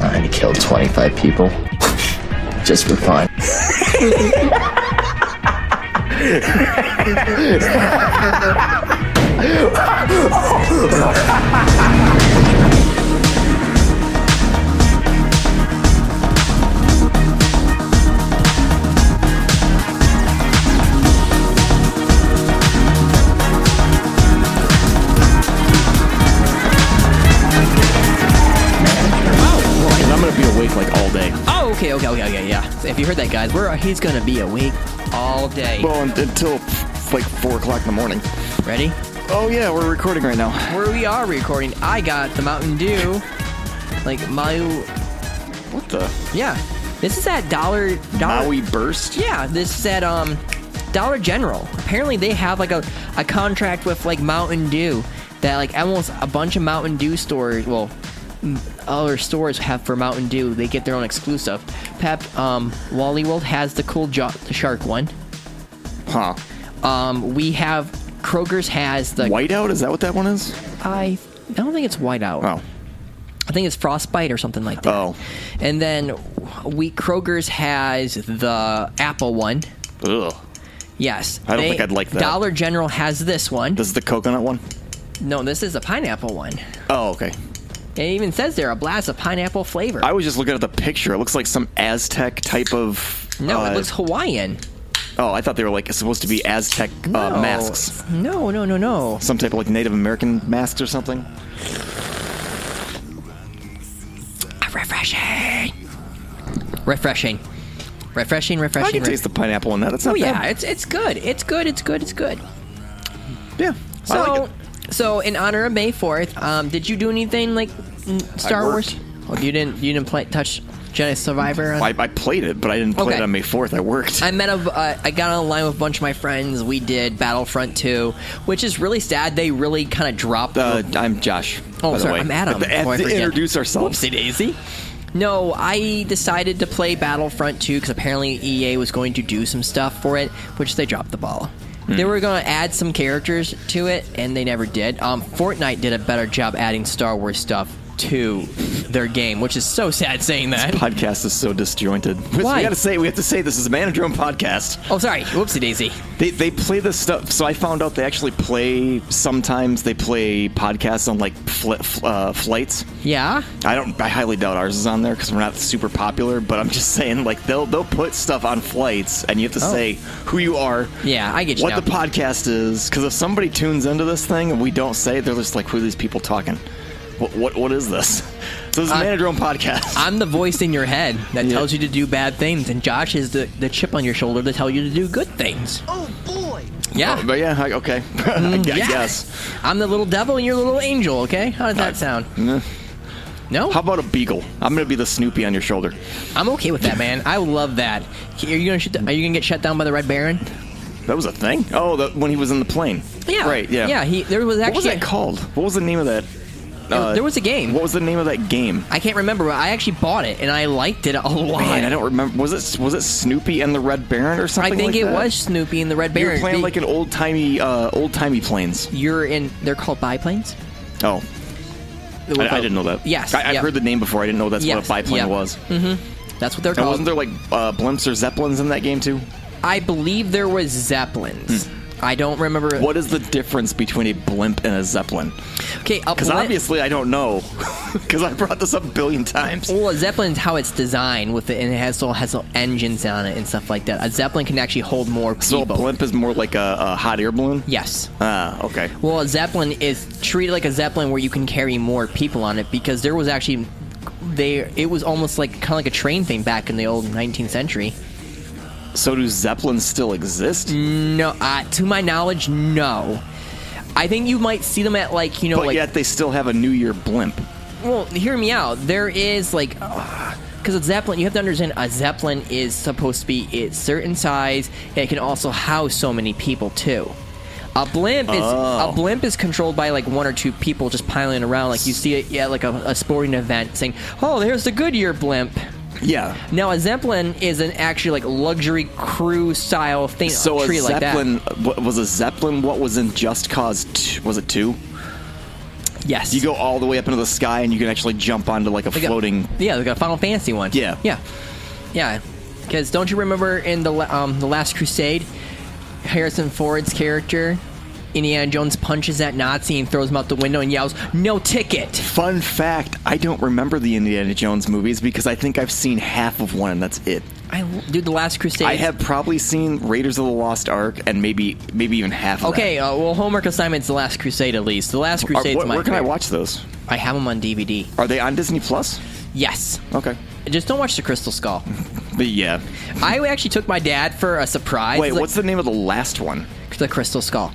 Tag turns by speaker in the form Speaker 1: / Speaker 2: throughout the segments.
Speaker 1: and he killed 25 people just for fun.
Speaker 2: Because I'm gonna be awake like all day.
Speaker 3: Oh, okay, okay, okay, okay, yeah. So if you heard that, guys, we're he's gonna be awake all day.
Speaker 2: Well, un- until like four o'clock in the morning.
Speaker 3: Ready?
Speaker 2: Oh yeah, we're recording right now.
Speaker 3: Where we are recording, I got the Mountain Dew, like Maui.
Speaker 2: What the?
Speaker 3: Yeah, this is at Dollar Dollar.
Speaker 2: Maui burst.
Speaker 3: Yeah, this is at um Dollar General. Apparently, they have like a a contract with like Mountain Dew that like almost a bunch of Mountain Dew stores. Well. m- Other stores have for Mountain Dew. They get their own exclusive. Pep, um, Wally World has the cool jo- the shark one.
Speaker 2: Huh.
Speaker 3: Um, we have Kroger's has the
Speaker 2: Whiteout? Is that what that one is?
Speaker 3: I I don't think it's whiteout.
Speaker 2: Oh.
Speaker 3: I think it's frostbite or something like that.
Speaker 2: Oh.
Speaker 3: And then we Kroger's has the apple one.
Speaker 2: Ugh.
Speaker 3: Yes.
Speaker 2: I don't think I'd like that.
Speaker 3: Dollar General has this one.
Speaker 2: This is the coconut one.
Speaker 3: no, this is the pineapple one.
Speaker 2: Oh, okay.
Speaker 3: It even says there a blast of pineapple flavor.
Speaker 2: I was just looking at the picture. It looks like some Aztec type of.
Speaker 3: no,
Speaker 2: uh,
Speaker 3: it looks Hawaiian.
Speaker 2: Oh, I thought they were like supposed to be Aztec uh,
Speaker 3: No.
Speaker 2: masks.
Speaker 3: No, no, no, no.
Speaker 2: Some type of like Native American masks or something.
Speaker 3: Refreshing. Refreshing. Refreshing, refreshing.
Speaker 2: I can
Speaker 3: re-
Speaker 2: taste the pineapple in that. It's not
Speaker 3: Oh yeah,
Speaker 2: bad.
Speaker 3: it's it's good. It's good. It's good. It's good.
Speaker 2: Yeah.
Speaker 3: So,
Speaker 2: I like it.
Speaker 3: so in honor of May Fourth, um, did you do anything like n- Star
Speaker 2: worked.
Speaker 3: Wars? Oh, you didn't. You didn't play touch Jedi Survivor. On,
Speaker 2: I, I played it, but I didn't play
Speaker 3: Okay.
Speaker 2: it on May 4th. I worked.
Speaker 3: I met a. Uh, I got online with a bunch of my friends. We did Battlefront Two, which is really sad. They really kind of dropped.
Speaker 2: Uh, I'm Josh. by
Speaker 3: oh,
Speaker 2: the
Speaker 3: sorry,
Speaker 2: way.
Speaker 3: I'm Adam.
Speaker 2: Uh,
Speaker 3: Before I forget.
Speaker 2: introduce ourselves.
Speaker 3: Whoopsie daisy. No, I decided to play Battlefront 2 because apparently EA was going to do some stuff for it, which they dropped the ball.
Speaker 2: Hmm.
Speaker 3: They were going to add some characters to it, and they never did. Um, Fortnite did a better job adding Star Wars stuff to their game, which is so sad saying that.
Speaker 2: Podcast is so disjointed.
Speaker 3: Why?
Speaker 2: We gotta say we have to say this is a manager own podcast.
Speaker 3: Oh, sorry. Whoopsie daisy.
Speaker 2: They, they play this stuff. So I found out they actually play. Sometimes they play podcasts on like fl- f- uh, flights.
Speaker 3: Yeah?
Speaker 2: I don't. I highly doubt ours is on there because we're not super popular. But I'm just saying, like they'll they'll put stuff on flights, and you have to
Speaker 3: Oh.
Speaker 2: say who you are.
Speaker 3: Yeah, I get you
Speaker 2: What
Speaker 3: now.
Speaker 2: the podcast is? Because if somebody tunes into this thing and we don't say, it, they're just like, "Who are these people talking? What what, what is this?" So this is a
Speaker 3: I-
Speaker 2: manager own podcast.
Speaker 3: I'm the voice in your head that
Speaker 2: Yeah.
Speaker 3: tells you to do bad things, and Josh is the, the chip on your shoulder to tell you to do good things.
Speaker 4: Oh boy!
Speaker 3: Yeah.
Speaker 2: but yeah, I, okay. I gu-
Speaker 3: Yeah.
Speaker 2: guess.
Speaker 3: I'm the little devil and you're the little angel, okay? How does that sound?
Speaker 2: Nah.
Speaker 3: No?
Speaker 2: Uh, How about a beagle? I'm gonna be the Snoopy on your shoulder.
Speaker 3: I'm okay with that, man. I love that. Are you gonna shoot are you gonna get shut down by the Red Baron?
Speaker 2: That was a thing. Oh, the, when he was in the plane.
Speaker 3: Yeah.
Speaker 2: Right. Yeah.
Speaker 3: Yeah, he there was actually
Speaker 2: What was that called? What was the name of that? uh,
Speaker 3: there was a game.
Speaker 2: What was the name of that game?
Speaker 3: I can't remember, but I actually bought it and I liked it a lot.
Speaker 2: Man, I don't remember. Was it was it Snoopy and the Red Baron or
Speaker 3: I
Speaker 2: something?
Speaker 3: think
Speaker 2: like
Speaker 3: it
Speaker 2: that?
Speaker 3: was Snoopy and the Red Baron.
Speaker 2: You're playing
Speaker 3: They-
Speaker 2: like an old timey, uh, old timey planes.
Speaker 3: you're in they're called biplanes?
Speaker 2: Oh, I, I didn't know that.
Speaker 3: Yes,
Speaker 2: I, I've
Speaker 3: yep.
Speaker 2: heard the name before. I didn't know that's what
Speaker 3: Yes, Mm-hmm.
Speaker 2: a biplane
Speaker 3: yep.
Speaker 2: was.
Speaker 3: That's what they're
Speaker 2: And
Speaker 3: called.
Speaker 2: wasn't there like uh, blimps or zeppelins in that game too?
Speaker 3: I believe there was Zeppelins. I don't remember
Speaker 2: Hmm. What is the difference between a blimp and a zeppelin?
Speaker 3: Okay, up
Speaker 2: Because obviously I don't know. Because I brought this up a billion times.
Speaker 3: Well, a Zeppelin's how it's designed with it, and it has still has little engines on it and stuff like that. A Zeppelin can actually hold more
Speaker 2: So
Speaker 3: people.
Speaker 2: a blimp is more like a, a hot air balloon.
Speaker 3: Yes.
Speaker 2: Ah, okay.
Speaker 3: Well, a Zeppelin is treated like a Zeppelin where you can carry more people on it because there was actually they it was almost like kind of like a train thing back in the old 19th century.
Speaker 2: So do zeppelins still exist?
Speaker 3: No, uh, to my knowledge, no. I think you might see them at like you know
Speaker 2: but
Speaker 3: like
Speaker 2: yet they still have a New Year blimp.
Speaker 3: well, hear me out. There is like because a zeppelin, you have to understand a zeppelin is supposed to be a certain size. And it can also house so many people too. A blimp is
Speaker 2: Oh.
Speaker 3: a blimp is controlled by like one or two people just piling around. Like you see it yeah, like a, a sporting event saying, "Oh, there's the Goodyear blimp."
Speaker 2: Yeah.
Speaker 3: Now a zeppelin is an actually like luxury crew style thing.
Speaker 2: So a
Speaker 3: tree like that.
Speaker 2: zeppelin what, was a zeppelin. What was in Just Cause? T- was it two?
Speaker 3: Yes.
Speaker 2: You go all the way up into the sky and you can actually jump onto like a
Speaker 3: They got-
Speaker 2: floating.
Speaker 3: yeah, they got a Final Fantasy one.
Speaker 2: Yeah.
Speaker 3: yeah, yeah. Because don't you remember in the la- um, the Last Crusade, Harrison Ford's character, Indiana Jones punches that Nazi and throws him out the window and yells, "No ticket!"
Speaker 2: Fun fact I don't remember the Indiana Jones movies because I think I've seen half of one and that's it.
Speaker 3: I dude, the Last Crusade.
Speaker 2: I have probably seen Raiders of the Lost Ark and maybe maybe even half of
Speaker 3: Okay, uh, well, homework assignment's the Last Crusade at least. The Last
Speaker 2: that. Are-
Speaker 3: Crusade's
Speaker 2: wh-
Speaker 3: my.
Speaker 2: where can I
Speaker 3: favorite.
Speaker 2: watch those?
Speaker 3: I have them on DVD.
Speaker 2: Are they on Disney Plus?
Speaker 3: Yes.
Speaker 2: Okay.
Speaker 3: Just don't watch the Crystal Skull.
Speaker 2: But yeah.
Speaker 3: I actually took my dad for a surprise.
Speaker 2: Wait,
Speaker 3: like,
Speaker 2: what's the name of the last one?
Speaker 3: the Crystal Skull?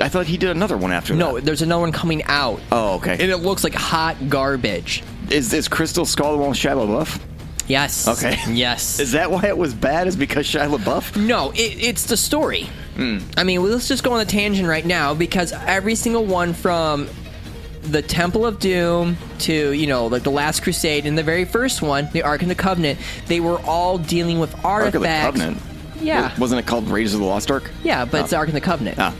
Speaker 2: I thought he did another one after
Speaker 3: No,
Speaker 2: that.
Speaker 3: there's another one coming out.
Speaker 2: Oh, okay.
Speaker 3: And it looks like hot garbage.
Speaker 2: Is this Crystal Skull the one with Shia LaBeouf?
Speaker 3: Yes.
Speaker 2: Okay.
Speaker 3: Yes.
Speaker 2: Is that why it was bad? Is because Shia LaBeouf?
Speaker 3: no, it, it's the story.
Speaker 2: Hmm.
Speaker 3: I mean, well, let's just go on a tangent right now because every single one from the Temple of Doom to, you know, like the Last Crusade and the very first one, the Ark and the Covenant, they were all dealing with
Speaker 2: Ark
Speaker 3: artifacts.
Speaker 2: of the Covenant.
Speaker 3: Yeah.
Speaker 2: W- Wasn't it called Raiders of the Lost Ark?
Speaker 3: Yeah, but it's the
Speaker 2: Oh.
Speaker 3: Ark and the Covenant.
Speaker 2: Ah.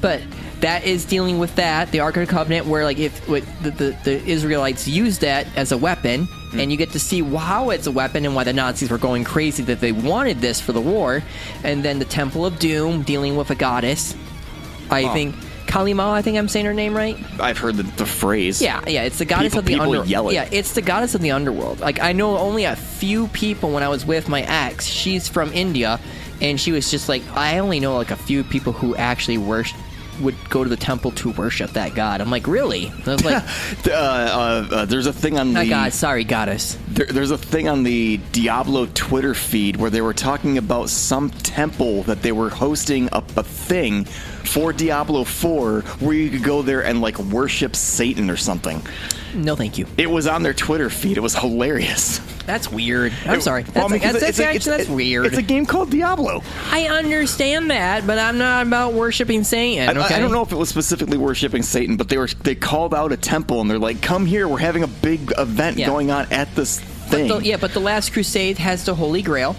Speaker 3: But that is dealing with that, the Ark of the Covenant, where like if what, the, the the Israelites used that as a weapon, and you get to see how it's a weapon and why the Nazis were going crazy that they wanted this for the war, and then the Temple of Doom dealing with a goddess. I think Kalima. I think I'm saying her name right.
Speaker 2: I've heard the, the phrase.
Speaker 3: Yeah, yeah, it's the goddess
Speaker 2: People-
Speaker 3: of the
Speaker 2: people
Speaker 3: underworld.
Speaker 2: yell it.
Speaker 3: Yeah, it's the goddess of the underworld. Like I know only a few people when I was with my ex. She's from India, and she was just like, I only know like a few people who actually worship would go to the temple to worship that god. I'm like, really? And I was like,
Speaker 2: Uh, uh, uh, there's a thing on
Speaker 3: not
Speaker 2: the
Speaker 3: god, sorry, goddess.
Speaker 2: there, there's a thing on the Diablo Twitter feed where they were talking about some temple that they were hosting up a thing for Diablo 4 where you could go there and like worship Satan or something.
Speaker 3: No, thank you.
Speaker 2: It was on their Twitter feed. It was hilarious.
Speaker 3: That's weird. I'm
Speaker 2: It-
Speaker 3: sorry.
Speaker 2: well,
Speaker 3: That's,
Speaker 2: I mean, 'cause
Speaker 3: that's,
Speaker 2: it's
Speaker 3: that's,
Speaker 2: a-
Speaker 3: actually-
Speaker 2: it's-
Speaker 3: that's
Speaker 2: it's-
Speaker 3: weird.
Speaker 2: It's a game called Diablo.
Speaker 3: I understand that, but I'm not about worshiping Satan.
Speaker 2: I-
Speaker 3: Okay?
Speaker 2: I, don't know if it was specifically worshiping Satan, but they were they called out a temple and they're like, "Come here, we're having a big event
Speaker 3: Yeah.
Speaker 2: going on at this
Speaker 3: But
Speaker 2: thing."
Speaker 3: the, yeah, but the Last Crusade has the Holy Grail.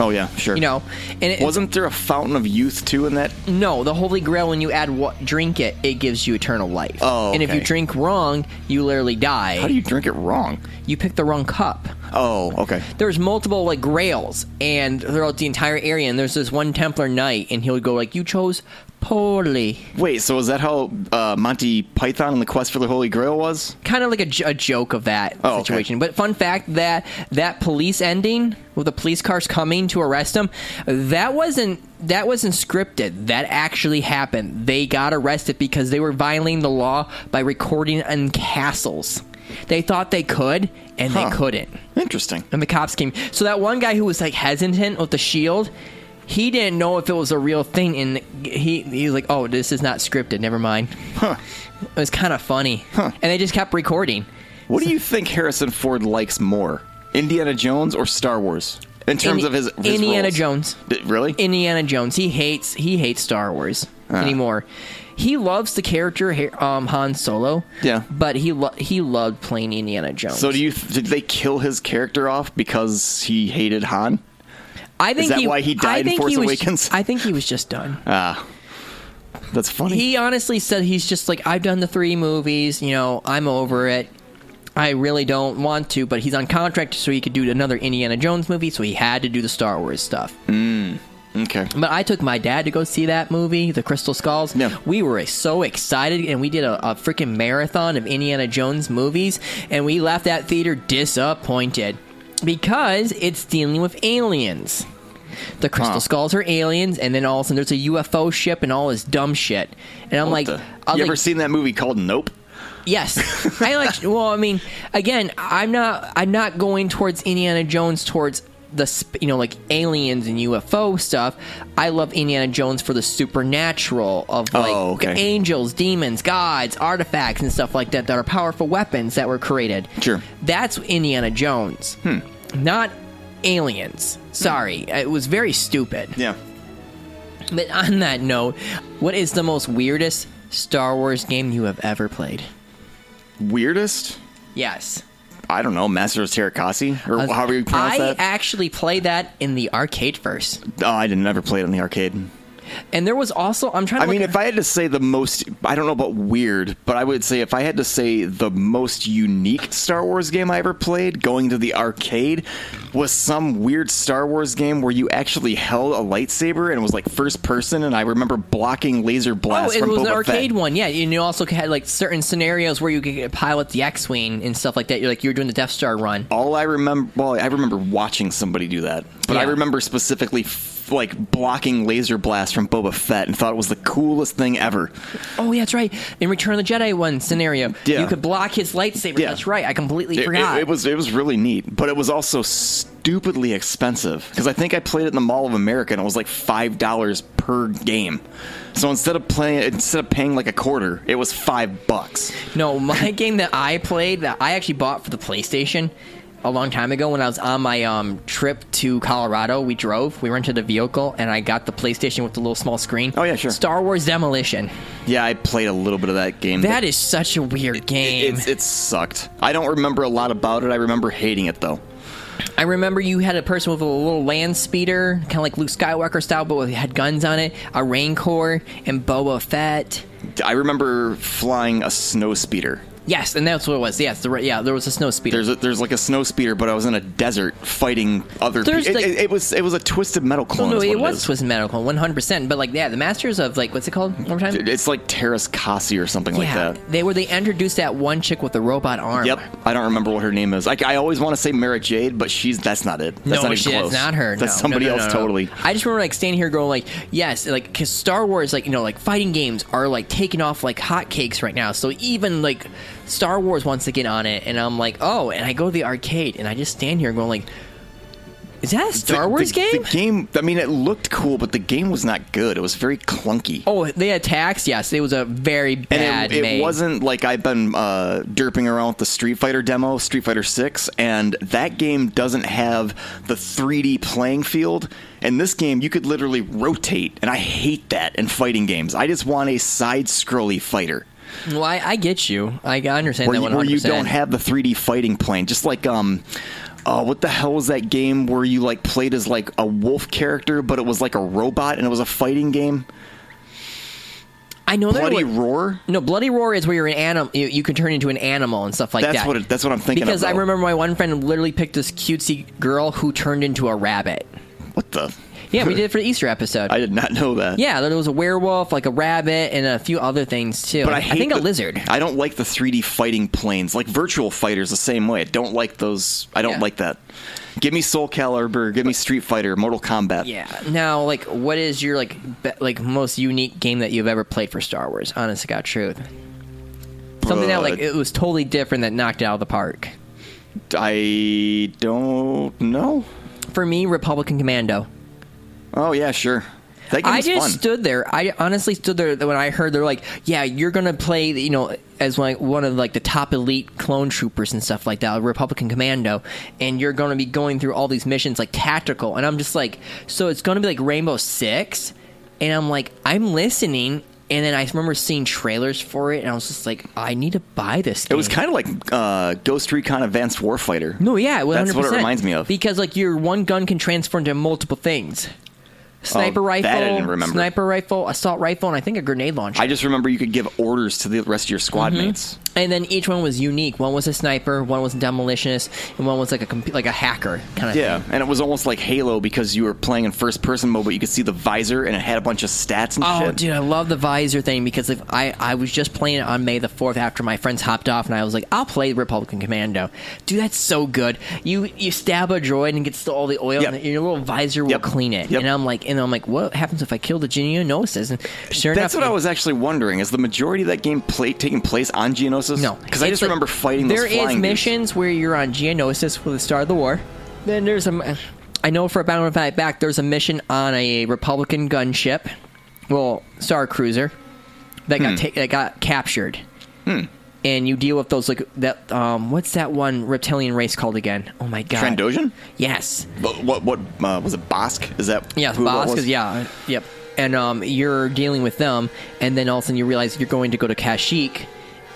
Speaker 2: Oh yeah, sure.
Speaker 3: You know, and it,
Speaker 2: wasn't there a fountain of youth too in that?
Speaker 3: No, the Holy Grail. When you add what drink it, it gives you eternal life.
Speaker 2: Oh,
Speaker 3: and if you
Speaker 2: okay.
Speaker 3: drink wrong, you literally
Speaker 2: How
Speaker 3: die.
Speaker 2: do
Speaker 3: You-,
Speaker 2: you drink it wrong?
Speaker 3: pick the wrong cup.
Speaker 2: Oh, okay.
Speaker 3: There's multiple like Grails, and throughout the entire area, and there's this one Templar knight, and he would go like, "You chose poorly,"
Speaker 2: Wait, so is that how uh, Monty Python and the Quest for the Holy Grail was?
Speaker 3: kind of like a, j- a joke of that
Speaker 2: Oh, okay.
Speaker 3: situation. But fun fact that that police ending with the police cars coming to arrest him, that wasn't that wasn't scripted. That actually happened. They got arrested because they were violating the law by recording in castles. They thought they could and
Speaker 2: Huh.
Speaker 3: they couldn't.
Speaker 2: Interesting.
Speaker 3: And the cops came. So that one guy who was like hesitant with the shield, he didn't know if it was a real thing, and he he was like, "Oh, this is not scripted. Never mind."
Speaker 2: Huh.
Speaker 3: It was kind of funny, and they just kept recording.
Speaker 2: What do you think Harrison Ford likes more, Indiana Jones or Star Wars? In terms
Speaker 3: Indi-
Speaker 2: of his, his
Speaker 3: Indiana
Speaker 2: roles?
Speaker 3: Jones.
Speaker 2: D- really?
Speaker 3: Indiana Jones. He hates he hates Star Wars anymore. He loves the character Har- um, Han Solo.
Speaker 2: Yeah.
Speaker 3: but he lo- he loved playing Indiana Jones.
Speaker 2: so do you? Did they kill his character off because he hated Han?
Speaker 3: I think
Speaker 2: that
Speaker 3: he,
Speaker 2: why he
Speaker 3: I
Speaker 2: died in
Speaker 3: think
Speaker 2: Force
Speaker 3: he was-
Speaker 2: Awakens?
Speaker 3: I think he was just done.
Speaker 2: Ah, that's funny.
Speaker 3: he honestly said he's just like I've done the three movies. You know, I'm over it. I really don't want to, but he's on contract, so he could do another Indiana Jones movie. So he had to do the Star Wars stuff.
Speaker 2: okay.
Speaker 3: But I took my dad to go see that movie, The Crystal Skulls.
Speaker 2: Yeah.
Speaker 3: We were so excited, and we did a, a freaking marathon of Indiana Jones movies, and we left that theater disappointed because it's dealing with aliens. The Crystal
Speaker 2: Huh.
Speaker 3: Skulls are aliens, and then all of a sudden there's a UFO ship and all this dumb shit. And I'm like,
Speaker 2: What the- Uh,
Speaker 3: I was
Speaker 2: you
Speaker 3: like,
Speaker 2: ever seen that movie called Nope?
Speaker 3: Yes, I like. well, I mean, again, I'm not. I'm not going towards Indiana Jones towards the sp- you know like aliens and UFO stuff. I love Indiana Jones for the supernatural of like
Speaker 2: Oh, okay.
Speaker 3: angels, demons, gods, artifacts, and stuff like that that are powerful weapons that were created.
Speaker 2: Sure. Hmm.
Speaker 3: that's Indiana Jones, not aliens. Sorry, it was very stupid.
Speaker 2: Yeah.
Speaker 3: But on that note, what is the most weirdest Star Wars game you have ever played?
Speaker 2: Weirdest?
Speaker 3: Yes.
Speaker 2: I don't know, Master of Terracasi? Or
Speaker 3: Uh, I-
Speaker 2: however you pronounce
Speaker 3: I
Speaker 2: that?
Speaker 3: actually played that in the arcade first.
Speaker 2: oh, I didn't never play it on the arcade.
Speaker 3: And there was also I'm trying. To
Speaker 2: I mean,
Speaker 3: look
Speaker 2: if I had to say the most, I don't know about weird, but I would say if I had to say the most unique Star Wars game I ever played, going to the arcade, was some weird Star Wars game where you actually held a lightsaber and it was like first person, and I remember blocking laser
Speaker 3: Oh,
Speaker 2: blasts
Speaker 3: it
Speaker 2: from
Speaker 3: was
Speaker 2: Boba
Speaker 3: an arcade
Speaker 2: Fett.
Speaker 3: one, yeah. And you also had like certain scenarios where you could pilot the X-wing and stuff like that. You're like you're doing the Death Star run.
Speaker 2: All I remember, well, I remember watching somebody do that, but I
Speaker 3: Yeah.
Speaker 2: remember specifically. F- like blocking laser blasts from Boba Fett and thought it was the coolest thing ever.
Speaker 3: Oh, yeah, that's right. In Return of the Jedi one scenario,
Speaker 2: Yeah.
Speaker 3: you could block his lightsaber.
Speaker 2: Yeah.
Speaker 3: That's right. I completely
Speaker 2: It-
Speaker 3: forgot.
Speaker 2: It, it was it was really neat, but it was also stupidly expensive because I think I played it in the Mall of America and it was like five dollars per game. So instead of playing, instead of paying like a quarter, it was five bucks.
Speaker 3: No, my game that I played that I actually bought for the PlayStation a long time ago when I was on my um, trip to Colorado. We drove, we rented a vehicle, and I got the PlayStation with the little small screen.
Speaker 2: Oh, yeah, sure.
Speaker 3: Star Wars Demolition.
Speaker 2: Yeah, I played a little bit of that game.
Speaker 3: That is such a weird game.
Speaker 2: It, it sucked. I don't remember a lot about it. I remember hating it though.
Speaker 3: I remember you had a person with a little land speeder, kind of like Luke Skywalker style, but it had guns on it, a Rancor, and Boba Fett.
Speaker 2: I remember flying a snow speeder.
Speaker 3: Yes, and that's what it was. Yes, the, yeah, there was a snow speeder.
Speaker 2: There's a, there's like a snow speeder, but I was in a desert fighting other.
Speaker 3: There's
Speaker 2: people.
Speaker 3: like- Oh,
Speaker 2: it, it, it was it was a twisted metal clone.
Speaker 3: no,
Speaker 2: is
Speaker 3: no,
Speaker 2: what
Speaker 3: it was
Speaker 2: is.
Speaker 3: Twisted Medical, 100%. But, like, yeah, the Masters of, like, what's it called? One more time?
Speaker 2: It's like Terrace Kasi or something like that.
Speaker 3: They were they introduced that one chick with the robot arm.
Speaker 2: Yep, I don't remember what her name is. I, I always want to say Mara Jade, but she's that's not it. That's
Speaker 3: no,
Speaker 2: not even
Speaker 3: she
Speaker 2: close.
Speaker 3: is not her.
Speaker 2: That's
Speaker 3: No,
Speaker 2: somebody
Speaker 3: no, no,
Speaker 2: else
Speaker 3: no, no.
Speaker 2: totally.
Speaker 3: I just remember like standing here going like, yes, like because Star Wars, like you know, like fighting games are like taking off like hotcakes right now. So even like Star Wars wants to get on it, and I'm like, oh, and I go to the arcade and I just stand here going like, is that a Star
Speaker 2: The-
Speaker 3: Wars
Speaker 2: the,
Speaker 3: game?
Speaker 2: The game. I mean, it looked cool, but the game was not good. It was very clunky.
Speaker 3: oh, they had tax. Yes, it was a very bad.
Speaker 2: and it, it
Speaker 3: made.
Speaker 2: wasn't like I've been uh, derping around with the Street Fighter demo, Street Fighter Six, and that game doesn't have the 3D playing field. In this game, you could literally rotate, and I hate that in fighting games. I just want a side-scrolly fighter.
Speaker 3: Well, I, I get you. I, I understand
Speaker 2: where
Speaker 3: that
Speaker 2: you,
Speaker 3: one.
Speaker 2: where you don't have the 3D fighting plane. Just like um, uh, what the hell was that game where you like played as like a wolf character, but it was like a robot and it was a fighting game?
Speaker 3: I know there
Speaker 2: Bloody
Speaker 3: were-
Speaker 2: Roar.
Speaker 3: No, bloody roar is where you're an animal. You, you can turn into an animal and stuff like
Speaker 2: That's
Speaker 3: that.
Speaker 2: what it, that's what I'm thinking.
Speaker 3: because
Speaker 2: of,
Speaker 3: I
Speaker 2: though.
Speaker 3: remember my one friend literally picked this cutesy girl who turned into a rabbit.
Speaker 2: what the.
Speaker 3: Yeah, we did it for the Easter episode.
Speaker 2: I did not know that.
Speaker 3: yeah, there was a werewolf, like a rabbit, and a few other things too.
Speaker 2: But I, hate
Speaker 3: think a
Speaker 2: the-
Speaker 3: lizard.
Speaker 2: I don't like the 3D fighting planes. Like Virtual Fighter's the same way. I don't like those. I don't
Speaker 3: Yeah.
Speaker 2: like that. Give me Soul Calibur. Give me Street Fighter. Mortal Kombat.
Speaker 3: Yeah. Now, like, what is your like be- like most unique game that you've ever played for Star Wars? Honest to God, truth. Something that like
Speaker 2: Bruh.
Speaker 3: it was totally different that knocked it out of the park.
Speaker 2: I don't know.
Speaker 3: For me, Republican Commando.
Speaker 2: Oh yeah, sure. That game
Speaker 3: I
Speaker 2: was
Speaker 3: just
Speaker 2: fun.
Speaker 3: stood there. I honestly stood there when I heard they're like, "Yeah, you're gonna play," you know, as like one of like the top elite clone troopers and stuff like that, Republican Commando, and you're gonna be going through all these missions like tactical. And I'm just like, so it's gonna be like Rainbow Six, and I'm like, I'm listening. And then I remember seeing trailers for it, and I was just like, I need to buy this.
Speaker 2: It
Speaker 3: Game.
Speaker 2: was kind of like uh, Ghost Recon Advanced Warfighter.
Speaker 3: No, yeah, it was
Speaker 2: That's what it
Speaker 3: 100%.
Speaker 2: reminds me of.
Speaker 3: Because like your one gun can transform into multiple things. Sniper
Speaker 2: Oh,
Speaker 3: rifle,
Speaker 2: that I didn't remember.
Speaker 3: sniper rifle, assault rifle, and I think a grenade launcher.
Speaker 2: I just remember you could give orders to the rest of your squad
Speaker 3: Mm-hmm.
Speaker 2: mates.
Speaker 3: and then each one was unique. One was a sniper, one was a demolitionist, and one was like a comp- like a hacker kind of
Speaker 2: Yeah, and it was almost like Halo because you were playing in first person mode, but you could see the visor and it had a bunch of stats and
Speaker 3: Oh,
Speaker 2: shit.
Speaker 3: dude, I love the visor thing because if I, I was just playing it on May the 4th after my friends hopped off, and I was like, I'll play Republican Commando. Dude, that's so good. You you stab a droid and it gets all the oil,
Speaker 2: Yep.
Speaker 3: and your little visor
Speaker 2: Yep.
Speaker 3: will clean it.
Speaker 2: Yep.
Speaker 3: And I'm like, and I'm like, what happens if I kill the Geonosis? And sure
Speaker 2: That's
Speaker 3: enough,
Speaker 2: what I
Speaker 3: it-
Speaker 2: was actually wondering. Is the majority of that game play, taking place on Geonosis?
Speaker 3: No,
Speaker 2: Because I
Speaker 3: It's
Speaker 2: just
Speaker 3: like-
Speaker 2: remember fighting those
Speaker 3: There is
Speaker 2: flying dudes.
Speaker 3: missions where you're on Geonosis with the Star of the War. Then there's a. I know for a Battle of Fight Back, there's a mission on a Republican gunship, well, Star Cruiser, that got
Speaker 2: Hmm.
Speaker 3: ta- that got captured. And you deal with those like that. Um, what's that one reptilian race called again? Oh my god,
Speaker 2: Trandoshan?
Speaker 3: Yes,
Speaker 2: What, what, what uh, was it, Bosk? Is that
Speaker 3: Yes,
Speaker 2: who it
Speaker 3: Bosk
Speaker 2: was?
Speaker 3: is yeah, yep. And um, you're dealing with them, and then all of a sudden you realize you're going to go to Kashyyyk,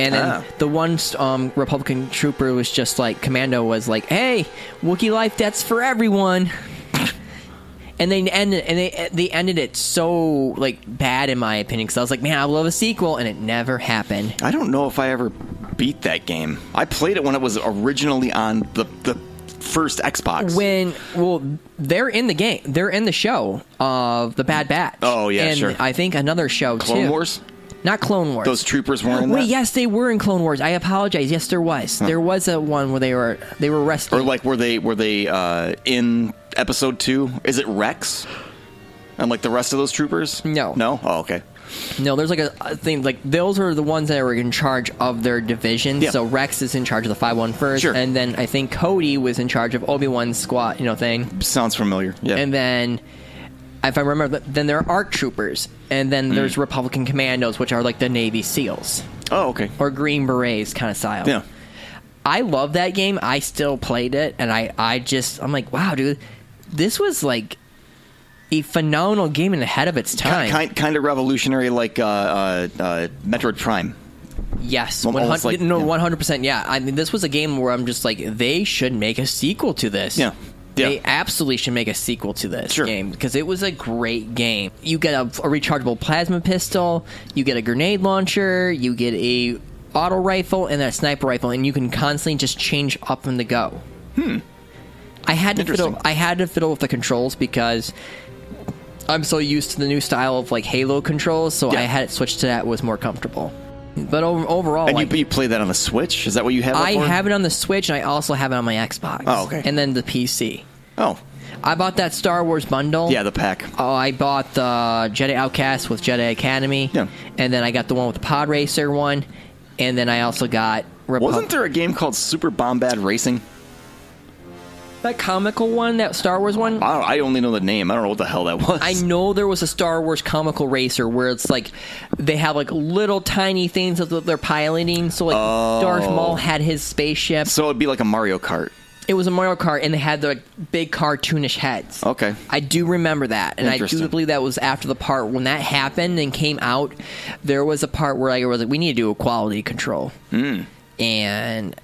Speaker 3: and then
Speaker 2: Ah.
Speaker 3: the one um, Republican trooper was just like commando was like, "Hey, Wookiee life, that's for everyone." and they ended and they they ended it so like bad in my opinion because I was like, man, I love a sequel, and it never happened.
Speaker 2: I don't know if I ever beat that game. I played it when it was originally on the the first Xbox.
Speaker 3: when well they're in the game they're in the show of the bad batch
Speaker 2: Oh, yeah,
Speaker 3: and
Speaker 2: sure.
Speaker 3: i think another show
Speaker 2: Clone
Speaker 3: too.
Speaker 2: Wars?
Speaker 3: not clone wars
Speaker 2: Those troopers weren't in
Speaker 3: wait
Speaker 2: that? Hmm.
Speaker 3: yes they were in clone wars i apologize yes there was there was a one where they were they were rescued
Speaker 2: Or like were they were they uh, in episode two? Is it Rex? And like the rest of those troopers?
Speaker 3: No.
Speaker 2: No? Oh, okay.
Speaker 3: no there's like a, a thing like those are the ones that were in charge of their division
Speaker 2: Yeah.
Speaker 3: so rex is in charge of the 511st
Speaker 2: Sure.
Speaker 3: and then i think cody was in charge of obi-wan's squad you know thing
Speaker 2: Sounds familiar. Yeah.
Speaker 3: and then if I remember, then there are ARC troopers, and then
Speaker 2: Hmm.
Speaker 3: there's Republican commandos, which are like the Navy SEALs.
Speaker 2: oh, okay.
Speaker 3: or Green Berets kind of style.
Speaker 2: Yeah.
Speaker 3: I love that game. I still played it, and I, I just, I'm like, wow, dude, this was like a phenomenal game and ahead of its time.
Speaker 2: Kind, kind of revolutionary, like uh, uh, uh, Metroid Prime.
Speaker 3: Oh, yes,
Speaker 2: Well, almost
Speaker 3: 100,
Speaker 2: like-
Speaker 3: no,
Speaker 2: yeah.
Speaker 3: 100. percent Yeah, I mean, this was a game where I'm just like, they should make a sequel to this.
Speaker 2: Yeah. Yeah.
Speaker 3: They absolutely should make a sequel to this
Speaker 2: Sure.
Speaker 3: game because it was a great game. You get a, a rechargeable plasma pistol, you get a grenade launcher, you get a auto rifle and a sniper rifle, and you can constantly just change up and to go. Hmm. I had to fiddle.
Speaker 2: Interesting.
Speaker 3: I had to fiddle with the controls because I'm so used to the new style of like Halo controls, so
Speaker 2: Yeah.
Speaker 3: I had it switched to that was more comfortable. But over, overall,
Speaker 2: And
Speaker 3: like,
Speaker 2: you, you play that on the Switch? Is that what you have? it
Speaker 3: I
Speaker 2: for?
Speaker 3: have it on the Switch and I also have it on my Xbox.
Speaker 2: Oh, okay.
Speaker 3: And then the PC.
Speaker 2: Oh,
Speaker 3: I bought that Star Wars bundle.
Speaker 2: yeah, the pack.
Speaker 3: Oh, I bought the Jedi Outcast with Jedi Academy.
Speaker 2: Yeah.
Speaker 3: And then I got the one with the Pod Racer one. And then I also got Repub-
Speaker 2: Wasn't there a game called Super Bombad Racing?
Speaker 3: that comical one, that Star Wars one?
Speaker 2: I, don't, I only know the name. I don't know what the hell that was.
Speaker 3: I know there was a Star Wars comical racer where it's like they have like little tiny things that they're piloting. So like Darth
Speaker 2: Oh.
Speaker 3: Maul had his spaceship.
Speaker 2: So it'd be like a Mario Kart.
Speaker 3: It was a Mario Kart and they had the like, big cartoonish heads.
Speaker 2: Okay.
Speaker 3: I do remember that, and I do
Speaker 2: Interesting.
Speaker 3: believe that was after the part when that happened and came out. There was a part where I was like, "We need to do a quality control," and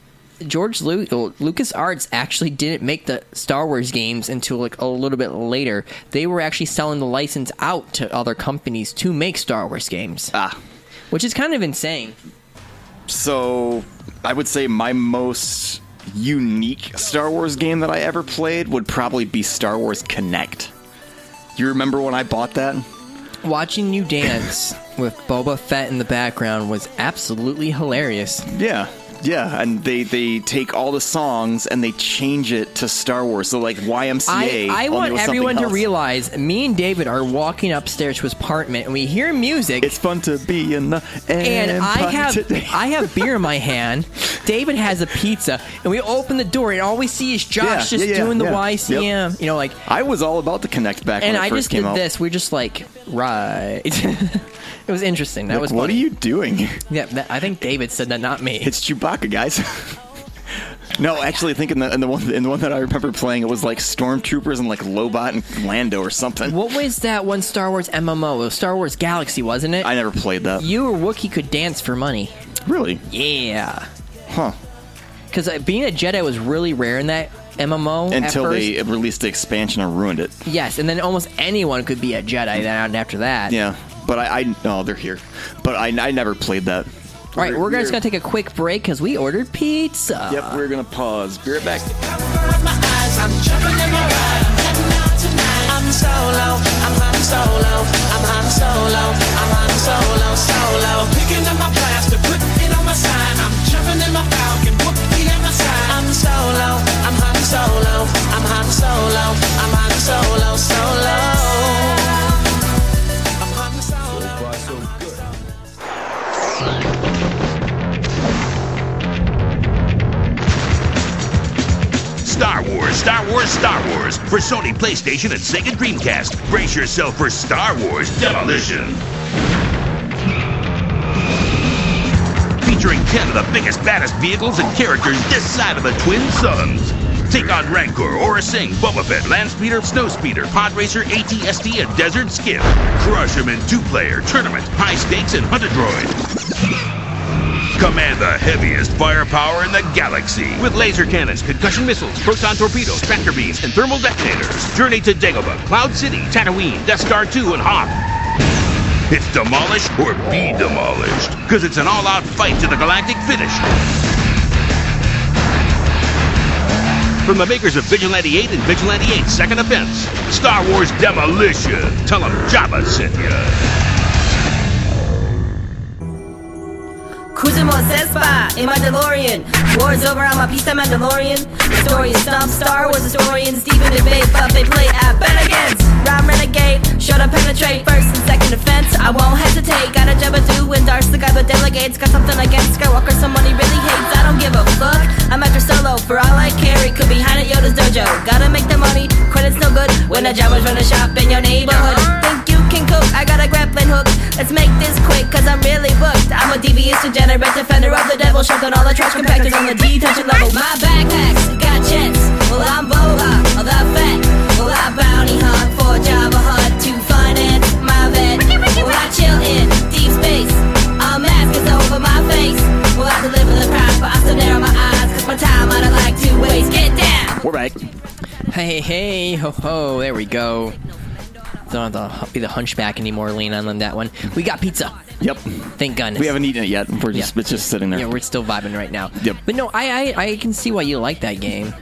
Speaker 3: George Lu- Lucas Arts actually didn't make the Star Wars games until like a little bit later. They were actually selling the license out to other companies to make Star Wars games,
Speaker 2: Ah.
Speaker 3: which is kind of insane.
Speaker 2: So I would say my most unique Star Wars game that I ever played would probably be Star Wars Connect. You remember when I bought that?
Speaker 3: Watching you dance with Boba Fett in the background was absolutely hilarious.
Speaker 2: Yeah. Yeah, and they, they take all the songs and they change it to Star Wars. So like YMCA.
Speaker 3: I, I
Speaker 2: only
Speaker 3: want
Speaker 2: with something
Speaker 3: everyone to
Speaker 2: else.
Speaker 3: realize me and David are walking upstairs to his apartment and we hear music.
Speaker 2: it's fun to be in the
Speaker 3: and I
Speaker 2: Empire
Speaker 3: have
Speaker 2: today.
Speaker 3: I have beer in my hand. David has a pizza, and we open the door, and all we see is Josh
Speaker 2: Yeah,
Speaker 3: just
Speaker 2: yeah, yeah,
Speaker 3: doing the
Speaker 2: yeah.
Speaker 3: YCM. You know, like,
Speaker 2: I was all about the Connect back
Speaker 3: and
Speaker 2: when it
Speaker 3: I
Speaker 2: first
Speaker 3: just
Speaker 2: came
Speaker 3: did
Speaker 2: out.
Speaker 3: this. We're just like, right. it was interesting. That
Speaker 2: Like,
Speaker 3: was
Speaker 2: what
Speaker 3: funny.
Speaker 2: are you doing?
Speaker 3: Yeah, that, I think David said that, not me.
Speaker 2: It's Chewbacca, guys. no, actually, I think in the, in the one in the one that I remember playing, it was like stormtroopers and like Lobot and Lando or something.
Speaker 3: what was that one Star Wars MMO? It was Star Wars Galaxy, wasn't it?
Speaker 2: I never played that.
Speaker 3: you or Wookiee could dance for money.
Speaker 2: really?
Speaker 3: Yeah.
Speaker 2: Huh?
Speaker 3: because uh, being a Jedi was really rare in that MMO. at
Speaker 2: Until
Speaker 3: first.
Speaker 2: they released the expansion and ruined it.
Speaker 3: yes, and then almost anyone could be a Jedi. Then after that,
Speaker 2: Yeah. But I, I no, they're here. But I, I never played that.
Speaker 3: All right, we're, just gonna take a quick break because we ordered pizza.
Speaker 2: Yep, we're gonna pause. Be right back.
Speaker 4: I'm solo, I'm Han Solo, I'm Han Solo, I'm Han Solo, solo. Picking up my plaster, putting it on my sign. I'm jumping in my falcon, whooping at my side. I'm solo, I'm Han Solo, I'm Han Solo, I'm Han Solo, solo. I'm Han Solo.
Speaker 5: Star Wars, Star Wars, Star Wars for Sony PlayStation and Sega Dreamcast. Brace yourself for Star Wars Demolition. Featuring 10 of the biggest, baddest vehicles and characters this side of the Twin Suns. Take on Rancor, Aura Singh, Boba Fett, Landspeeder, Snowspeeder, Podracer, ATSD, and Desert Skiff. Crush 'em in two-player, tournament, high stakes, and hunter droid. Command the heaviest firepower in the galaxy with laser cannons, concussion missiles, proton torpedoes, tractor beams, and thermal detonators. Journey to Dagobah, Cloud City, Tatooine, Death Star 2, and Hoth. It's demolish or be demolished, because it's an all-out fight to the galactic finish. From the makers of Vigilante 8 and Vigilante 8 Second Offense, Star Wars Demolition. Tell them Jabba sent ya.
Speaker 6: Kuzuma Sespa in my DeLorean. War's over, I'm a piece of Mandalorian. Story is stumped, Star Wars historian. Stephen debate, but they play at Ben against. Rhyme renegade, show to penetrate. First and second offense, I won't hesitate. Gotta jabba do and Darce the guy that delegates. Got something against Skywalker, someone he really hates. I don't give a fuck, I'm after solo. For all I care, it could be Han at Yoda's dojo. Gotta make the money, credit's no good. When a jabba's run a shop in your neighborhood. Think you can cook, I got a grappling hook. Let's make this quick, cause I'm really booked. I'm a devious degenerate defender of the devil. Shoving all the trash compactors on the detention level. My backpacks got jets. Well, I'm Boba, or the fat. Well, I bounty hunt for Java Hut to finance my vet. Well, I chill in deep space. A mask is over my face. Well, I deliver the prize, but I still narrow my eyes. Cause my time I don't like to waste. Get down!
Speaker 2: We're back.
Speaker 3: Hey, hey, ho, ho. There we go. Don't have to be the hunchback anymore, lean on that one. We got pizza.
Speaker 2: Yep.
Speaker 3: Thank goodness.
Speaker 2: We haven't eaten it yet. We're just
Speaker 3: Yeah.
Speaker 2: it's just sitting there.
Speaker 3: Yeah, we're still vibing right now.
Speaker 2: Yep.
Speaker 3: But no, I, I I can see why you like that game.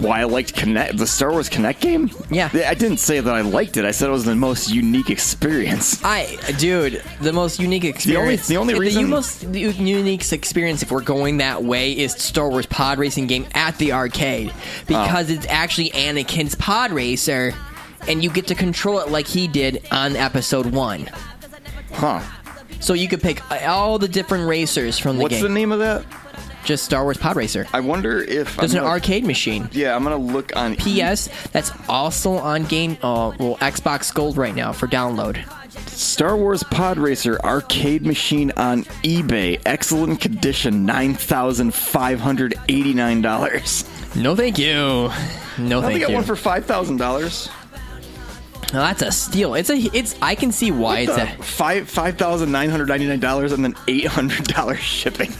Speaker 2: Why I liked Connect the Star Wars Connect game?
Speaker 3: Yeah.
Speaker 2: I didn't say that I liked it. I said it was the most unique experience.
Speaker 3: I, dude, the most unique experience.
Speaker 2: the only reason-
Speaker 3: the most u- unique experience, if we're going that way, is Star Wars Pod Racing game at the arcade
Speaker 2: Oh.
Speaker 3: because it's actually Anakin's pod racer, and you get to control it like he did on Episode One.
Speaker 2: Huh.
Speaker 3: So you could pick uh, all the different racers from the
Speaker 2: What's
Speaker 3: game.
Speaker 2: the name of that?
Speaker 3: Just Star Wars Pod Racer.
Speaker 2: I wonder if
Speaker 3: There's
Speaker 2: I'm
Speaker 3: an
Speaker 2: gonna-
Speaker 3: arcade machine.
Speaker 2: Yeah, I'm gonna look on E-
Speaker 3: PS. That's also on game, uh, well, Xbox Gold right now for download.
Speaker 2: Star Wars Pod Racer arcade machine on eBay. Excellent condition, nine thousand five hundred eighty-nine dollars.
Speaker 3: No, thank you.
Speaker 2: I
Speaker 3: No, thank
Speaker 2: think I
Speaker 3: you.
Speaker 2: one for five thousand dollars.
Speaker 3: No, that's a steal. It's a. It's. I can see why it's a.
Speaker 2: Five five thousand nine hundred ninety-nine dollars and then eight hundred dollars shipping.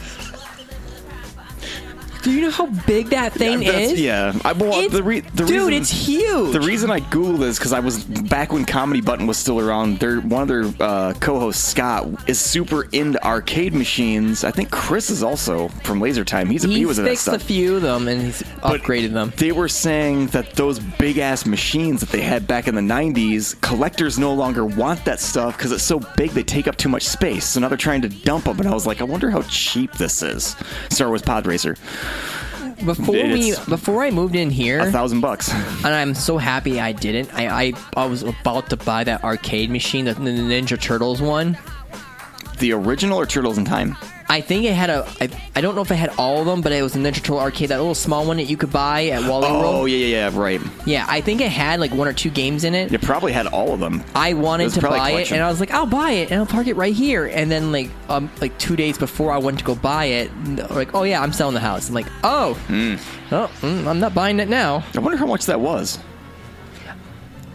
Speaker 3: Do you know how big that thing
Speaker 2: That's-
Speaker 3: is?
Speaker 2: Yeah, I well,
Speaker 3: It's-
Speaker 2: the, re- the
Speaker 3: dude,
Speaker 2: reason,
Speaker 3: it's huge.
Speaker 2: The reason I googled this because I was back when Comedy Button was still around. Their one of their uh, co-hosts, Scott, is super into arcade machines. I think Chris is also from Laser Time. He's a,
Speaker 3: he
Speaker 2: he was in that
Speaker 3: fixed a
Speaker 2: stuff.
Speaker 3: few of them and he's
Speaker 2: But
Speaker 3: upgraded them.
Speaker 2: They were saying that those big ass machines that they had back in the 90s, collectors no longer want that stuff because it's so big they take up too much space. So now they're trying to dump them. And I was like, I wonder how cheap this is. Star Wars Pod Racer,
Speaker 3: Before we,
Speaker 2: it's-
Speaker 3: before I moved in here,
Speaker 2: a thousand bucks.
Speaker 3: and I'm so happy I didn't. I, I, I was about to buy that arcade machine, the, the Ninja Turtles one.
Speaker 2: The original or Turtles in Time?
Speaker 3: I think it had a. I, I don't know if it had all of them, but it was a Ninja Turtle arcade, that little small one that you could buy at Wally
Speaker 2: Oh
Speaker 3: World.
Speaker 2: yeah, yeah, yeah, right.
Speaker 3: Yeah, I think it had like one or two games in it.
Speaker 2: You probably had all of them.
Speaker 3: I
Speaker 2: It
Speaker 3: wanted
Speaker 2: was
Speaker 3: to
Speaker 2: probably
Speaker 3: buy it,
Speaker 2: collection.
Speaker 3: and I was like, "I'll buy it, and I'll park it right here." And then, like, um, like two days before I went to go buy it, n- like, "Oh yeah, I'm selling the house." I'm like, "Oh, oh, mm, I'm not buying it now."
Speaker 2: I wonder how much that was.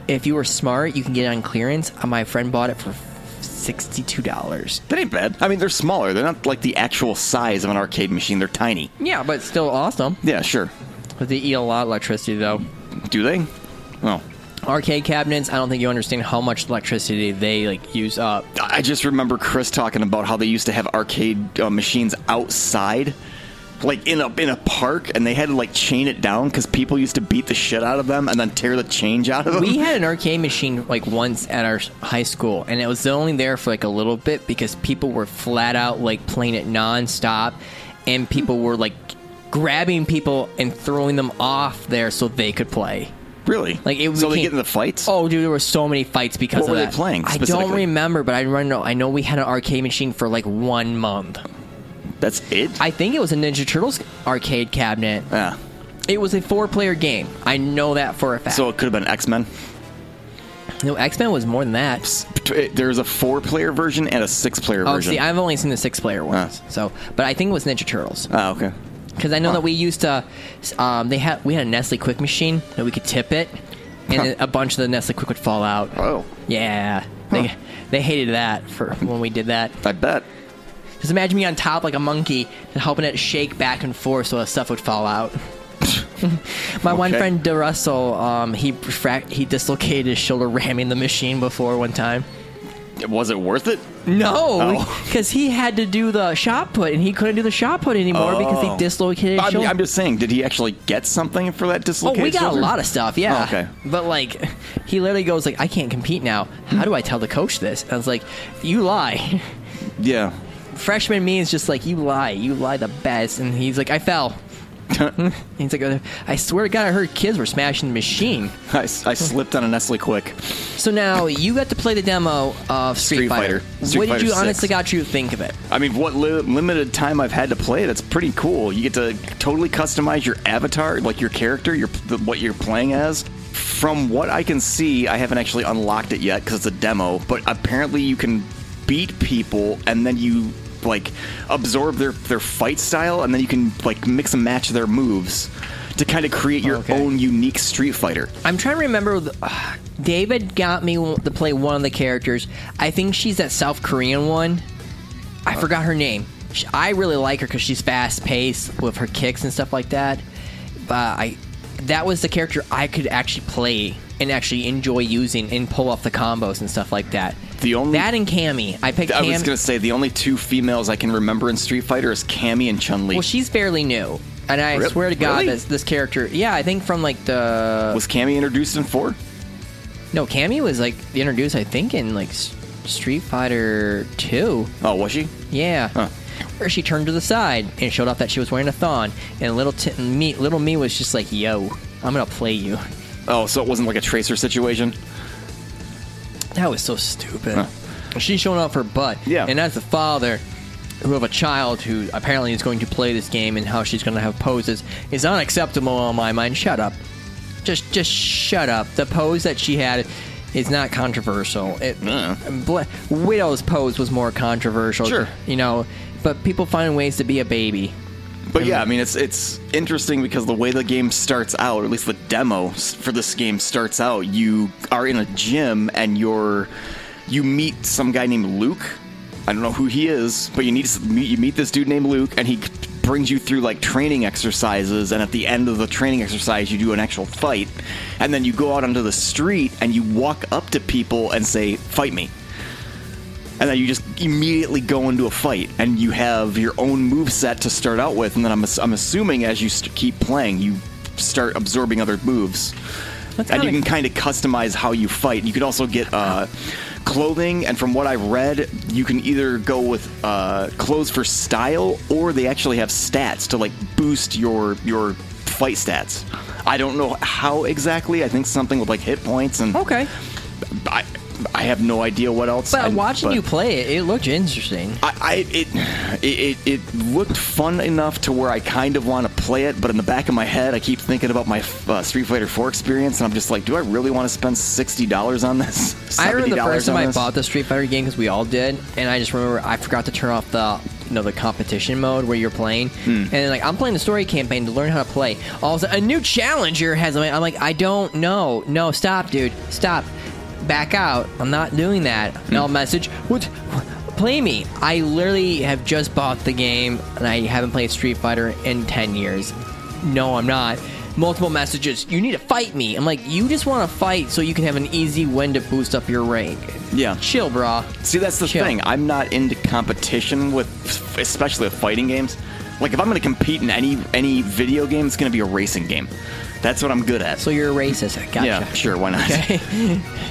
Speaker 3: If you were smart, you can get it on clearance. Uh, My friend bought it for sixty-two dollars.
Speaker 2: That ain't bad. I mean, they're smaller. They're not like the actual size of an arcade machine. They're tiny.
Speaker 3: Yeah, but still awesome.
Speaker 2: Yeah, sure.
Speaker 3: But they eat a lot of electricity, though.
Speaker 2: Do they? Oh.
Speaker 3: Arcade cabinets. I don't think you understand how much electricity they like use up.
Speaker 2: I just remember Chris talking about how they used to have arcade uh, machines outside, like in a in a park, and they had to like chain it down because people used to beat the shit out of them and then tear the change out of them.
Speaker 3: We had an arcade machine like once at our high school, and it was only there for like a little bit because people were flat out like playing it nonstop, and people were like grabbing people and throwing them off there so they could play.
Speaker 2: really
Speaker 3: Like it.
Speaker 2: So
Speaker 3: became-
Speaker 2: they get in the fights.
Speaker 3: Oh, dude, there were so many fights because
Speaker 2: What
Speaker 3: of
Speaker 2: were they
Speaker 3: that.
Speaker 2: playing,
Speaker 3: I don't
Speaker 2: specifically?
Speaker 3: remember, but I remember. I know we had an arcade machine for like one month.
Speaker 2: that's it.
Speaker 3: I think it was a Ninja Turtles arcade cabinet.
Speaker 2: yeah.
Speaker 3: It was a four-player game. I know that for a fact.
Speaker 2: So it could have been X Men.
Speaker 3: no, X Men was more than that.
Speaker 2: There's a four player version and a six player
Speaker 3: Oh,
Speaker 2: version.
Speaker 3: see, I've only seen the six-player ones.
Speaker 2: Ah.
Speaker 3: So, but I think it was Ninja Turtles
Speaker 2: oh, okay.
Speaker 3: because I know that we used to. Um, they had we had a Nestle Quick machine that we could tip it, and
Speaker 2: Huh.
Speaker 3: a bunch of the Nestle Quick would fall out.
Speaker 2: Oh,
Speaker 3: Yeah, they they hated that for when we did that.
Speaker 2: I bet.
Speaker 3: Just imagine me on top like a monkey and helping it shake back and forth so stuff would fall out. My one
Speaker 2: Okay.
Speaker 3: friend DeRussell, um, he frac- he dislocated his shoulder ramming the machine before one time.
Speaker 2: Was it worth it?
Speaker 3: No,
Speaker 2: Oh.
Speaker 3: because he had to do the shot put and he couldn't do the shot put anymore because he
Speaker 2: Oh.
Speaker 3: dislocated his
Speaker 2: I mean,
Speaker 3: shoulder.
Speaker 2: I'm just saying, did he actually get something for that
Speaker 3: Oh,
Speaker 2: dislocation?
Speaker 3: we got a lot of stuff, yeah.
Speaker 2: Oh, okay.
Speaker 3: But like, he literally goes like, "I can't compete now. How do I tell the coach this?" And I was like, "You lie."
Speaker 2: Yeah.
Speaker 3: Freshman me is just like, "You lie. You lie the best." And he's like, "I fell." And he's like, "I swear to God, I heard kids were smashing the machine."
Speaker 2: I, I slipped on a Nestle Quick.
Speaker 3: So now you got to play the demo of Street,
Speaker 2: Street
Speaker 3: Fighter.
Speaker 2: Fighter. Street
Speaker 3: what
Speaker 2: Fighter
Speaker 3: did you
Speaker 2: six.
Speaker 3: honestly got you think of it?
Speaker 2: I mean, what li- limited time I've had to play, that's pretty cool. You get to totally customize your avatar, like your character, your the, what you're playing as. From what I can see, I haven't actually unlocked it yet because it's a demo, but apparently you can beat people and then you like absorb their their fight style and then you can like mix and match their moves to kind of create your
Speaker 3: Okay.
Speaker 2: own unique Street Fighter.
Speaker 3: I'm trying to remember. The, uh, David got me to play one of the characters. I think she's that South Korean one. I
Speaker 2: Oh.
Speaker 3: forgot her name. Sh- I really like her because she's fast paced with her kicks and stuff like that. Uh, I that was the character I could actually play and actually enjoy using and pull off the combos and stuff like that.
Speaker 2: The only-
Speaker 3: that and Cammy. I picked.
Speaker 2: I
Speaker 3: Cam-
Speaker 2: was gonna say the only two females I can remember in Street Fighter is Cammy and Chun Li.
Speaker 3: Well, she's fairly new, and I
Speaker 2: Re-
Speaker 3: swear to God,
Speaker 2: really?
Speaker 3: this, this character. Yeah, I think from like
Speaker 2: Uh,
Speaker 3: the
Speaker 2: was Cammy introduced in four?
Speaker 3: No, Cammy was like introduced, I think, in like S- Street Fighter Two.
Speaker 2: Oh, was she?
Speaker 3: Yeah,
Speaker 2: Huh.
Speaker 3: where she turned to the side and showed off that she was wearing a thon, and little t- me, little me was just like, "Yo, I'm gonna play you."
Speaker 2: Oh, so it wasn't like a tracer situation.
Speaker 3: That was so stupid.
Speaker 2: Huh.
Speaker 3: She's showing off her butt.
Speaker 2: Yeah.
Speaker 3: and as a father who have a child who apparently is going to play this game and how she's gonna have poses is unacceptable in my mind. Shut up. Just, just shut up. The pose that she had. is not controversial. It,
Speaker 2: Yeah.
Speaker 3: Bla- Widow's pose was more controversial.
Speaker 2: Sure.
Speaker 3: You know, but people find ways to be a baby.
Speaker 2: But yeah, I mean it's it's interesting because the way the game starts out, or at least the demo s- for this game starts out, you are in a gym and you're you meet some guy named Luke. I don't know who he is, but you need to meet you meet this dude named Luke and he brings you through like training exercises and at the end of the training exercise you do an actual fight and then you go out onto the street and you walk up to people and say fight me and then you just immediately go into a fight and you have your own move set to start out with and then i'm, ass- I'm assuming as you st- keep playing you start absorbing other moves
Speaker 3: That's
Speaker 2: and you
Speaker 3: kinda-
Speaker 2: can kind of customize how you fight you can also get uh, clothing and from what i read you can either go with uh, clothes for style or they actually have stats to like boost your your fight stats i don't know how exactly i think something with like hit points and
Speaker 3: Okay.
Speaker 2: I, I have no idea what else
Speaker 3: But
Speaker 2: I-
Speaker 3: watching
Speaker 2: but-
Speaker 3: you play it, it looked interesting.
Speaker 2: I, I it, it it it looked fun enough to where I kind of want to play it, but in the back of my head, I keep thinking about my uh, Street Fighter 4 experience, and I'm just like, do I really want to spend sixty dollars on this?
Speaker 3: I remember the
Speaker 2: $70
Speaker 3: first time
Speaker 2: on
Speaker 3: I
Speaker 2: this?
Speaker 3: bought the Street Fighter game because we all did, and I just remember I forgot to turn off the you know the competition mode where you're playing, and then, like I'm playing the story campaign to learn how to play. All of a sudden, a new challenger has. I'm like, I don't know. No, stop, dude, stop, back out. I'm not doing that. No message. What? Play me. I literally have just bought the game and I haven't played Street Fighter in 10 years. No, I'm not. Multiple messages. You need to fight me. I'm like, you just want to fight so you can have an easy win to boost up your rank.
Speaker 2: Yeah.
Speaker 3: Chill, brah.
Speaker 2: See, that's the
Speaker 3: Chill.
Speaker 2: thing. I'm not into competition with, especially with fighting games. Like, if I'm going to compete in any any video game, it's going to be a racing game. That's what I'm good at.
Speaker 3: So you're a racist. Gotcha.
Speaker 2: Yeah, sure, why not?
Speaker 3: Okay.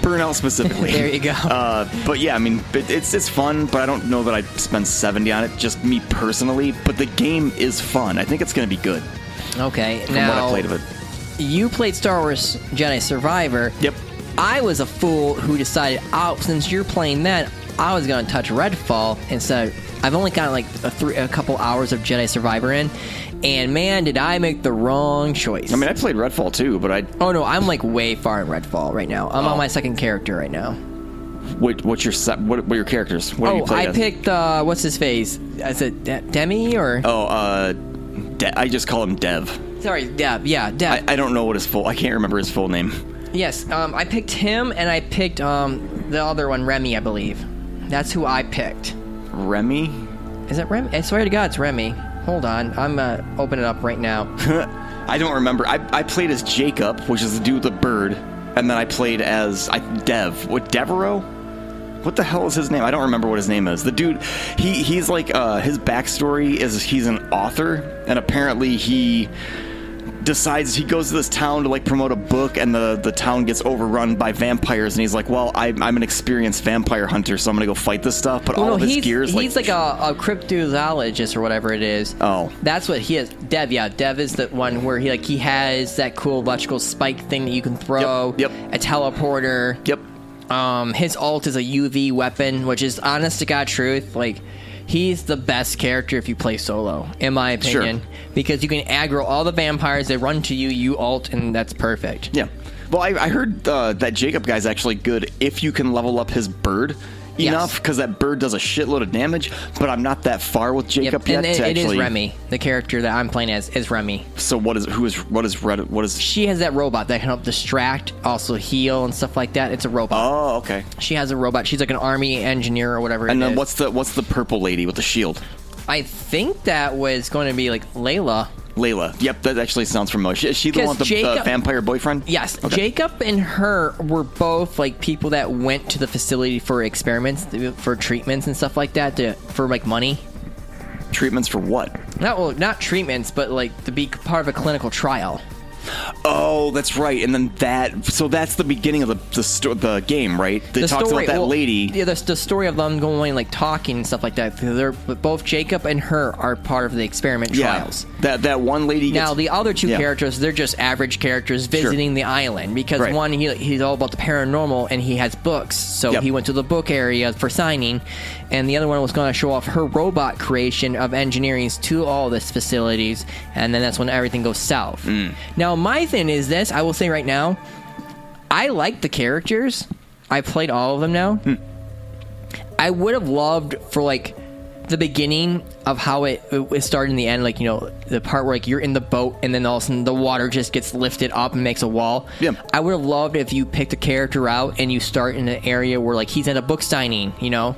Speaker 2: Burnout specifically.
Speaker 3: There you go.
Speaker 2: Uh, but yeah, I mean, it, it's it's fun, but I don't know that I'd spend seventy on it. Just me personally, but the game is fun. I think it's going to be good
Speaker 3: Okay.
Speaker 2: from
Speaker 3: now,
Speaker 2: what I played of it.
Speaker 3: you played Star Wars Jedi Survivor.
Speaker 2: Yep.
Speaker 3: I was a fool who decided, oh, since you're playing that, I was going to touch Redfall instead. I've only gotten like a, three, a couple hours of Jedi Survivor in, and man, did I make the wrong choice.
Speaker 2: I mean, I played Redfall too, but I Oh.
Speaker 3: oh no, I'm like way far in Redfall right now. I'm on my second character right now.
Speaker 2: what, what's your se- what, what are your characters? What do you
Speaker 3: Oh,
Speaker 2: play
Speaker 3: I
Speaker 2: as?
Speaker 3: picked uh, what's his face? Is it De- Demi or?
Speaker 2: Oh, uh, De- I just call him Dev.
Speaker 3: Sorry, Deb. Yeah, Deb.
Speaker 2: I, I don't know what his full. I can't remember his full name.
Speaker 3: Yes, um, I picked him, and I picked um, the other one, Remy, I believe. That's who I picked.
Speaker 2: Remy.
Speaker 3: Is it Remy? I swear to God, it's Remy. Hold on, I'm uh, opening it up right now.
Speaker 2: I don't remember. I, I played as Jacob, which is the dude with the bird, and then I played as I, Dev. What Devereaux? What the hell is his name? I don't remember what his name is. The dude, he he's like uh, his backstory is he's an author, and apparently he decides he goes to this town to like promote a book and the, the town gets overrun by vampires and he's like well I, i'm an experienced vampire hunter so i'm gonna go fight this stuff but all
Speaker 3: Oh, no,
Speaker 2: of his
Speaker 3: he's,
Speaker 2: gears
Speaker 3: he's like, a, a cryptozoologist or whatever it is.
Speaker 2: Oh.
Speaker 3: that's what he is. Dev, yeah, Dev is the one where he like he has that cool electrical spike thing that you can throw.
Speaker 2: yep.
Speaker 3: a teleporter.
Speaker 2: yep
Speaker 3: Um, his alt is a UV weapon, which is honest to god truth. Like, he's the best character if you play solo, in my
Speaker 2: Sure.
Speaker 3: opinion, because you can aggro all the vampires. They run to you, you alt, and that's perfect.
Speaker 2: Yeah. Well, I, I heard uh, that Jacob guy's actually good if you can level up his bird
Speaker 3: Yes.
Speaker 2: enough, because that bird does a shitload of damage. But I'm not that far with
Speaker 3: Yep,
Speaker 2: Jacob yet.
Speaker 3: and it-
Speaker 2: to
Speaker 3: it is
Speaker 2: actually,
Speaker 3: Remy. The character that I'm playing as is Remy.
Speaker 2: So what is who is what is red? What is?
Speaker 3: She has that robot that can help distract, also heal, and stuff like that. It's a robot.
Speaker 2: Oh, okay.
Speaker 3: She has a robot. She's like an army engineer or whatever.
Speaker 2: And
Speaker 3: it
Speaker 2: then
Speaker 3: is.
Speaker 2: what's the what's the purple lady with the shield?
Speaker 3: I think that was going to be like Layla.
Speaker 2: Layla. Yep, that actually sounds familiar. Is she the
Speaker 3: 'Cause
Speaker 2: one with the, the
Speaker 3: Jacob-
Speaker 2: vampire boyfriend?
Speaker 3: Yes,
Speaker 2: Okay.
Speaker 3: Jacob and her were both like people that went to the facility for experiments, for treatments and stuff like that, to, for like money.
Speaker 2: Treatments for what?
Speaker 3: Not well, not treatments, but like to be part of a clinical trial.
Speaker 2: Oh, that's right. And then that. So that's the beginning of the the, sto- the game, right? That
Speaker 3: The
Speaker 2: talks
Speaker 3: story-
Speaker 2: about that
Speaker 3: well,
Speaker 2: lady.
Speaker 3: Yeah, the, the story of them going like talking and stuff like that. They're but both Jacob and her are part of the experiment
Speaker 2: Yeah.
Speaker 3: trials.
Speaker 2: That that one lady. Gets,
Speaker 3: Now the other two
Speaker 2: Yeah.
Speaker 3: characters, they're just average characters visiting the island because
Speaker 2: Right.
Speaker 3: one he, he's all about the paranormal and he has books, so
Speaker 2: Yep.
Speaker 3: he went to the book area for signing, and the other one was going to show off her robot creation of engineering to all this facilities, and then that's when everything goes south.
Speaker 2: Mm.
Speaker 3: Now my thing is this: I will say right now, I like the characters. I played all of them now. I would have loved for like the beginning of how it, it started in the end, like you know the part where like you're in the boat and then all of a sudden the water just gets lifted up and makes a wall.
Speaker 2: Yeah.
Speaker 3: I would have loved if you picked a character out and you start in an area where like he's at a book signing, you know.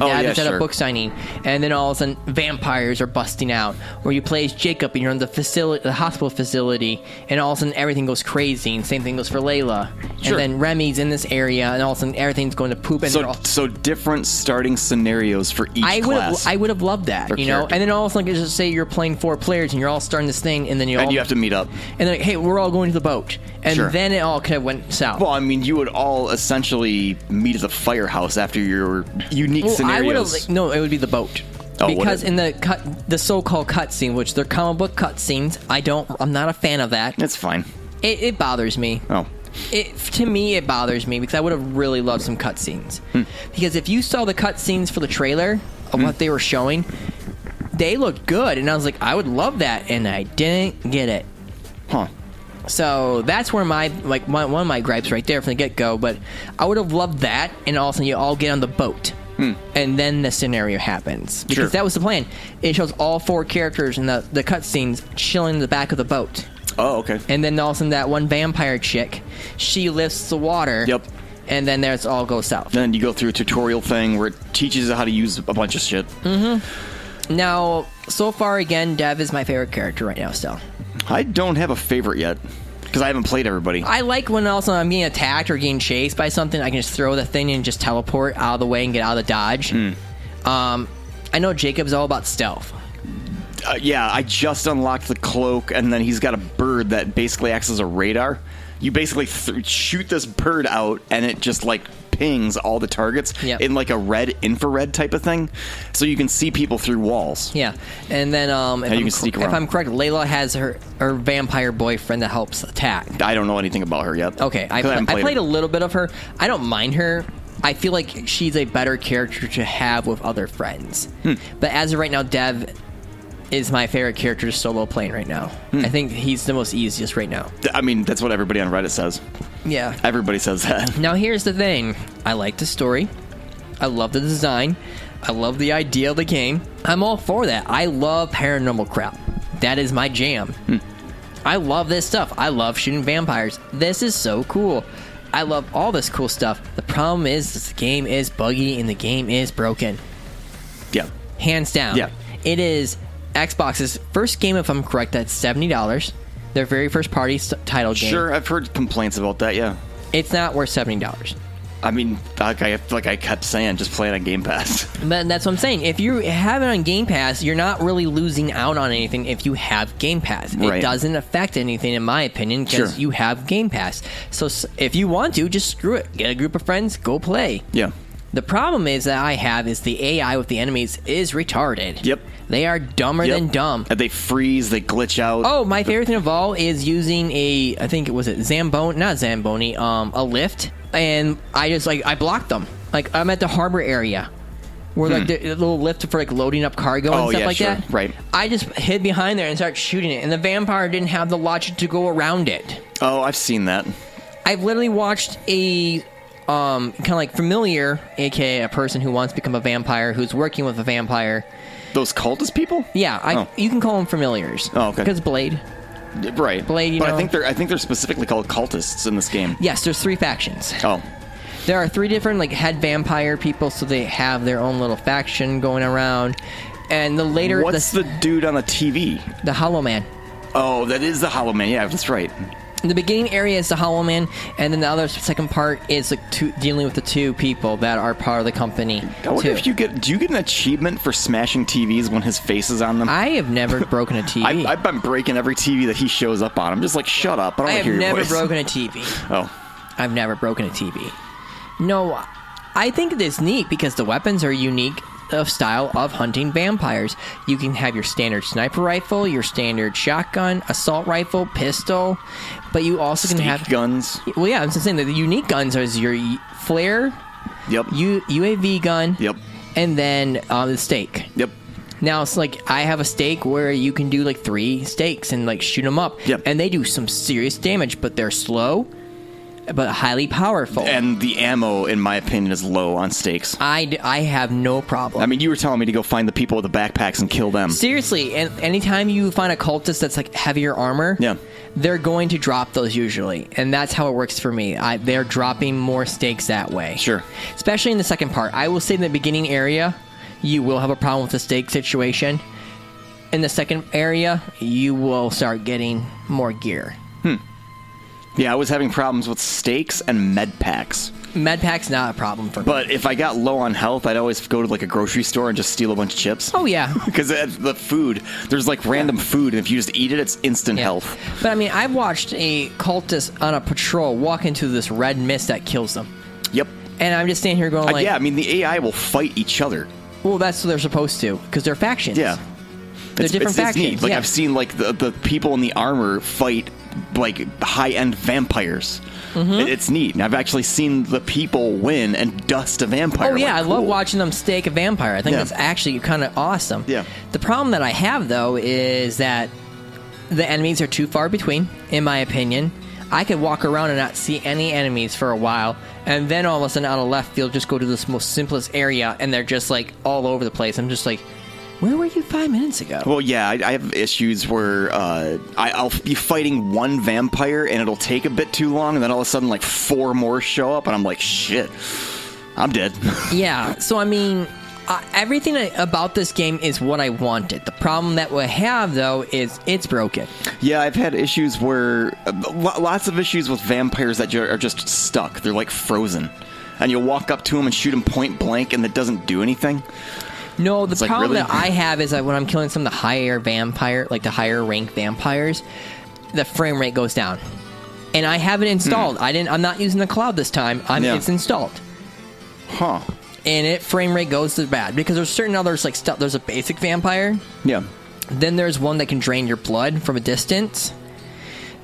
Speaker 2: Oh,
Speaker 3: Dad
Speaker 2: yeah,
Speaker 3: is at
Speaker 2: sure.
Speaker 3: a book signing, and then all of a sudden vampires are busting out. Or you play as Jacob and you're in the facility, the hospital facility, and all of a sudden everything goes crazy. And same thing goes for Layla.
Speaker 2: Sure.
Speaker 3: And then Remy's in this area, and all of a sudden everything's going to poop. And they're
Speaker 2: So,
Speaker 3: all,
Speaker 2: so different starting scenarios for each
Speaker 3: I would have,
Speaker 2: class.
Speaker 3: I would have loved that,
Speaker 2: Their
Speaker 3: you know.
Speaker 2: character.
Speaker 3: And then all of a sudden, it's just say you're playing four players and you're all starting this thing, and then you all
Speaker 2: and you have to meet up.
Speaker 3: and then, hey, we're all going to the boat, and
Speaker 2: Sure.
Speaker 3: then it all kind of went south.
Speaker 2: Well, I mean, you would all essentially meet at the firehouse after your unique
Speaker 3: Well, I would have
Speaker 2: scenarios.
Speaker 3: no, it would be the boat.
Speaker 2: Oh, would
Speaker 3: because
Speaker 2: it?
Speaker 3: in the cut, the so-called cutscene, which they're comic book cutscenes, I don't, I'm not a fan of that.
Speaker 2: It's fine.
Speaker 3: It, it bothers me.
Speaker 2: Oh,
Speaker 3: It, to me, it bothers me because I would have really loved some cutscenes.
Speaker 2: Hmm.
Speaker 3: Because if you saw the cutscenes for the trailer of what they were showing, they looked good, and I was like, I would love that, and I didn't get it.
Speaker 2: huh?
Speaker 3: So that's where my like my, one of my gripes right there from the get go. But I would have loved that, and all of a sudden you all get on the boat, and then the scenario happens because
Speaker 2: Hmm. Sure.
Speaker 3: that was the plan. It shows all four characters in the the cutscenes chilling in the back of the boat.
Speaker 2: Oh, okay.
Speaker 3: And then all of a sudden, that one vampire chick, she lifts the water.
Speaker 2: Yep.
Speaker 3: And then there's all goes south.
Speaker 2: then you go through a tutorial thing where it teaches you how to use a bunch of shit.
Speaker 3: Hmm. Now, so far again, Dev is my favorite character right now. Still,
Speaker 2: I don't have a favorite yet because I haven't played everybody.
Speaker 3: I like when also I'm getting attacked or getting chased by something. I can just throw the thing and just teleport out of the way and get out of the dodge.
Speaker 2: Hmm.
Speaker 3: Um, I know Jacob's all about stealth.
Speaker 2: Uh, yeah, I just unlocked the cloak, and then he's got a bird that basically acts as a radar. You basically th- shoot this bird out, and it just like pings all the targets
Speaker 3: Yep.
Speaker 2: in like a red infrared type of thing, so you can see people through walls.
Speaker 3: Yeah, and then um, if,
Speaker 2: And you can
Speaker 3: I'm,
Speaker 2: sneak
Speaker 3: if
Speaker 2: around.
Speaker 3: I'm correct, Layla has her her vampire boyfriend that helps attack.
Speaker 2: I don't know anything about her yet.
Speaker 3: Okay,
Speaker 2: 'Cause
Speaker 3: I, pla-
Speaker 2: haven't
Speaker 3: I played
Speaker 2: her.
Speaker 3: a little bit of her. I don't mind her. I feel like she's a better character to have with other friends.
Speaker 2: Hmm.
Speaker 3: But as of right now, Dev is my favorite character to solo playing right now.
Speaker 2: Hmm.
Speaker 3: I think he's the most easiest right now.
Speaker 2: Th- I mean, that's what everybody on Reddit says.
Speaker 3: Yeah.
Speaker 2: Everybody says that.
Speaker 3: Now here's the thing. I like the story. I love the design. I love the idea of the game. I'm all for that. I love paranormal crap. That is my jam.
Speaker 2: Hmm.
Speaker 3: I love this stuff. I love shooting vampires. This is so cool. I love all this cool stuff. The problem is this game is buggy and the game is broken.
Speaker 2: Yeah.
Speaker 3: hands down.
Speaker 2: Yeah.
Speaker 3: It is Xbox's first game, if I'm correct, that's seventy dollars. Their very first party s- title game.
Speaker 2: Sure, I've heard complaints about that. Yeah,
Speaker 3: It's not worth seventy dollars.
Speaker 2: I mean, like I like I kept saying, just play it on Game Pass.
Speaker 3: But that's what I'm saying. If you have it on Game Pass, you're not really losing out on anything if you have Game Pass. It
Speaker 2: Right.
Speaker 3: doesn't affect anything, in my opinion, because
Speaker 2: Sure.
Speaker 3: you have Game Pass. So s- if you want to, just screw it. Get a group of friends, go play.
Speaker 2: yeah,
Speaker 3: The problem is that I have is the AI with the enemies is retarded.
Speaker 2: Yep.
Speaker 3: They are dumber
Speaker 2: Yep.
Speaker 3: than dumb.
Speaker 2: And they freeze, they glitch out.
Speaker 3: Oh, my favorite thing of all is using a I think it was it Zamboni, not Zamboni, um, a lift, and I just like I blocked them. Like I'm at the harbor area. Where like the the little lift for like loading up cargo and
Speaker 2: Hmm. Oh,
Speaker 3: stuff
Speaker 2: yeah,
Speaker 3: like
Speaker 2: sure.
Speaker 3: that.
Speaker 2: Right.
Speaker 3: I just hid behind there and started shooting it, and the vampire didn't have the logic to go around it.
Speaker 2: oh, I've seen that.
Speaker 3: I've literally watched a um kind of like familiar, aka a person who wants to become a vampire, who's working with a vampire.
Speaker 2: Those cultist people.
Speaker 3: Yeah, I,
Speaker 2: Oh.
Speaker 3: you can call them familiars.
Speaker 2: Oh, okay.
Speaker 3: Because Blade.
Speaker 2: Right.
Speaker 3: Blade, you
Speaker 2: but
Speaker 3: know.
Speaker 2: I think they're I think they're specifically called cultists in this game.
Speaker 3: Yes, there's three factions.
Speaker 2: Oh.
Speaker 3: There are three different like head vampire people, so they have their own little faction going around. And the later
Speaker 2: What's
Speaker 3: the
Speaker 2: the dude on the TV?
Speaker 3: the Hollow Man.
Speaker 2: Oh, that is the Hollow Man. Yeah, that's right.
Speaker 3: The beginning area is the Hollow Man, and then the other second part is like two, dealing with the two people that are part of the company.
Speaker 2: I wonder
Speaker 3: too.
Speaker 2: if you get do you get an achievement for smashing TVs when his face is on them?
Speaker 3: I have never broken a TV.
Speaker 2: I, have been breaking every TV that he shows up on. I'm just like, shut up! I don't
Speaker 3: I
Speaker 2: want to
Speaker 3: have
Speaker 2: hear your
Speaker 3: never
Speaker 2: voice.
Speaker 3: broken a TV.
Speaker 2: Oh,
Speaker 3: I've never broken a TV. No, I think it's neat because the weapons are unique of style of hunting vampires. You can have your standard sniper rifle, your standard shotgun, assault rifle, pistol, but you also can
Speaker 2: Stink
Speaker 3: have
Speaker 2: guns.
Speaker 3: Well, yeah, I'm just saying that the unique guns are your y- flare,
Speaker 2: Yep.
Speaker 3: U- UAV gun,
Speaker 2: Yep.
Speaker 3: and then um, the stake.
Speaker 2: yep.
Speaker 3: Now it's like I have a stake where you can do like three stakes and like shoot them up,
Speaker 2: Yep.
Speaker 3: and they do some serious damage, but they're slow, but highly powerful.
Speaker 2: And the ammo, in my opinion, is low on stakes.
Speaker 3: I, d- I have no problem.
Speaker 2: I mean, you were telling me to go find the people with the backpacks and kill them.
Speaker 3: seriously, and anytime you find a cultist that's like heavier armor,
Speaker 2: Yeah.
Speaker 3: they're going to drop those usually, and that's how it works for me. I, they're dropping more stakes that way.
Speaker 2: Sure.
Speaker 3: especially in the second part. I will say in the beginning area, you will have a problem with the stake situation. In the second area, you will start getting more gear.
Speaker 2: Yeah, I was having problems with stakes and med packs.
Speaker 3: Med pack's not a problem for me.
Speaker 2: But if I got low on health, I'd always go to like a grocery store and just steal a bunch of chips.
Speaker 3: oh yeah,
Speaker 2: Because the food, there's like random food, and if you just eat it, it's instant
Speaker 3: Yeah.
Speaker 2: health.
Speaker 3: But I mean, I watched a cultist on a patrol walk into this red mist that kills them,
Speaker 2: Yep.
Speaker 3: and I'm just standing here going
Speaker 2: Uh,
Speaker 3: like,
Speaker 2: yeah, I mean the AI will fight each other.
Speaker 3: well, that's what they're supposed to because they're factions.
Speaker 2: Yeah.
Speaker 3: they're
Speaker 2: it's,
Speaker 3: different
Speaker 2: it's
Speaker 3: factions.
Speaker 2: neat. Like
Speaker 3: yeah.
Speaker 2: I've seen like the, the people in the armor fight like high end vampires.
Speaker 3: Mm-hmm.
Speaker 2: It- it's neat. And I've actually seen the people win and dust a vampire.
Speaker 3: Oh yeah,
Speaker 2: Like,
Speaker 3: I love
Speaker 2: cool.
Speaker 3: watching them stake a vampire. I think
Speaker 2: Yeah.
Speaker 3: that's actually kind of awesome.
Speaker 2: Yeah.
Speaker 3: The problem that I have though is that the enemies are too far between, in my opinion. I could walk around and not see any enemies for a while, and then all of a sudden out of left field, just go to this most simplest area, and they're just like all over the place. I'm just like, where were you five minutes ago?
Speaker 2: Well, yeah, I, I have issues where uh, I, I'll be fighting one vampire and it'll take a bit too long, and then all of a sudden, like four more show up, and I'm like, shit, I'm dead.
Speaker 3: Yeah. So I mean, uh, everything I- about this game is what I wanted. The problem that we have though is it's broken.
Speaker 2: yeah, I've had issues where uh, lo- lots of issues with vampires that ju- are just stuck. They're like frozen, and you'll walk up to them and shoot them point blank, and it doesn't do anything.
Speaker 3: No, the
Speaker 2: like,
Speaker 3: problem
Speaker 2: really?
Speaker 3: that I have is that when I'm killing some of the higher vampire, like the higher rank vampires, the frame rate goes down. And I have it installed. I didn't. I'm not using the cloud this time. I'm,
Speaker 2: Hmm. Yeah.
Speaker 3: It's installed,
Speaker 2: Huh?
Speaker 3: and it frame rate goes to bad because there's certain others like stuff. There's a basic vampire.
Speaker 2: Yeah.
Speaker 3: Then there's one that can drain your blood from a distance.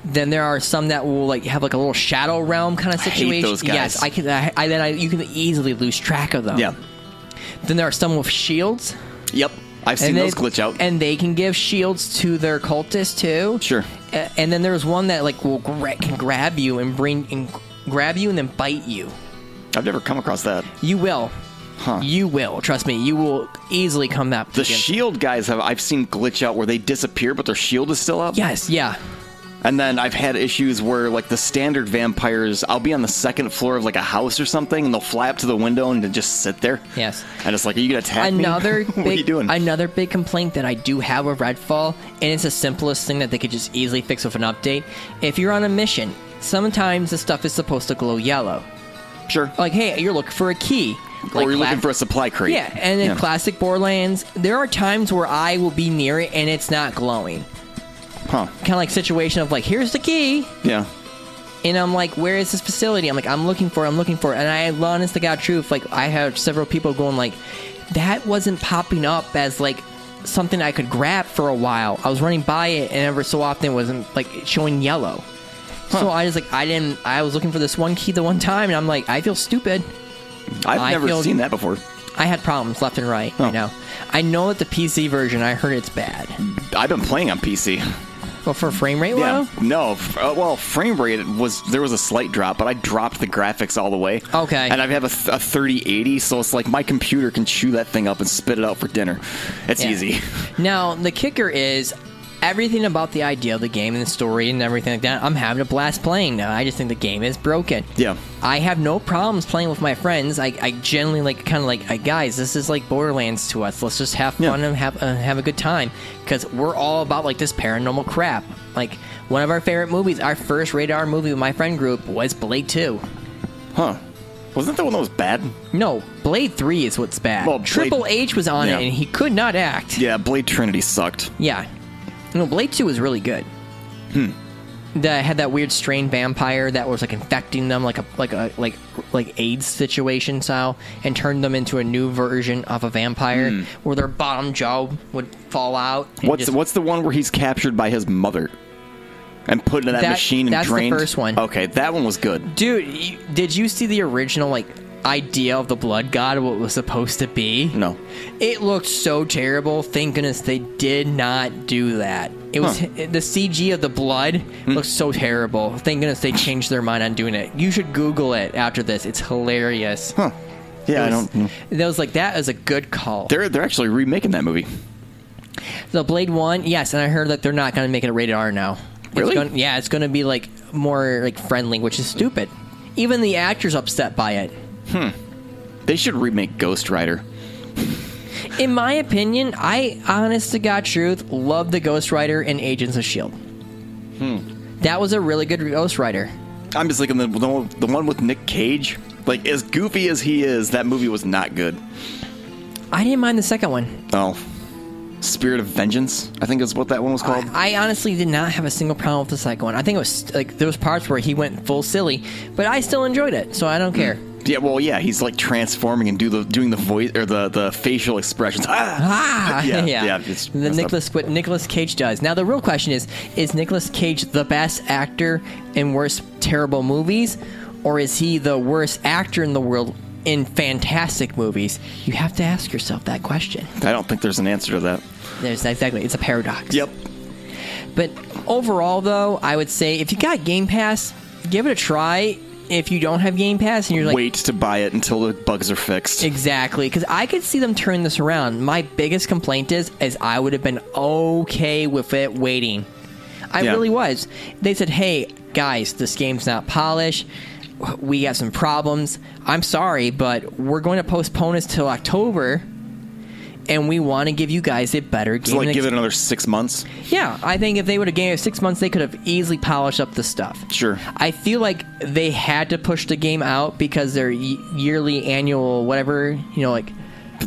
Speaker 3: Then there are some that will like have like a little shadow realm kind of
Speaker 2: hate
Speaker 3: situation.
Speaker 2: those guys.
Speaker 3: Yes, I can. I, I then I, you can easily lose track of them.
Speaker 2: Yeah.
Speaker 3: Then there are some with shields.
Speaker 2: Yep. I've seen
Speaker 3: they-
Speaker 2: those glitch out.
Speaker 3: And they can give shields to their cultists too.
Speaker 2: Sure.
Speaker 3: A- And then there's one that like will gra- can grab you and bring and grab you and then bite you.
Speaker 2: I've never come across that.
Speaker 3: You will.
Speaker 2: Huh.
Speaker 3: You will. Trust me. You will easily come up
Speaker 2: The
Speaker 3: against-
Speaker 2: shield guys have I've seen glitch out where they disappear, but their shield is still up.
Speaker 3: Yes. Yeah.
Speaker 2: And then I've had issues where, like, the standard vampires, I'll be on the second floor of, like, a house or something, and they'll fly up to the window and just sit there.
Speaker 3: Yes.
Speaker 2: And it's like, are you going to attack me?
Speaker 3: Another
Speaker 2: what
Speaker 3: big,
Speaker 2: are you doing?
Speaker 3: another big complaint that I do have with Redfall, and it's the simplest thing that they could just easily fix with an update. If you're on a mission, sometimes the stuff is supposed to glow yellow.
Speaker 2: sure.
Speaker 3: Like, hey, you're looking for a key. Like,
Speaker 2: or you're
Speaker 3: la-
Speaker 2: looking for a supply crate.
Speaker 3: Yeah, and in
Speaker 2: Yeah.
Speaker 3: classic Borderlands, there are times where I will be near it and it's not glowing.
Speaker 2: Huh.
Speaker 3: Kind of like situation of like, here's the key,
Speaker 2: Yeah.
Speaker 3: and I'm like, where is this facility? I'm like, I'm looking for, it, I'm looking for, it. and I, honest to God, truth, like I have several people going like, that wasn't popping up as like something I could grab for a while. I was running by it, and ever so often it wasn't like showing yellow. So I just like I didn't. I was looking for this one key the one time, and I'm like, I feel stupid.
Speaker 2: I've
Speaker 3: I
Speaker 2: never
Speaker 3: feel-
Speaker 2: seen that before.
Speaker 3: I had problems left and right. I
Speaker 2: Oh.
Speaker 3: know. I know that the PC version, I heard it's bad.
Speaker 2: I've been playing on PC.
Speaker 3: Well, for frame rate,
Speaker 2: Yeah.
Speaker 3: low?
Speaker 2: No. f- Uh, well, frame rate was there was a slight drop, but I dropped the graphics all the way.
Speaker 3: Okay.
Speaker 2: And I have a, th- a 3080, so it's like my computer can chew that thing up and spit it out for dinner. It's
Speaker 3: Yeah.
Speaker 2: easy.
Speaker 3: Now, the kicker is everything about the idea of the game and the story and everything like that. I'm having a blast playing now. I just think the game is broken.
Speaker 2: Yeah.
Speaker 3: I have no problems playing with my friends. I, I generally like kind of like, "Hey, guys, this is like Borderlands to us. Let's just have
Speaker 2: Yeah.
Speaker 3: fun and have uh, have a good time because we're all about like this paranormal crap. Like one of our favorite movies, our first rated R movie with my friend group was Blade Two.
Speaker 2: Huh. Wasn't that one that was bad?
Speaker 3: No, Blade Three is what's bad.
Speaker 2: Well, Blade-
Speaker 3: Triple H was on
Speaker 2: Yeah.
Speaker 3: it and he could not act.
Speaker 2: Yeah, Blade Trinity sucked.
Speaker 3: Yeah. No, Blade 2 was really good. Hmm. That had that weird strain vampire that was like infecting them like a like a like like AIDS situation style and turned them into a new version of a vampire where their bottom jaw would fall out. and
Speaker 2: Hmm. What's
Speaker 3: just-
Speaker 2: what's the one where he's captured by his mother and put in that,
Speaker 3: That-
Speaker 2: machine and
Speaker 3: that's the
Speaker 2: drained?
Speaker 3: first one.
Speaker 2: Okay, that one was good.
Speaker 3: Dude, you, did you see the original like idea of the blood god what it was supposed to be?
Speaker 2: No.
Speaker 3: It looked so terrible. Thank goodness they did not do that. It was
Speaker 2: Huh. Hmm.
Speaker 3: the CG of the blood looks so terrible. Thank goodness they changed their mind on doing it. You should Google it after this. It's hilarious.
Speaker 2: Huh. Yeah, I
Speaker 3: It was-
Speaker 2: don't. know.
Speaker 3: That was like that is a good call.
Speaker 2: They're they're actually remaking that movie.
Speaker 3: The Blade One, yes, and I heard that they're not going to make it a rated R now. It's
Speaker 2: Really?
Speaker 3: gonna- yeah, it's going to be like more like friendly, which is stupid. Even the actors upset by it.
Speaker 2: They should remake Ghost Rider.
Speaker 3: In my opinion, I honest to God truth love the Ghost Rider and Agents of Shield. Hmm. That was a really good Ghost Rider.
Speaker 2: I'm just thinking the, the one- the one with Nick Cage. Like as goofy as he is, that movie was not good.
Speaker 3: I didn't mind the second one.
Speaker 2: Oh, Spirit of Vengeance, I think is what that one was called.
Speaker 3: I honestly did not have a single problem with the second one. I think it was like there was parts where he went full silly, but I still enjoyed it, so I don't care.
Speaker 2: yeah, well, yeah, he's like transforming and do the doing the voice or the the facial expressions. Ah,
Speaker 3: Ah,
Speaker 2: Yeah,
Speaker 3: yeah,
Speaker 2: yeah, it's
Speaker 3: the
Speaker 2: messed up.
Speaker 3: Nicholas what Nicholas Cage does. Now the real question is: Is Nicholas Cage the best actor in worst terrible movies, or is he the worst actor in the world in fantastic movies? You have to ask yourself that question.
Speaker 2: I don't think there's an answer to that.
Speaker 3: There's exactly it's a paradox.
Speaker 2: Yep.
Speaker 3: But overall, though, I would say if you got Game Pass, give it a try. If you don't have Game Pass and you're like,
Speaker 2: Wait to buy it until the bugs are fixed.
Speaker 3: Exactly, because I could see them turn this around. My biggest complaint is, is I would have been okay with it waiting. I
Speaker 2: Yeah.
Speaker 3: really was. They said, "Hey guys, this game's not polished. We have some problems. I'm sorry, but we're going to postpone this till October, and we want to give you guys a better
Speaker 2: So
Speaker 3: game."
Speaker 2: like
Speaker 3: ex-
Speaker 2: give it another six months.
Speaker 3: yeah, I think if they would have gave it six months, they could have easily polished up the stuff.
Speaker 2: Sure.
Speaker 3: I feel like they had to push the game out because their y- yearly, annual, whatever, you know, like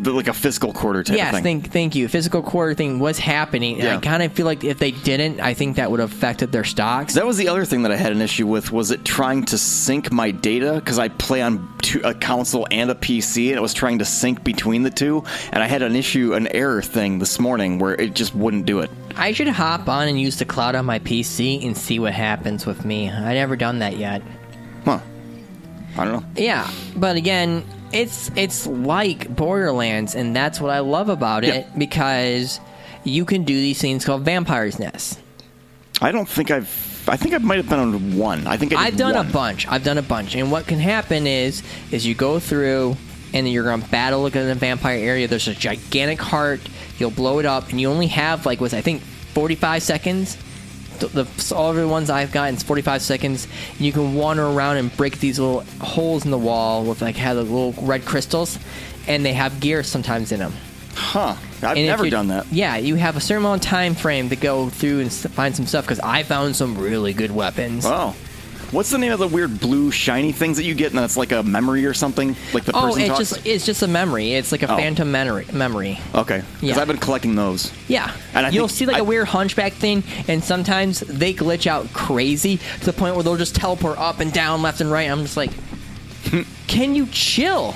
Speaker 2: Like a fiscal quarter type
Speaker 3: yes,
Speaker 2: of thing.
Speaker 3: thank thank you. Physical quarter thing was happening, and
Speaker 2: Yeah.
Speaker 3: I kind of feel like if they didn't, I think that would have affected their stocks.
Speaker 2: That was the other thing that I had an issue with was it trying to sync my data because I play on two, a console and a PC and it was trying to sync between the two and I had an issue an error thing this morning where it just wouldn't do it.
Speaker 3: I should hop on and use the cloud on my PC and see what happens with me. I never done that yet.
Speaker 2: Huh. I don't know.
Speaker 3: Yeah, but again, it's it's like Borderlands, and that's what I love about
Speaker 2: Yeah.
Speaker 3: it because you can do these things called vampires' nests.
Speaker 2: I don't think I've I think I might have been on one. I think I did
Speaker 3: I've done
Speaker 2: one.
Speaker 3: a bunch. I've done a bunch, and what can happen is is you go through and then you're gonna battle against a vampire area. There's a gigantic heart. You'll blow it up, and you only have like was I think 45 seconds the all of the ones I've gotten is 45 seconds. You can wander around and break these little holes in the wall with like have the little red crystals, and they have gears sometimes in them.
Speaker 2: Huh. I've
Speaker 3: And if
Speaker 2: never
Speaker 3: you-
Speaker 2: done that.
Speaker 3: Yeah, you have a certain amount of time frame to go through and s- find some stuff because I found some really good weapons.
Speaker 2: Wow. What's the name of the weird blue shiny things that you get and that's like a memory or something? Like the
Speaker 3: oh,
Speaker 2: person
Speaker 3: it's
Speaker 2: talks?
Speaker 3: just it's just a memory. It's like a
Speaker 2: Oh.
Speaker 3: phantom memory. Memory.
Speaker 2: okay. Because
Speaker 3: Yeah.
Speaker 2: I've been collecting those.
Speaker 3: Yeah,
Speaker 2: And I
Speaker 3: you'll
Speaker 2: think-
Speaker 3: see like a
Speaker 2: I-
Speaker 3: weird hunchback thing, and sometimes they glitch out crazy to the point where they'll just teleport up and down, left and right. I'm just like, can you chill?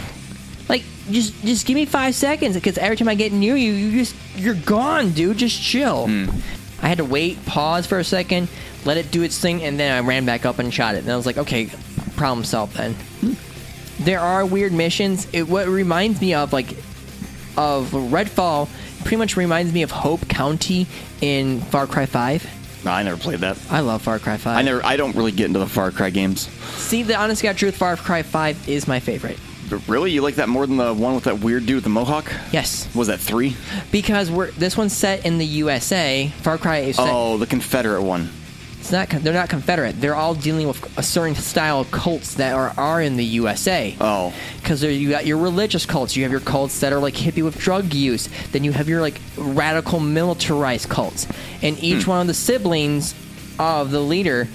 Speaker 3: Like, just just give me five seconds, because every time I get near you, you just you're gone, dude. Just chill.
Speaker 2: Hmm.
Speaker 3: I had to wait, pause for a second, let it do its thing, and then I ran back up and shot it. And I was like, okay, problem solved. Then
Speaker 2: Hmm.
Speaker 3: there are weird missions. It what it reminds me of like of Redfall pretty much reminds me of Hope County in Far Cry 5.
Speaker 2: No, I never played that.
Speaker 3: I love Far Cry 5.
Speaker 2: I never. I don't really get into the Far Cry games.
Speaker 3: See, the honest to God truth, Far Cry 5 is my favorite.
Speaker 2: But really, you like that more than the one with that weird dude with the mohawk?
Speaker 3: Yes,
Speaker 2: Was that three?
Speaker 3: because we're this one's set in the USA. Far Cry is set,
Speaker 2: Oh, the Confederate one.
Speaker 3: it's not con- they're not Confederate. They're all dealing with a certain style of cults that are, are in the USA.
Speaker 2: Oh.
Speaker 3: because you got your religious cults. You have your cults that are like hippie with drug use. Then you have your like radical militarized cults, and each one of the siblings of the leader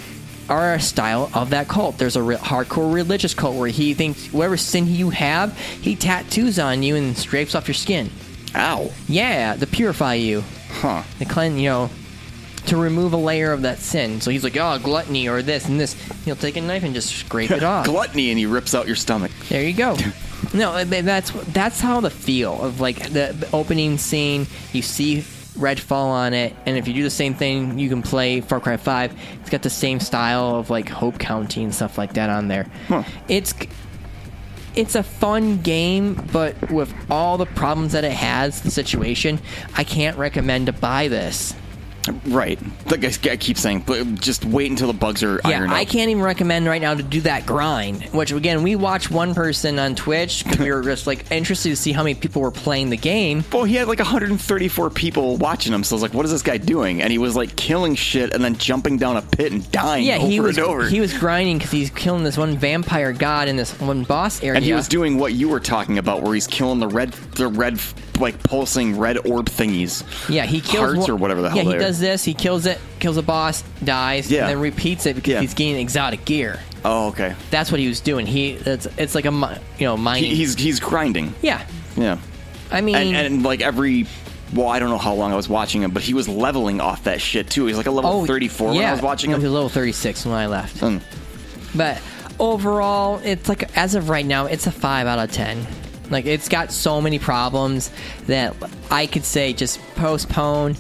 Speaker 3: are a style of that cult. There's a re- hardcore religious cult where he thinks whatever sin you have, he tattoos on you and scrapes off your skin.
Speaker 2: Ow.
Speaker 3: Yeah, to purify you,
Speaker 2: Huh.
Speaker 3: to cleanse, you know, to remove a layer of that sin. So he's like, oh, gluttony or this and this. He'll take a knife and just scrape it off.
Speaker 2: Gluttony, and he rips out your stomach.
Speaker 3: There you go. No, uh, th- that's that's how the feel of like the the opening scene. You see red fall on it, and if you do the same thing, you can play Far Cry Five. It's got the same style of like Hope County and stuff like that on there.
Speaker 2: Huh.
Speaker 3: It's it's a fun game, but with all the problems that it has, the situation, I can't recommend to buy this.
Speaker 2: Right. Like I, I keep saying, but just wait until the bugs are
Speaker 3: Yeah,
Speaker 2: ironed out.
Speaker 3: I can't even recommend right now to do that grind. Which again, we watched one person on Twitch because we were just like interested to see how many people were playing the game.
Speaker 2: Well, he had like 134 people watching him, so I was like, "What is this guy doing?" And he was like killing shit and then jumping down a pit and dying
Speaker 3: Yeah,
Speaker 2: over
Speaker 3: he was
Speaker 2: and over.
Speaker 3: he was grinding because he's killing this one vampire god in this one boss area.
Speaker 2: and he was doing what you were talking about, where he's killing the red, the red, like pulsing red orb thingies.
Speaker 3: yeah, he kills
Speaker 2: hearts
Speaker 3: one-
Speaker 2: or whatever the hell
Speaker 3: Yeah,
Speaker 2: they
Speaker 3: he
Speaker 2: are.
Speaker 3: does this. He kills it, kills a boss, dies,
Speaker 2: Yeah.
Speaker 3: and then repeats it because
Speaker 2: Yeah.
Speaker 3: he's gaining exotic gear.
Speaker 2: Oh, okay.
Speaker 3: That's what he was doing. He it's, it's like a mi- you know mining.
Speaker 2: He, he's he's grinding.
Speaker 3: yeah,
Speaker 2: Yeah.
Speaker 3: I mean,
Speaker 2: And and like every. Well, I don't know how long I was watching him, but he was leveling off that shit too. He's like a level
Speaker 3: oh
Speaker 2: 34 when I
Speaker 3: yeah,
Speaker 2: was watching
Speaker 3: no,
Speaker 2: him.
Speaker 3: He was level thirty six when I left.
Speaker 2: Mm.
Speaker 3: But overall, it's like as of right now, it's a five out of ten. Like it's got so many problems that I could say just postpone.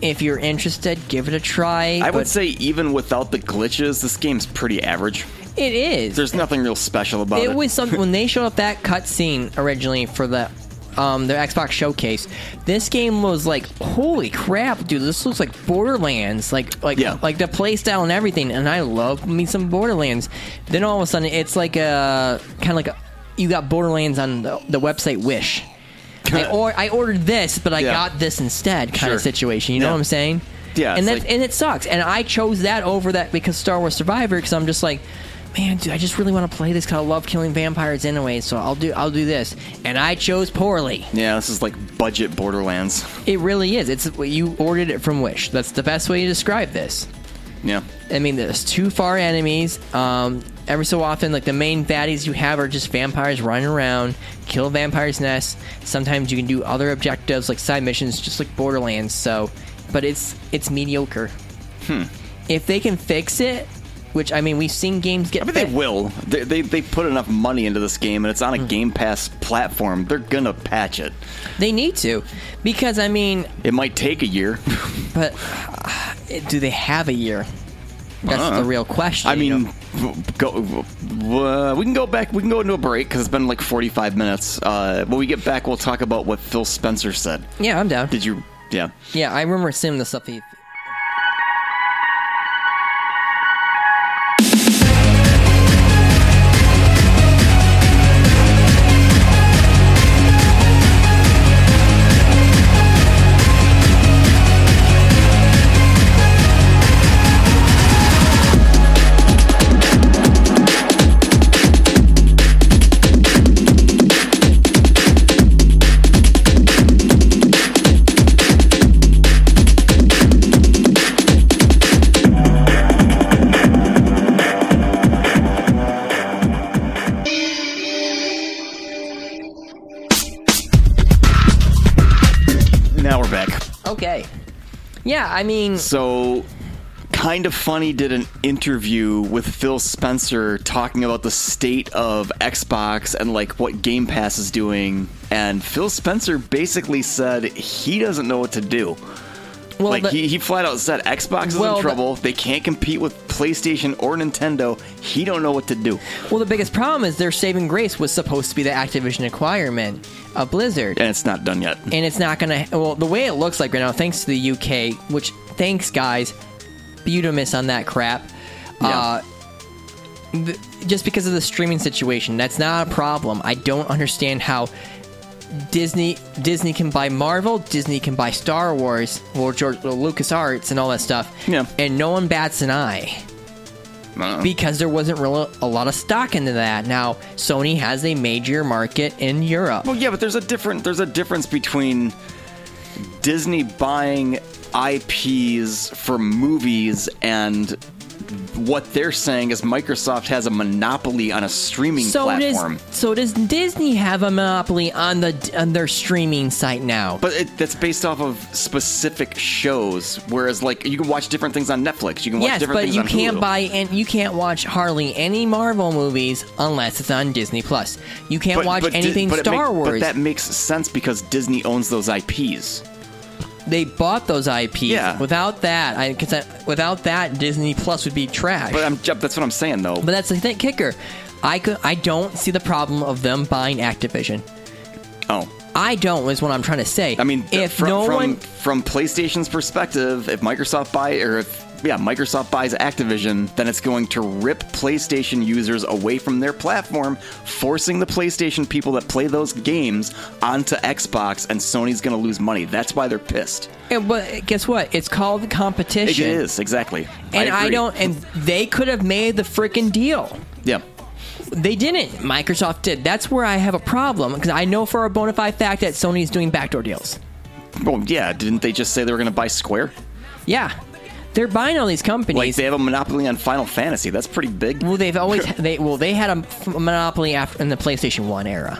Speaker 3: If you're interested, give it a try.
Speaker 2: I would
Speaker 3: but
Speaker 2: say even without the glitches, this game's pretty average.
Speaker 3: it is.
Speaker 2: There's nothing real special about it.
Speaker 3: it was something when they showed up that cutscene originally for the um their Xbox showcase. This game was like, holy crap, dude! This looks like Borderlands, like like
Speaker 2: Yeah.
Speaker 3: like the playstyle and everything. And I love me some Borderlands. Then all of a sudden, it's like a kind of like a, you got Borderlands on the, the website Wish. I, or I ordered this, but I
Speaker 2: Yeah.
Speaker 3: got this instead, kind
Speaker 2: Sure.
Speaker 3: of situation. You know
Speaker 2: Yeah.
Speaker 3: what I'm saying?
Speaker 2: Yeah,
Speaker 3: and
Speaker 2: it's
Speaker 3: that's
Speaker 2: like-
Speaker 3: and it sucks. And I chose that over that because Star Wars Survivor because I'm just like, man, dude, I just really want to play this because I love killing vampires anyway. So I'll do I'll do this, and I chose poorly.
Speaker 2: Yeah, this is like budget Borderlands.
Speaker 3: It really is. It's you ordered it from Wish. That's the best way to describe this.
Speaker 2: Yeah.
Speaker 3: I mean, there's too far enemies. Um, every so often, like the main baddies you have are just vampires running around, kill vampires' nests. Sometimes you can do other objectives like side missions, just like Borderlands. So, but it's it's mediocre. Hmm. If they can fix it, which I mean, we've seen games get.
Speaker 2: I mean, they
Speaker 3: fi-
Speaker 2: will. They, they, they put enough money into this game, and it's on a Game Pass platform. They're gonna patch it.
Speaker 3: They need to, because I mean,
Speaker 2: It might take a year.
Speaker 3: but uh, do they have a year? That's the real question.
Speaker 2: Uh-huh. I
Speaker 3: you know?
Speaker 2: mean, w- go. w- Uh, we can go back. We can go into a break because it's been like 45 minutes. Uh, when we get back, we'll talk about what Phil Spencer said.
Speaker 3: yeah, I'm down.
Speaker 2: Did you? Yeah.
Speaker 3: Yeah, I remember seeing the stuff. He, Yeah, I mean,
Speaker 2: So, kind of funny did an interview with Phil Spencer talking about the state of Xbox and like what Game Pass is doing, and Phil Spencer basically said he doesn't know what to do.
Speaker 3: well,
Speaker 2: like
Speaker 3: the-
Speaker 2: he, he flat out said Xbox is
Speaker 3: Well, the-
Speaker 2: in trouble. they can't compete with PlayStation or Nintendo. He don't know what to do.
Speaker 3: well, the biggest problem is their saving grace was supposed to be the Activision acquirement of Blizzard.
Speaker 2: And it's not done yet.
Speaker 3: and it's not gonna. Well, the way it looks like right now, thanks to the UK, which thanks guys, butamus on that crap. Uh, th- just because of the streaming situation, that's not a problem. I don't understand how Disney Disney can buy Marvel, Disney can buy Star Wars, or George well, Lucas Arts and all that stuff,
Speaker 2: Yeah.
Speaker 3: and no one bats an eye
Speaker 2: Uh-huh.
Speaker 3: because there wasn't real a lot of stock into that. Now Sony has a major market in Europe.
Speaker 2: Well, yeah, but there's a different there's a difference between Disney buying IPs for movies and what they're saying is Microsoft has a monopoly on a streaming platform.
Speaker 3: Does, so does Disney have a monopoly on the on their streaming site now?
Speaker 2: But it, that's based off of specific shows, whereas like you can watch different things on Netflix, you can watch
Speaker 3: yes,
Speaker 2: different
Speaker 3: but
Speaker 2: things
Speaker 3: you
Speaker 2: on
Speaker 3: can't
Speaker 2: Hulu.
Speaker 3: buy and you can't watch hardly any Marvel movies unless it's on Disney Plus. You can't
Speaker 2: But-
Speaker 3: watch
Speaker 2: but Di-
Speaker 3: anything
Speaker 2: but it
Speaker 3: Star
Speaker 2: make-
Speaker 3: Wars.
Speaker 2: But that makes sense because Disney owns those IPs.
Speaker 3: they bought those IPs.
Speaker 2: Yeah.
Speaker 3: Without that, I, 'cause I- without that Disney Plus would be trash.
Speaker 2: But uh, I'm, that's what I'm saying though.
Speaker 3: But that's the thing, kicker. I could I don't see the problem of them buying Activision.
Speaker 2: oh.
Speaker 3: I don't is what I'm trying to say.
Speaker 2: I mean,
Speaker 3: if
Speaker 2: from,
Speaker 3: no
Speaker 2: from,
Speaker 3: one
Speaker 2: from PlayStation's perspective, if Microsoft buy or if yeah, Microsoft buys Activision, then it's going to rip PlayStation users away from their platform, forcing the PlayStation people that play those games onto Xbox, and Sony's going to lose money. That's why they're pissed.
Speaker 3: Yeah, but eh, guess what? It's called competition.
Speaker 2: It is exactly,
Speaker 3: And I,
Speaker 2: agree.
Speaker 3: don't. And they could have made the freaking deal.
Speaker 2: Yeah,
Speaker 3: They didn't. Microsoft did. That's where I have a problem because I know for a bona fide fact that Sony's doing backdoor deals.
Speaker 2: well, yeah. Didn't they just say they were going to buy Square?
Speaker 3: Yeah, they're buying all these
Speaker 2: Like
Speaker 3: companies.
Speaker 2: they have a monopoly on Final Fantasy. That's pretty big.
Speaker 3: well, they've always they well they had a f- monopoly after in the PlayStation One era.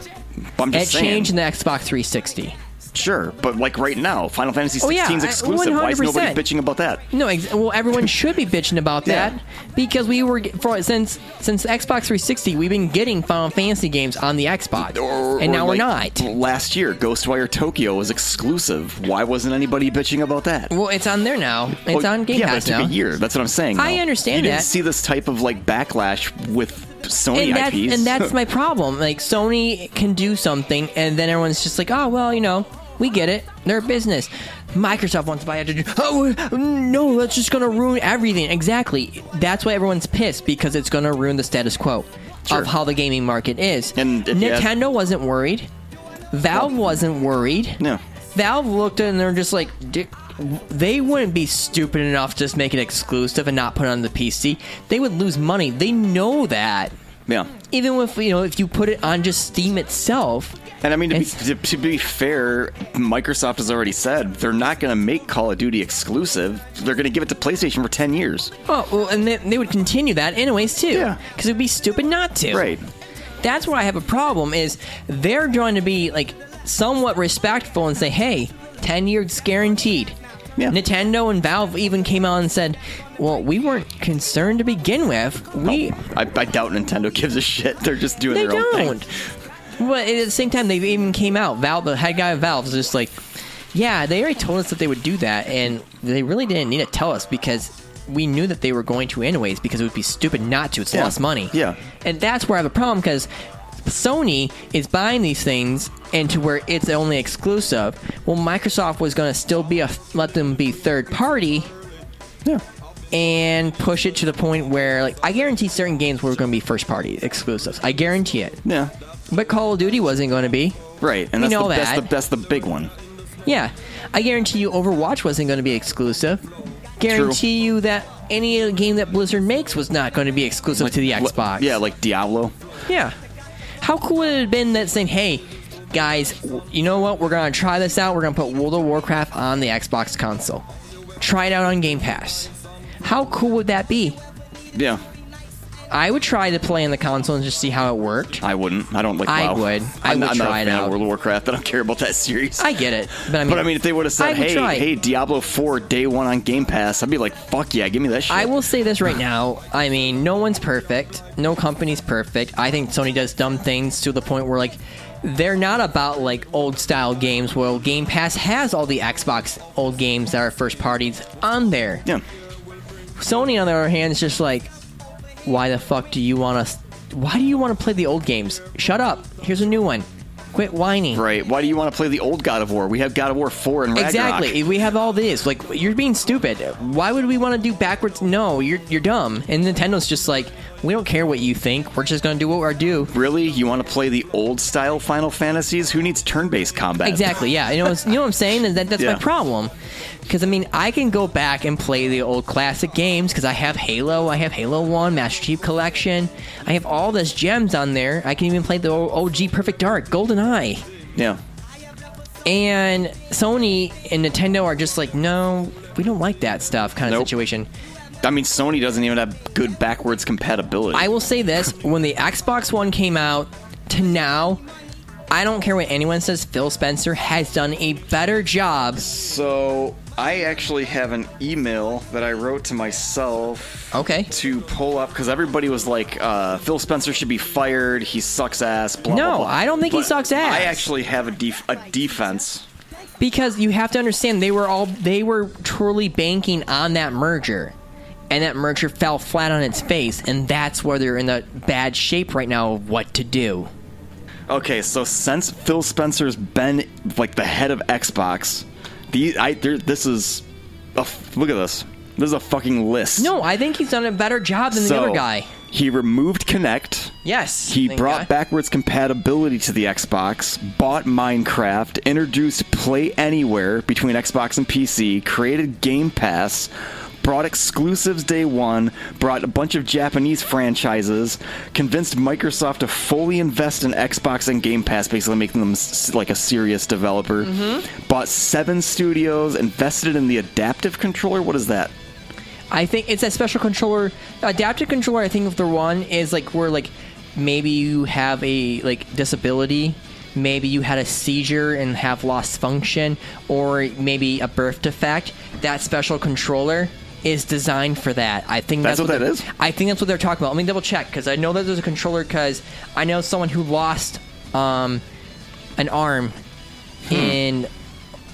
Speaker 2: I'm
Speaker 3: It
Speaker 2: just saying.
Speaker 3: changed in the Xbox 360.
Speaker 2: Sure, but like right now, Final Fantasy 16's
Speaker 3: Oh, yeah, I-
Speaker 2: exclusive. Why is nobody
Speaker 3: 100%.
Speaker 2: bitching about that?
Speaker 3: No, ex- well, everyone should be bitching about
Speaker 2: Yeah.
Speaker 3: that because we were get- for since since the Xbox 360, we've been getting Final Fantasy games on the Xbox,
Speaker 2: Or- or
Speaker 3: and now we're
Speaker 2: like
Speaker 3: not.
Speaker 2: Last year, Ghostwire Tokyo was exclusive. Why wasn't anybody bitching about that?
Speaker 3: Well, it's on there now. It's
Speaker 2: Well,
Speaker 3: on Game
Speaker 2: yeah,
Speaker 3: Pass
Speaker 2: but it
Speaker 3: now.
Speaker 2: took a year. That's what I'm saying.
Speaker 3: I
Speaker 2: though.
Speaker 3: understand
Speaker 2: You didn't
Speaker 3: that.
Speaker 2: see this type of like backlash with Sony
Speaker 3: And that's,
Speaker 2: IPs.
Speaker 3: and that's my problem. Like Sony can do something, and then everyone's just like, "Oh well, you know, we get it. They're a business." Microsoft wants to buy it. Oh no, that's just gonna ruin everything. Exactly. That's why everyone's pissed because it's gonna ruin the status quo
Speaker 2: Sure.
Speaker 3: of how the gaming market is.
Speaker 2: And uh, if you ask-
Speaker 3: Nintendo wasn't worried. Valve wasn't worried.
Speaker 2: No.
Speaker 3: Valve looked at it and they're just like, "Dude, they wouldn't be stupid enough to just make it exclusive and not put it on the PC. They would lose money. They know that.
Speaker 2: yeah.
Speaker 3: Even if you know if you put it on just Steam itself,
Speaker 2: And I mean, to be,
Speaker 3: It's-
Speaker 2: to, to be fair, Microsoft has already said they're not going to make Call of Duty exclusive. They're going to give it to PlayStation for 10 years.
Speaker 3: oh, well, and they, they would continue that anyways too,
Speaker 2: Yeah.
Speaker 3: because it would be stupid not to.
Speaker 2: Right.
Speaker 3: That's where I have a problem. Is they're trying to be like somewhat respectful and say, "Hey, ten years guaranteed."
Speaker 2: Yeah.
Speaker 3: Nintendo and Valve even came out and said, "Well, we weren't concerned to begin with. We
Speaker 2: I, I doubt Nintendo gives a shit. They're just doing
Speaker 3: They
Speaker 2: their own
Speaker 3: don't.
Speaker 2: thing.
Speaker 3: But at the same time, they even came out. Valve, the head guy of Valve, was just like, "Yeah, they already told us that they would do that, and they really didn't need to tell us because we knew that they were going to anyways. Because it would be stupid not to. It's
Speaker 2: Yeah.
Speaker 3: lost money.
Speaker 2: Yeah.
Speaker 3: and that's where I have a problem because Sony is buying these things and to where it's only exclusive. Well, Microsoft was going to still be a let them be third party and push it to the point where like I guarantee certain games were going to be first party exclusives. I guarantee it.
Speaker 2: Yeah.
Speaker 3: But Call of Duty wasn't going to be.
Speaker 2: Right. And
Speaker 3: We
Speaker 2: that's,
Speaker 3: know
Speaker 2: the,
Speaker 3: that.
Speaker 2: that's, the, that's the big one.
Speaker 3: Yeah. I guarantee you Overwatch wasn't going to be exclusive. Guarantee you that any game that Blizzard makes was not going to be exclusive to the
Speaker 2: Li-
Speaker 3: Xbox.
Speaker 2: Yeah, like Diablo.
Speaker 3: Yeah. How cool would it have been that saying, hey, guys, w- you know what? We're going to try this out. We're going to put World of Warcraft on the Xbox console. Try it out on Game Pass. How cool would that be?
Speaker 2: Yeah.
Speaker 3: I would try to play on the console and just see how it worked.
Speaker 2: I wouldn't. I don't like.
Speaker 3: I
Speaker 2: WoW.
Speaker 3: would. I
Speaker 2: I'm,
Speaker 3: would
Speaker 2: I'm not
Speaker 3: try
Speaker 2: a
Speaker 3: it
Speaker 2: fan
Speaker 3: out.
Speaker 2: of World of Warcraft. I don't care about that series.
Speaker 3: I get it, but I mean,
Speaker 2: but I mean, if they would have
Speaker 3: I
Speaker 2: said,
Speaker 3: would
Speaker 2: "Hey,
Speaker 3: try.
Speaker 2: hey, Diablo Four Day One on Game Pass," I'd be like, "Fuck yeah, give me that shit."
Speaker 3: I will say this right now. I mean, no one's perfect. No company's perfect. I think Sony does dumb things to the point where like they're not about like old style games where Game Pass has all the Xbox old games that are first parties on there.
Speaker 2: Yeah.
Speaker 3: Sony on the other hand is just like why the fuck do you want us why do you want to play the old games? Shut up. Here's a new one. Quit whining.
Speaker 2: Right. Why do you want to play the old God of War? We have God of War Four and Ragnarok.
Speaker 3: Exactly. We have all this. Like you're being stupid. Why would we want to do backwards? No, you're you're dumb. And Nintendo's just like, we don't care what you think. We're just gonna do what we do.
Speaker 2: Really? You want to play the old style Final Fantasies? Who needs turn-based combat?
Speaker 3: Exactly. Yeah. You know. it's- You know what I'm saying? Is that that's
Speaker 2: Yeah.
Speaker 3: my problem. Because I mean, I can go back and play the old classic games because I have Halo. I have Halo One, Master Chief Collection. I have all those gems on there. I can even play the old OG Perfect Dark, Golden Eye.
Speaker 2: Yeah.
Speaker 3: And Sony and Nintendo are just like, no, we don't like that stuff kind of
Speaker 2: Nope.
Speaker 3: situation.
Speaker 2: I mean, Sony doesn't even have good backwards compatibility.
Speaker 3: I will say this: when the Xbox One came out to now, I don't care what anyone says. Phil Spencer has done a better job.
Speaker 2: So I actually have an email that I wrote to myself.
Speaker 3: Okay.
Speaker 2: To pull up because everybody was like, uh, "Phil Spencer should be fired. He sucks ass." Blah,
Speaker 3: No,
Speaker 2: blah, blah.
Speaker 3: I don't think he sucks ass.
Speaker 2: I actually have a def- a defense.
Speaker 3: because you have to understand they were all they were truly banking on that merger and that merger fell flat on its face and that's where they're in the bad shape right now of what to do
Speaker 2: Okay, so since Phil Spencer's been like the head of Xbox, the I there, this is a f- look at this. This is a fucking list.
Speaker 3: no i think he's done a better job than
Speaker 2: so,
Speaker 3: the other guy
Speaker 2: He removed Connect.
Speaker 3: yes
Speaker 2: He
Speaker 3: thank
Speaker 2: brought
Speaker 3: God.
Speaker 2: backwards compatibility to the Xbox, bought Minecraft, introduced Play Anywhere between Xbox and PC, created Game Pass, brought exclusives day one, brought a bunch of Japanese franchises, convinced Microsoft to fully invest in Xbox and Game Pass, basically making them s- like a serious developer. Bought seven studios, invested in the adaptive controller. What is that?
Speaker 3: I think it's that special controller, adaptive controller. I think of the one is like where like maybe you have a like disability, maybe you had a seizure and have lost function, or maybe a birth defect. That special controller is designed for that. I think
Speaker 2: That's
Speaker 3: that's,
Speaker 2: what that
Speaker 3: they're-
Speaker 2: is?
Speaker 3: I think that's what they're talking about. Let me double check because I know that there's a controller because I know someone who lost um, an arm
Speaker 2: Hmm.
Speaker 3: in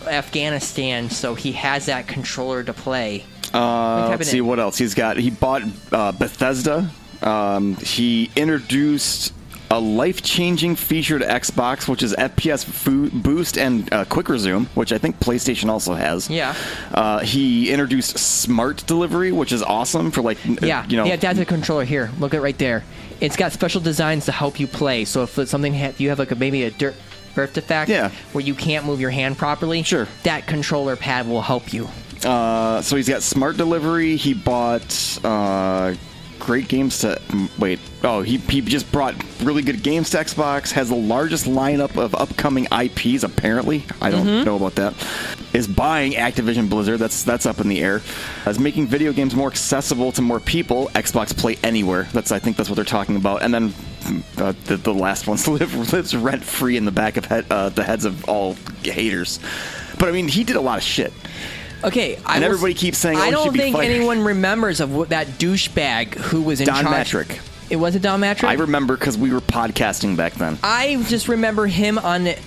Speaker 3: Afghanistan, so he has that controller to play. Let me
Speaker 2: Uh,
Speaker 3: type
Speaker 2: let's
Speaker 3: it
Speaker 2: see
Speaker 3: in.
Speaker 2: what else he's got. He bought uh, Bethesda. Um, he introduced a life-changing feature to Xbox, which is FPS foo- boost and uh, quick resume, which I think PlayStation also has.
Speaker 3: Yeah.
Speaker 2: Uh, he introduced smart delivery, which is awesome for like n-
Speaker 3: Yeah,
Speaker 2: you know
Speaker 3: the adaptive controller here. Look at right there. It's got special designs to help you play. So if it's something ha- you have like a, maybe a dirt birth defect,
Speaker 2: Yeah.
Speaker 3: where you can't move your hand properly,
Speaker 2: Sure.
Speaker 3: that controller pad will help you.
Speaker 2: Uh, so he's got smart delivery. He bought uh, great games to mm, wait. Oh, he he just brought really good games to Xbox. Has the largest lineup of upcoming IPs. Apparently, I don't know about that. Is buying Activision Blizzard. That's that's up in the air. Is making video games more accessible to more people. Xbox Play Anywhere. That's I think that's what they're talking about. And then. mm, Uh, the, the last one live, lives rent free in the back of head, uh, the heads of all haters, but I mean he did a lot of shit.
Speaker 3: Okay, I
Speaker 2: And
Speaker 3: will s-
Speaker 2: everybody keeps saying, "Oh,
Speaker 3: I
Speaker 2: he
Speaker 3: don't
Speaker 2: should be
Speaker 3: think
Speaker 2: fired."
Speaker 3: anyone remembers of what that douchebag who was in
Speaker 2: Don
Speaker 3: charge.
Speaker 2: Matrick.
Speaker 3: It was a Don Matrick.
Speaker 2: I remember because we were podcasting back then.
Speaker 3: I just remember him on. the-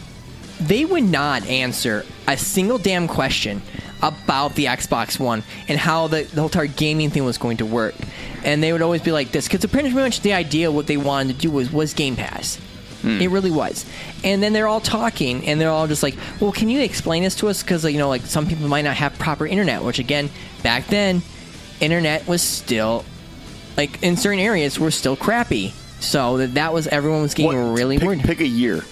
Speaker 3: They would not answer a single damn question about the Xbox One and how the, the whole entire gaming thing was going to work. And they would always be like this because pretty much the idea of what they wanted to do was was Game Pass.
Speaker 2: Hmm.
Speaker 3: It really was. And then they're all talking and they're all just like, "Well, can you explain this to us?" Because you know, like some people might not have proper internet, which again, back then, internet was still like in certain areas were still crappy. So that that was everyone was getting
Speaker 2: What-
Speaker 3: really
Speaker 2: pick,
Speaker 3: worried
Speaker 2: pick a year.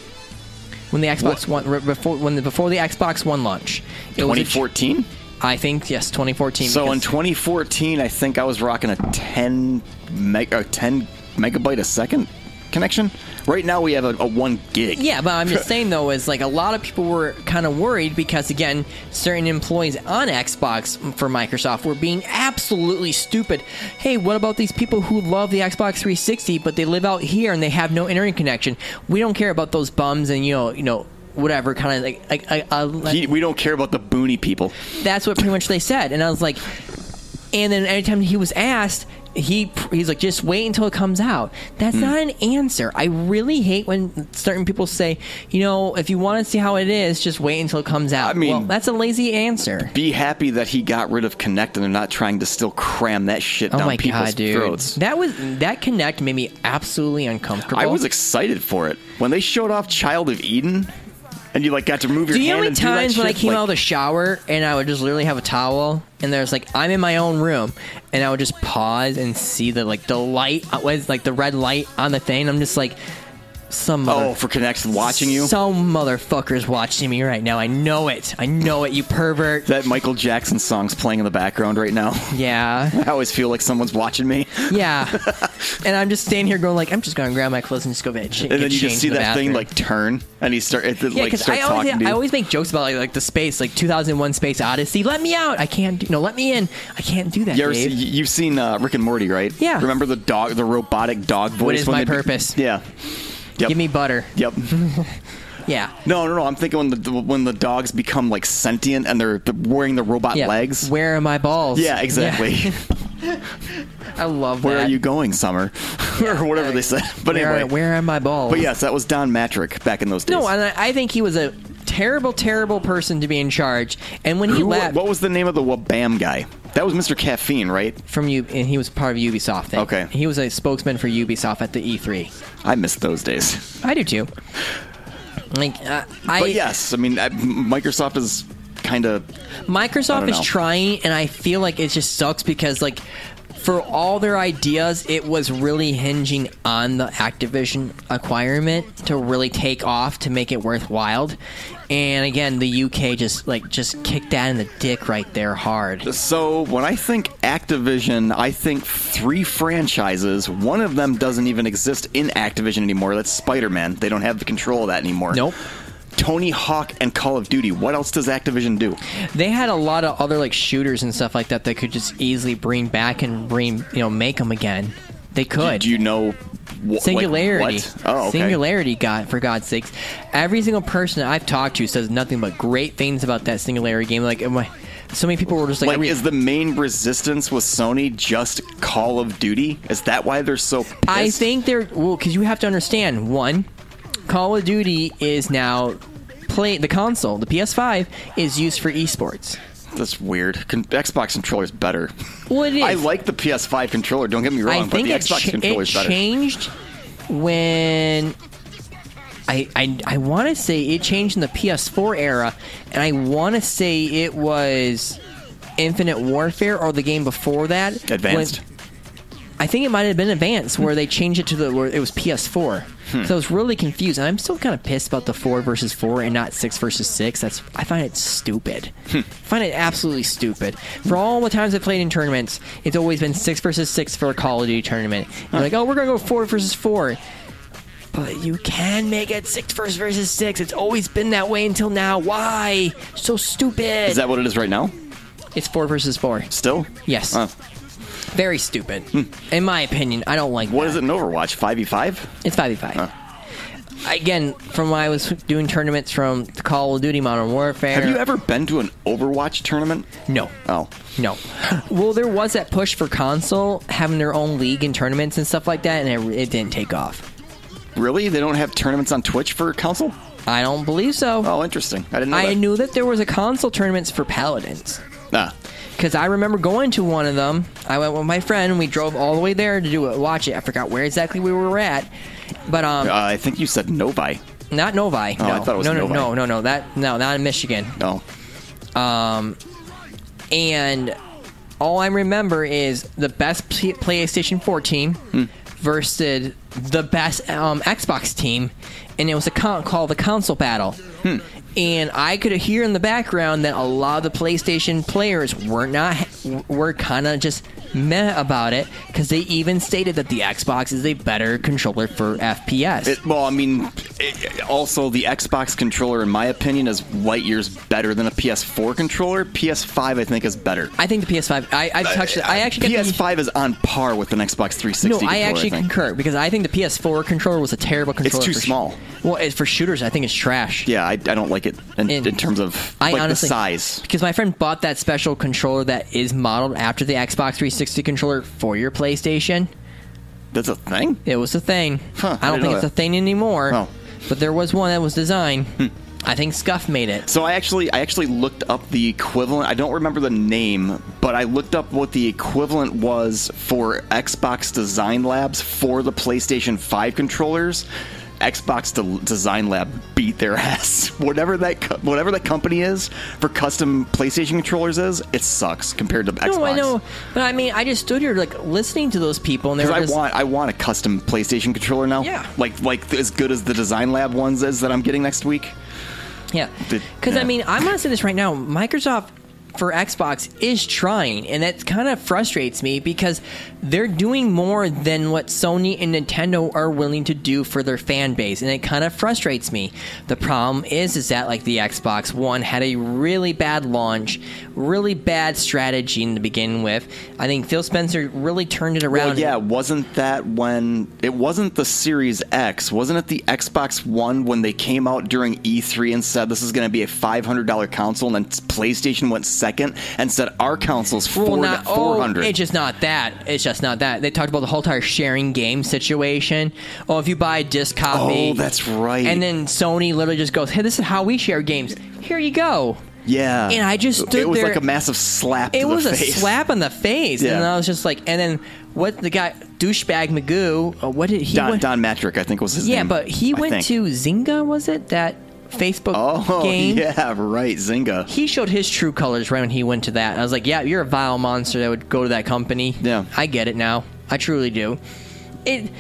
Speaker 3: when the Xbox
Speaker 2: What?
Speaker 3: One r- before when the, before the Xbox One launch. It was a ch-
Speaker 2: 2014.
Speaker 3: I think yes, 2014.
Speaker 2: So
Speaker 3: because-
Speaker 2: in 2014, I think I was rocking a 10 meg, uh, 10 megabyte a second connection. Right now we have a, a one gig.
Speaker 3: Yeah, but I'm just saying though is like a lot of people were kind of worried because again, certain employees on Xbox for Microsoft were being absolutely stupid. Hey, what about these people who love the Xbox 360 but they live out here and they have no internet connection? We don't care about those bums and you know, you know, whatever kind of like, like, like, uh, like
Speaker 2: He- we don't care about the boony people.
Speaker 3: that's what pretty much they said and i was like and then anytime he was asked he he's like just wait until it comes out that's
Speaker 2: Hmm.
Speaker 3: not an answer i really hate when certain people say you know if you want to see how it is just wait until it comes out
Speaker 2: I mean-
Speaker 3: well, that's a lazy answer
Speaker 2: Be happy that he got rid of Connect and they're not trying to still cram that shit
Speaker 3: oh
Speaker 2: down
Speaker 3: my
Speaker 2: people's
Speaker 3: god dude
Speaker 2: throats.
Speaker 3: that was that connect made me absolutely uncomfortable
Speaker 2: I was excited for it when they showed off Child of Eden, and you like got to move your
Speaker 3: do you know
Speaker 2: hand
Speaker 3: how many
Speaker 2: and do that
Speaker 3: times when I
Speaker 2: shit,
Speaker 3: came
Speaker 2: like,
Speaker 3: out of the shower and I would just literally have a towel and there's like I'm in my own room and I would just pause and see the like the light was like the red light on the thing. I'm just like some
Speaker 2: Oh,
Speaker 3: mother-
Speaker 2: for Connect's watching you.
Speaker 3: Some motherfuckers watching me right now. I know it. I know it. You pervert.
Speaker 2: that Michael Jackson song's playing in the background right now.
Speaker 3: yeah.
Speaker 2: I always feel like someone's watching me,
Speaker 3: Yeah. and I'm just standing here going like I'm just gonna grab my clothes and just go get, ch-
Speaker 2: and then
Speaker 3: get
Speaker 2: you
Speaker 3: changed
Speaker 2: just see
Speaker 3: in the
Speaker 2: that thing
Speaker 3: bathroom.
Speaker 2: like turn, and he start it,
Speaker 3: Yeah,
Speaker 2: like
Speaker 3: because
Speaker 2: starts
Speaker 3: I always
Speaker 2: talking to you.
Speaker 3: I always make jokes about like, like the space, like 2001 Space Odyssey. Let me out! I can't. Do, no, let me in. I can't do that.
Speaker 2: you ever
Speaker 3: Dave.
Speaker 2: see, you've seen uh, Rick and Morty, right?
Speaker 3: Yeah.
Speaker 2: Remember the dog, the robotic dog voice.
Speaker 3: is
Speaker 2: when
Speaker 3: my
Speaker 2: they be-
Speaker 3: purpose?
Speaker 2: Yeah. Yep.
Speaker 3: Give me butter.
Speaker 2: Yep.
Speaker 3: Yeah.
Speaker 2: No, no, no. I'm thinking when the when the dogs become like sentient and they're they're wearing the robot
Speaker 3: Yeah.
Speaker 2: legs.
Speaker 3: Where are my balls?
Speaker 2: yeah, exactly.
Speaker 3: I love
Speaker 2: Where
Speaker 3: that.
Speaker 2: are you going, Summer? or whatever they said. But
Speaker 3: where,
Speaker 2: anyway.
Speaker 3: are, where are my balls?
Speaker 2: But yes, that was Don Matrick back in those days.
Speaker 3: No, and I, I think he was a terrible, terrible person to be in charge. And when he
Speaker 2: Who,
Speaker 3: left
Speaker 2: what was the name of the Wabam guy? That was Mr. Caffeine, right?
Speaker 3: from you, and he was part of Ubisoft thing.
Speaker 2: Okay.
Speaker 3: He was a spokesman for Ubisoft at the E3.
Speaker 2: I missed those days.
Speaker 3: I do too. Like uh, I,
Speaker 2: But yes, I mean, I, Microsoft is kind of I
Speaker 3: Microsoft
Speaker 2: don't
Speaker 3: is
Speaker 2: know.
Speaker 3: trying, and I feel like it just sucks because like for all their ideas, it was really hinging on the Activision acquirement to really take off to make it worthwhile. And again, the UK just like just kicked that in the dick right there hard.
Speaker 2: So when I think Activision, I think three franchises. One of them doesn't even exist in Activision anymore. That's Spider-Man. They don't have the control of that anymore.
Speaker 3: Nope.
Speaker 2: Tony Hawk and Call of Duty. What else does Activision do?
Speaker 3: They had a lot of other like shooters and stuff like that they could just easily bring back and bring you know make them again. They could.
Speaker 2: Do you know wh- like,
Speaker 3: Singularity.
Speaker 2: what? Oh, okay.
Speaker 3: Singularity, God, for God's sakes. Every single person I've talked to says nothing but great things about that Singularity game. Like, am I- so many people were just like,
Speaker 2: Like,
Speaker 3: every-
Speaker 2: is the main resistance with Sony just Call of Duty? Is that why they're so? Pissed?
Speaker 3: I think they're, well, because you have to understand, one, Call of Duty is now, play the console, the PS5, is used for esports.
Speaker 2: that's weird. Con- Xbox controller's better.
Speaker 3: Well, it is.
Speaker 2: I like the PS5 controller. Don't get me wrong,
Speaker 3: I think
Speaker 2: but
Speaker 3: it,
Speaker 2: the Xbox
Speaker 3: cha- it
Speaker 2: controller's better.
Speaker 3: changed when I I, I want to say it changed in the PS4 era, and I want to say it was Infinite Warfare or the game before that. when-
Speaker 2: Advanced.
Speaker 3: I think it might have been Advanced where they changed it to the where it was PS4.
Speaker 2: Hmm.
Speaker 3: So I was really confused, and I'm still kind of pissed about the four versus four and not six versus six. That's I find it stupid.
Speaker 2: Hmm.
Speaker 3: I find it absolutely stupid. For all the times I played in tournaments, it's always been six versus six for a Call of Duty tournament. And Like, oh, we're gonna go four versus four. But you can make it six versus versus six. It's always been that way until now. Why? So stupid.
Speaker 2: Is that what it is right now?
Speaker 3: it's four versus four.
Speaker 2: Still?
Speaker 3: Yes.
Speaker 2: Huh. Hmm.
Speaker 3: Very stupid. In my opinion, I don't like
Speaker 2: What
Speaker 3: that.
Speaker 2: is it in Overwatch? 5v5?
Speaker 3: It's 5v5. Again, from when I was doing tournaments from the Call of Duty Modern Warfare.
Speaker 2: Have you ever been to an Overwatch tournament?
Speaker 3: No.
Speaker 2: Oh.
Speaker 3: No. Well, there was that push for console having their own league and tournaments and stuff like that, and it, it didn't take off.
Speaker 2: Really? They don't have tournaments on Twitch for console?
Speaker 3: I don't believe so.
Speaker 2: Oh, interesting. I didn't know
Speaker 3: I
Speaker 2: that.
Speaker 3: knew that there was a console tournaments for Paladins.
Speaker 2: Ah.
Speaker 3: Because I remember going to one of them. I went with my friend, and we drove all the way there to do it, watch it. I forgot where exactly we were at. But um,
Speaker 2: Uh, I think you said Novi.
Speaker 3: not Novi.
Speaker 2: Oh,
Speaker 3: no.
Speaker 2: I thought it was
Speaker 3: no, no,
Speaker 2: Novi.
Speaker 3: no, no, no. That no, not in Michigan.
Speaker 2: No.
Speaker 3: and all I remember is the best P- PlayStation 4 team versus the best um, Xbox team, and it was a con- called the console battle. And I could hear in the background that a lot of the PlayStation players were not w- were kind of just meh about it because they even stated that the Xbox is a better controller for FPS.
Speaker 2: It, well, I mean, it, also the Xbox controller, in my opinion, is light years better than a PS4 controller. PS5, I think, is better.
Speaker 3: I think the PS5. I, I've touched. it. I actually got the-
Speaker 2: PS5 is on par with an Xbox 360.
Speaker 3: No,
Speaker 2: controller,
Speaker 3: I actually
Speaker 2: think.
Speaker 3: concur because I think the PS4 controller was a terrible controller.
Speaker 2: too
Speaker 3: for sh-
Speaker 2: small.
Speaker 3: well, it, for shooters, I think it's trash.
Speaker 2: Yeah, I, I don't like it in,
Speaker 3: And
Speaker 2: in terms of
Speaker 3: I
Speaker 2: like
Speaker 3: honestly,
Speaker 2: the size.
Speaker 3: because my friend bought that special controller that is modeled after the Xbox 360 controller for your PlayStation.
Speaker 2: That's a thing.
Speaker 3: It was a thing.
Speaker 2: Huh, I
Speaker 3: I don't
Speaker 2: didn't
Speaker 3: think
Speaker 2: know
Speaker 3: it's
Speaker 2: that.
Speaker 3: a thing anymore.
Speaker 2: Oh. Hmm.
Speaker 3: But there was one that was designed. I think Scuff made it.
Speaker 2: So I actually I actually looked up the equivalent. I don't remember the name, but I looked up what the equivalent was for Xbox Design Labs for the PlayStation 5 controllers. Xbox De- Design Lab beat their ass. Whatever that co- whatever that company is for custom PlayStation controllers is, it sucks compared to Xbox.
Speaker 3: No, I know, but I mean, I just stood here like listening to those people, and they were
Speaker 2: Because
Speaker 3: just,
Speaker 2: I want, I want a custom PlayStation controller now.
Speaker 3: Yeah.
Speaker 2: Like, like as good as the Design Lab ones is that I'm getting next week.
Speaker 3: Yeah.
Speaker 2: Did-
Speaker 3: Because, I
Speaker 2: yeah.
Speaker 3: mean, I'm going to say this right now Microsoft for Xbox is trying, and that kind of frustrates me because they're doing more than what Sony and Nintendo are willing to do for their fan base, and it kind of frustrates me. The problem is, is that, like, the Xbox One had a really bad launch, really bad strategy in the begin with. I think Phil Spencer really turned it around.
Speaker 2: Well, yeah, wasn't that when it wasn't the Series X? Wasn't it the Xbox One when they came out during E3 and said this is going to be a five hundred dollar console, and then PlayStation went second and said our console's
Speaker 3: Well,
Speaker 2: four
Speaker 3: not
Speaker 2: four hundred.
Speaker 3: Oh, it's just not that. It's just not that. They talked about the whole entire sharing game situation. Oh, if you buy a disc copy.
Speaker 2: Oh, that's right.
Speaker 3: And then Sony literally just goes, "Hey, this is how we share games. Here you go."
Speaker 2: yeah,
Speaker 3: and I just stood
Speaker 2: it was
Speaker 3: there-
Speaker 2: like a massive slap. to
Speaker 3: It
Speaker 2: the
Speaker 3: was a
Speaker 2: face.
Speaker 3: slap in the face,
Speaker 2: Yeah.
Speaker 3: and I was just like, and then what the guy douchebag Magoo? uh, What did he?
Speaker 2: Don,
Speaker 3: went-
Speaker 2: Don Matrick, I think was his
Speaker 3: yeah,
Speaker 2: name.
Speaker 3: but he
Speaker 2: I
Speaker 3: went
Speaker 2: think.
Speaker 3: to Zynga. Was it that Facebook
Speaker 2: Oh
Speaker 3: game?
Speaker 2: yeah, right, Zynga.
Speaker 3: He showed his true colors right when he went to that. I was like, "Yeah, you're a vile monster that would go to that company."
Speaker 2: Yeah.
Speaker 3: I get it now. I truly do. It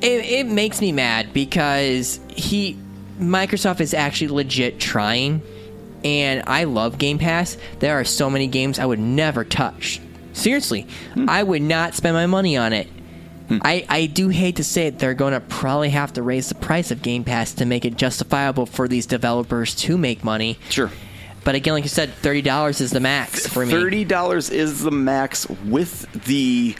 Speaker 3: it, it makes me mad because he Microsoft is actually legit trying, and I love Game Pass. There are so many games I would never touch. Seriously, I would not spend my money on it. I, I do hate to say it, they're going to probably have to raise the price of Game Pass to make it justifiable for these developers to make money.
Speaker 2: Sure.
Speaker 3: But again, like you said, thirty dollars is the max for me.
Speaker 2: Thirty dollars is the max, with the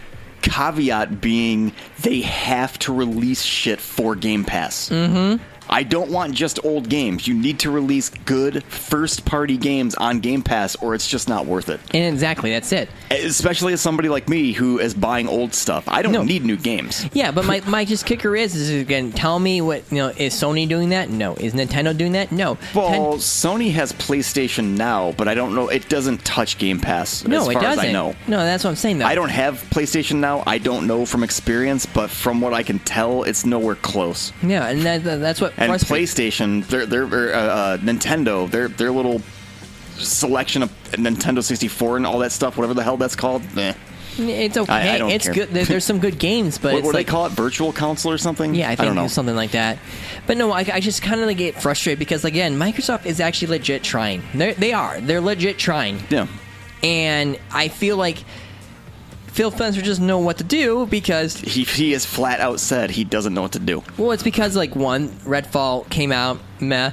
Speaker 2: caveat being they have to release shit for Game Pass. Mm-hmm. I don't want just old games. You need to release good first-party games on Game Pass, or it's just not worth it.
Speaker 3: And exactly, that's it.
Speaker 2: Especially as somebody like me who is buying old stuff. I don't
Speaker 3: No.
Speaker 2: need new games.
Speaker 3: Yeah, but my, my just kicker is is again, tell me what you know, is Sony doing that? No. Is Nintendo doing that? No.
Speaker 2: Well,
Speaker 3: Ten-
Speaker 2: Sony has PlayStation now, but I don't know. It doesn't touch Game Pass
Speaker 3: no,
Speaker 2: as
Speaker 3: it
Speaker 2: far
Speaker 3: doesn't.
Speaker 2: as I know.
Speaker 3: No, that's what I'm saying though.
Speaker 2: I don't have PlayStation now. I don't know from experience, but from what I can tell, it's nowhere close.
Speaker 3: Yeah, and that, that- that's what
Speaker 2: And
Speaker 3: frustrates-
Speaker 2: PlayStation, their their uh, uh, Nintendo, their their little selection of Nintendo 64 and all that stuff, whatever the hell that's called. eh.
Speaker 3: it's okay.
Speaker 2: I- I don't
Speaker 3: it's
Speaker 2: care.
Speaker 3: good. There- There's some good games, but
Speaker 2: What,
Speaker 3: it's
Speaker 2: what do
Speaker 3: like-
Speaker 2: they call it? Virtual console or something?
Speaker 3: Yeah, I think
Speaker 2: don't know.
Speaker 3: something like that. But no, I, I just kind of like get frustrated because again, Microsoft is actually legit trying. They're, they are. They're legit trying.
Speaker 2: Yeah.
Speaker 3: And I feel like Phil Spencer just know what to do because
Speaker 2: He, he has flat out said he doesn't know what to do.
Speaker 3: Well, it's because like one Redfall came out, meh.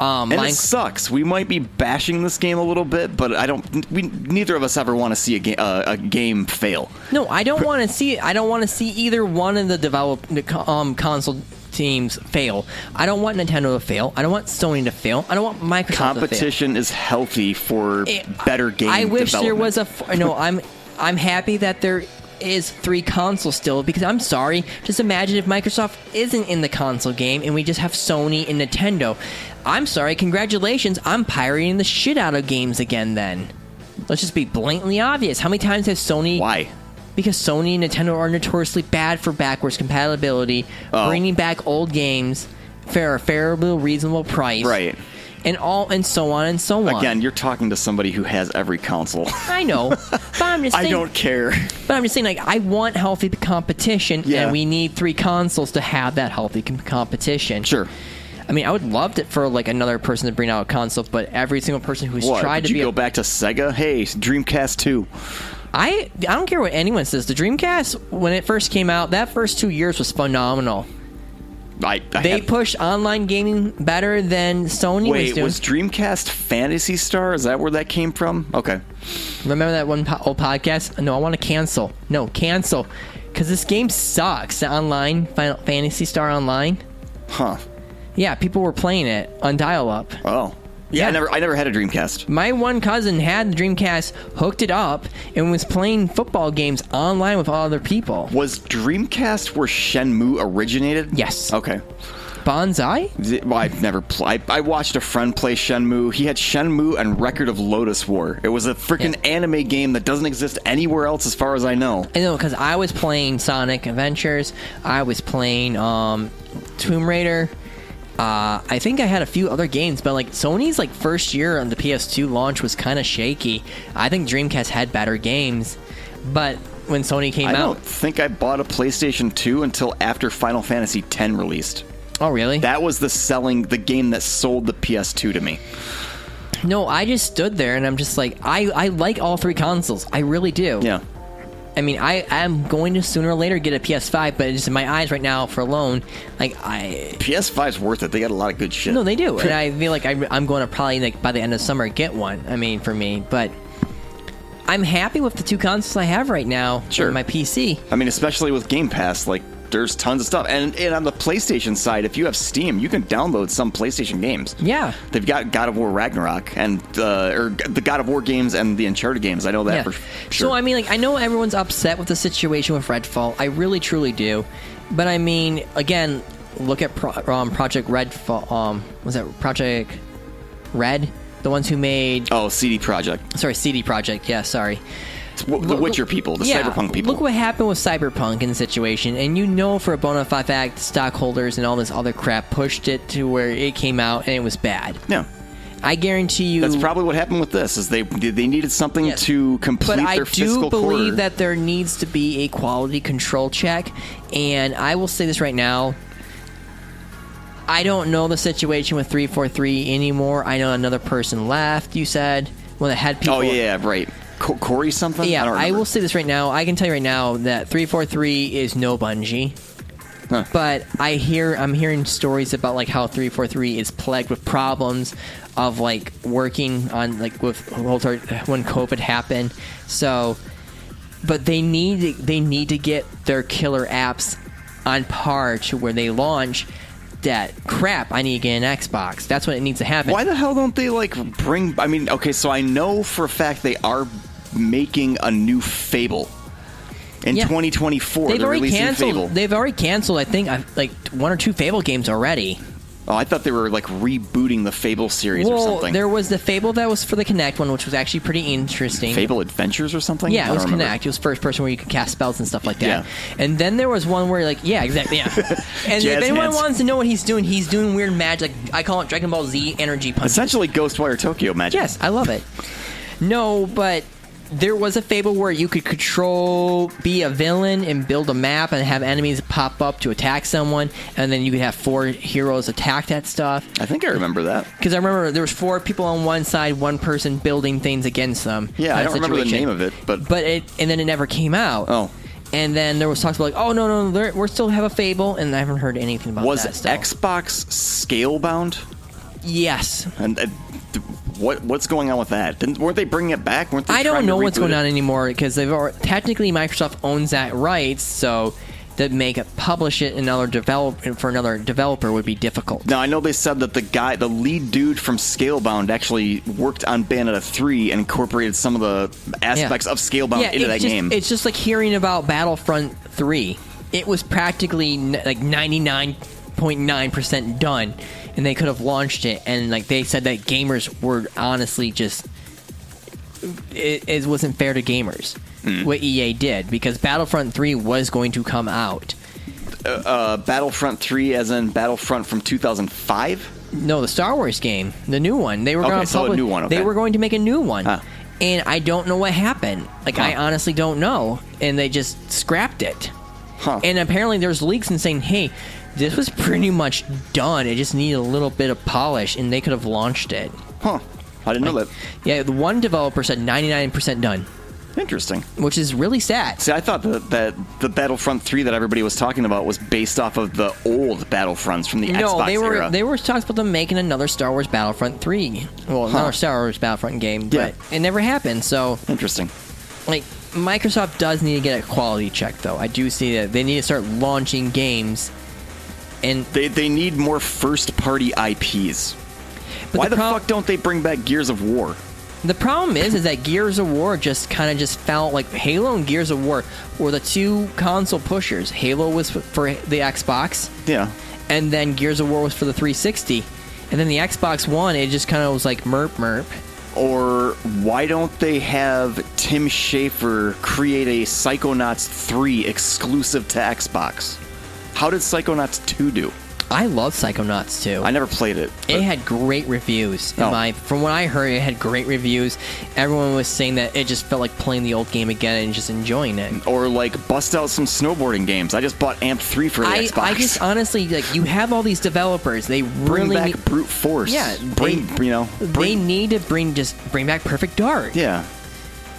Speaker 3: Um,
Speaker 2: And
Speaker 3: Mine-
Speaker 2: it sucks. We might be bashing this game a little bit, but I don't. We neither of us ever want to see a, ga- uh, a game fail.
Speaker 3: no, I don't want to see it. I don't want to see either one of the develop the co- um, console teams fail. I don't want Nintendo to fail. I don't want Sony to fail. I don't want Microsoft
Speaker 2: competition is healthy for
Speaker 3: to fail. It-
Speaker 2: better game.
Speaker 3: Eh, I wish there
Speaker 2: development.
Speaker 3: was a. f- No, I'm I'm happy that there is three consoles still because I'm sorry. Just imagine if Microsoft isn't in the console game and we just have Sony and Nintendo. I'm sorry. Congratulations. I'm pirating the shit out of games again. Then let's just be blatantly obvious. How many times has Sony?
Speaker 2: Why?
Speaker 3: Because Sony and Nintendo are notoriously bad for backwards compatibility,
Speaker 2: Oh.
Speaker 3: bringing back old games for a favorable, reasonable price,
Speaker 2: Right.
Speaker 3: And all and so on and so on.
Speaker 2: Again, you're talking to somebody who has every console.
Speaker 3: I know, but I'm just
Speaker 2: I
Speaker 3: saying,
Speaker 2: don't care.
Speaker 3: but I'm just saying, like, I want healthy competition,
Speaker 2: Yeah.
Speaker 3: and we need three consoles to have that healthy com- competition.
Speaker 2: Sure.
Speaker 3: I mean, I would love it for like another person to bring out a console, but every single person who's
Speaker 2: What?
Speaker 3: tried
Speaker 2: Would
Speaker 3: to
Speaker 2: you
Speaker 3: be
Speaker 2: go
Speaker 3: a,
Speaker 2: back to Sega? Hey, Dreamcast 2.
Speaker 3: I I don't care what anyone says. The Dreamcast, when it first came out, that first two years was phenomenal.
Speaker 2: I, I
Speaker 3: They
Speaker 2: had-
Speaker 3: pushed online gaming better than Sony was
Speaker 2: Wait,
Speaker 3: doing.
Speaker 2: was Dreamcast Fantasy Star? Is that where that came from? Okay.
Speaker 3: Remember that one po- old podcast? No, I want to cancel. No, cancel, because this game sucks. The online Final Fantasy Star Online.
Speaker 2: Huh.
Speaker 3: Yeah, people were playing it on dial-up.
Speaker 2: Oh. Yeah,
Speaker 3: Yeah.
Speaker 2: I never I never had a Dreamcast.
Speaker 3: My one cousin had the Dreamcast, hooked it up, and was playing football games online with other people.
Speaker 2: Was Dreamcast where Shenmue originated?
Speaker 3: Yes.
Speaker 2: Okay.
Speaker 3: Bonsai?
Speaker 2: Th- Well, I've never played. I watched a friend play Shenmue. He had Shenmue and Record of Lotus War. It was a freaking
Speaker 3: Yeah.
Speaker 2: anime game that doesn't exist anywhere else, as far as I know.
Speaker 3: I know because I was playing Sonic Adventures. I was playing um, Tomb Raider. Uh, I think I had a few other games, but like Sony's like first year on the PS2 launch was kind of shaky. I think Dreamcast had better games, but when Sony came
Speaker 2: I
Speaker 3: out,
Speaker 2: don't think I bought a PlayStation 2 until after Final Fantasy X released.
Speaker 3: oh really?
Speaker 2: That was the selling, the game that sold the PS2 to me.
Speaker 3: no, I just stood there and I'm just like, I I like all three consoles. I really do.
Speaker 2: Yeah.
Speaker 3: I mean, I am going to sooner or later get a PS5, but just in my eyes right now for alone, like I
Speaker 2: PS5's worth it. They got a lot of good shit.
Speaker 3: No, they do, and I feel like I, I'm going to probably like by the end of summer get one. I mean, for me, but I'm happy with the two consoles I have right now.
Speaker 2: Sure.
Speaker 3: and my PC.
Speaker 2: I mean, especially with Game Pass, like there's tons of stuff. And and on the PlayStation side, if you have Steam, you can download some PlayStation games.
Speaker 3: Yeah.
Speaker 2: they've got God of War Ragnarok and uh, or the God of War games and the Uncharted games. I know that
Speaker 3: Yeah.
Speaker 2: for sure.
Speaker 3: So I mean, like I know everyone's upset with the situation with Redfall. I really, truly do. But I mean, again, look at Pro- um, Project Redfall. Um, was that Project Red? The ones who made
Speaker 2: oh, CD Project,
Speaker 3: sorry CD Project. Yeah, sorry.
Speaker 2: the
Speaker 3: Look-
Speaker 2: Witcher people, the
Speaker 3: yeah,
Speaker 2: Cyberpunk people.
Speaker 3: Look what happened with Cyberpunk in the situation, and you know for a bona fide fact, stockholders and all this other crap pushed it to where it came out and it was bad.
Speaker 2: yeah.
Speaker 3: I guarantee you.
Speaker 2: That's probably what happened with this. Is they they needed something
Speaker 3: Yes.
Speaker 2: to complete
Speaker 3: But I
Speaker 2: their
Speaker 3: do
Speaker 2: fiscal
Speaker 3: believe
Speaker 2: quarter.
Speaker 3: that there needs to be a quality control check, and I will say this right now. I don't know the situation with 343 anymore. I know another person left, you said, when they had people.
Speaker 2: oh yeah, yeah, right. Co- Corey something.
Speaker 3: Yeah,
Speaker 2: I, don't
Speaker 3: I,
Speaker 2: remember.
Speaker 3: will say this right now. I can tell you right now that 343 is no Bungie.
Speaker 2: Huh.
Speaker 3: But I hear I'm hearing stories about like how 343 is plagued with problems of like working on like with when COVID happened. So but they need they need to get their killer apps on par to where they launch that crap I need to get an Xbox. That's what it needs to happen.
Speaker 2: Why the hell don't they like bring? I mean, okay, so I know for a fact they are making a new Fable in
Speaker 3: Yeah.
Speaker 2: 2024.
Speaker 3: They've
Speaker 2: they're
Speaker 3: already
Speaker 2: releasing
Speaker 3: canceled.
Speaker 2: Fable.
Speaker 3: They've already canceled. I think I like one or two Fable games already.
Speaker 2: oh, I thought they were like rebooting the Fable series or
Speaker 3: Well,
Speaker 2: something.
Speaker 3: there was the Fable that was for the Connect one, which was actually pretty interesting.
Speaker 2: Fable Adventures or something. I
Speaker 3: Yeah, it
Speaker 2: don't
Speaker 3: was
Speaker 2: remember.
Speaker 3: Connect. It was first person where you could cast spells and stuff like
Speaker 2: Yeah.
Speaker 3: that. And then there was one where like, yeah, exactly, yeah. And if
Speaker 2: Jazz
Speaker 3: anyone
Speaker 2: hands.
Speaker 3: wants to know what he's doing, he's doing weird magic. I call it Dragon Ball Z energy punches.
Speaker 2: Essentially, Ghostwire Tokyo Magic.
Speaker 3: Yes, I love it. No, but there was a fable where you could control, be a villain, and build a map and have enemies pop up to attack someone, and then you could have four heroes attack that stuff.
Speaker 2: I think I remember that.
Speaker 3: Because I remember there was four people on one side, one person building things against them.
Speaker 2: Yeah, I
Speaker 3: kinda
Speaker 2: don't remember the
Speaker 3: situation.
Speaker 2: name of it, but-
Speaker 3: but it and then it never came out.
Speaker 2: Oh.
Speaker 3: And then there was talks about like, oh no no, there- we're still have a fable, and I haven't heard anything about
Speaker 2: Was
Speaker 3: that. still.
Speaker 2: Xbox scale bound?
Speaker 3: Yes.
Speaker 2: And uh, th- what what's going on with that? Didn't, weren't they bringing it back? Weren't they
Speaker 3: I
Speaker 2: trying
Speaker 3: don't
Speaker 2: to
Speaker 3: know what's
Speaker 2: reboot
Speaker 3: going on
Speaker 2: it?
Speaker 3: anymore because they've already, technically Microsoft owns that rights, so to make it publish it in another develop for another developer would be difficult.
Speaker 2: Now I know they said that the guy, the lead dude from Scalebound, actually worked on Bayonetta three and incorporated some of the aspects of Scalebound
Speaker 3: Yeah,
Speaker 2: into
Speaker 3: it's
Speaker 2: that
Speaker 3: just,
Speaker 2: game.
Speaker 3: It's just like hearing about Battlefront Three. It was practically n- like ninety nine point nine percent done, and they could have launched it. And like they said that gamers were honestly just it, it wasn't fair to gamers
Speaker 2: Mm.
Speaker 3: what EA did because Battlefront Three was going to come out.
Speaker 2: Uh, Battlefront three, as in Battlefront from two thousand five.
Speaker 3: No, the Star Wars game, the new one. They were
Speaker 2: Okay,
Speaker 3: going to
Speaker 2: so a
Speaker 3: publish,
Speaker 2: new one, okay.
Speaker 3: They were going to make a new one,
Speaker 2: Huh.
Speaker 3: and I don't know what happened. Like I
Speaker 2: Huh.
Speaker 3: honestly don't know, and they just scrapped it.
Speaker 2: Huh.
Speaker 3: And apparently, there's leaks and saying, "Hey, this was pretty much done. It just needed a little bit of polish, and they could have launched it."
Speaker 2: Huh. I didn't know that.
Speaker 3: Yeah, the one developer said 99% done.
Speaker 2: Interesting.
Speaker 3: which is really sad.
Speaker 2: See, I thought that, that the Battlefront 3 that everybody was talking about was based off of the old Battlefronts from the
Speaker 3: no,
Speaker 2: Xbox
Speaker 3: they were
Speaker 2: era.
Speaker 3: they were talking about them making another Star Wars Battlefront three. Well, another Star Wars Battlefront game,
Speaker 2: Yeah.
Speaker 3: but it never happened. So,
Speaker 2: Interesting.
Speaker 3: like, Microsoft does need to get a quality check, though. I do see that they need to start launching games. And
Speaker 2: They, they need more first party IPs.
Speaker 3: but
Speaker 2: Why
Speaker 3: the,
Speaker 2: the,
Speaker 3: prob-
Speaker 2: fuck don't they bring back Gears of War?
Speaker 3: The problem is, is that Gears of War just kind of just felt like Halo and Gears of War were the two console pushers. Halo was f- for the Xbox,
Speaker 2: Yeah.
Speaker 3: and then Gears of War was for the 360, and then the Xbox One. It just kind of was like merp merp.
Speaker 2: Or why don't they have Tim Schafer create a Psychonauts 3 exclusive to Xbox? How did Psychonauts 2 do?
Speaker 3: I love Psychonauts too.
Speaker 2: I never played it. but-
Speaker 3: It had great reviews. In
Speaker 2: Oh.
Speaker 3: my, from what I heard, it had great reviews. Everyone was saying that it just felt like playing the old game again and just enjoying it.
Speaker 2: or like bust out some snowboarding games. I just bought Amp 3 for the
Speaker 3: I,
Speaker 2: Xbox.
Speaker 3: I just honestly like you have all these developers. They
Speaker 2: bring
Speaker 3: really
Speaker 2: back
Speaker 3: need-
Speaker 2: brute force.
Speaker 3: Yeah,
Speaker 2: bring
Speaker 3: they-
Speaker 2: you know.
Speaker 3: they
Speaker 2: Bring,
Speaker 3: need to bring just bring back Perfect Dark.
Speaker 2: yeah,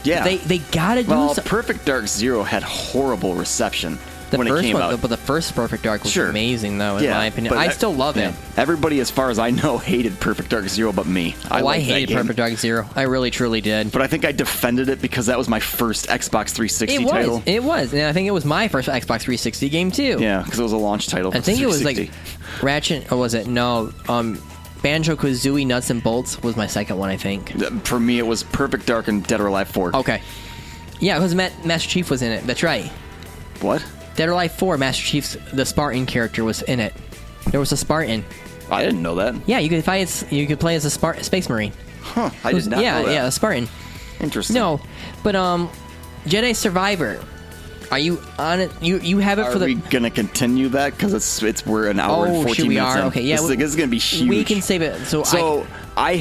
Speaker 2: yeah.
Speaker 3: They they gotta do
Speaker 2: well,
Speaker 3: some-
Speaker 2: Perfect Dark Zero had horrible reception
Speaker 3: the
Speaker 2: when
Speaker 3: first
Speaker 2: it came
Speaker 3: one,
Speaker 2: out.
Speaker 3: but the first Perfect Dark was
Speaker 2: Sure.
Speaker 3: amazing though, in
Speaker 2: yeah,
Speaker 3: my opinion.
Speaker 2: but
Speaker 3: I
Speaker 2: that-
Speaker 3: still love
Speaker 2: yeah.
Speaker 3: it.
Speaker 2: Everybody, as far as I know, hated Perfect Dark Zero, but me. I,
Speaker 3: oh, I
Speaker 2: liked that
Speaker 3: hated
Speaker 2: game.
Speaker 3: Perfect Dark Zero. I really truly did.
Speaker 2: But I think I defended it because that was my first Xbox 360
Speaker 3: it was.
Speaker 2: title.
Speaker 3: It was. And I think it was my first Xbox 360 game too.
Speaker 2: yeah, because it was a launch title.
Speaker 3: I
Speaker 2: for
Speaker 3: think it was like
Speaker 2: 360.
Speaker 3: Ratchet or was it? No. Um Banjo Kazooie Nuts and Bolts was my second one, I think.
Speaker 2: Uh, For me, it was Perfect Dark and Dead or Alive 4.
Speaker 3: Okay. Yeah, because Master Chief was in it. That's right.
Speaker 2: What?
Speaker 3: Dead or Alive 4, Master Chief's the Spartan character was in it. There was a Spartan.
Speaker 2: I didn't know that.
Speaker 3: Yeah, you could play as you could play as a Spar- space marine.
Speaker 2: Huh, I
Speaker 3: Who's-
Speaker 2: did not
Speaker 3: yeah,
Speaker 2: know that.
Speaker 3: yeah, a Spartan.
Speaker 2: Interesting.
Speaker 3: No, but um, Jedi Survivor. Are you on it? You you have it
Speaker 2: Are
Speaker 3: for the.
Speaker 2: we gonna continue that? Because it's it's we're an hour and
Speaker 3: oh, shoot,
Speaker 2: fourteen
Speaker 3: we
Speaker 2: minutes
Speaker 3: are.
Speaker 2: in.
Speaker 3: Okay, yeah,
Speaker 2: this,
Speaker 3: we-
Speaker 2: is- this is gonna be huge.
Speaker 3: We can save it. So,
Speaker 2: So I,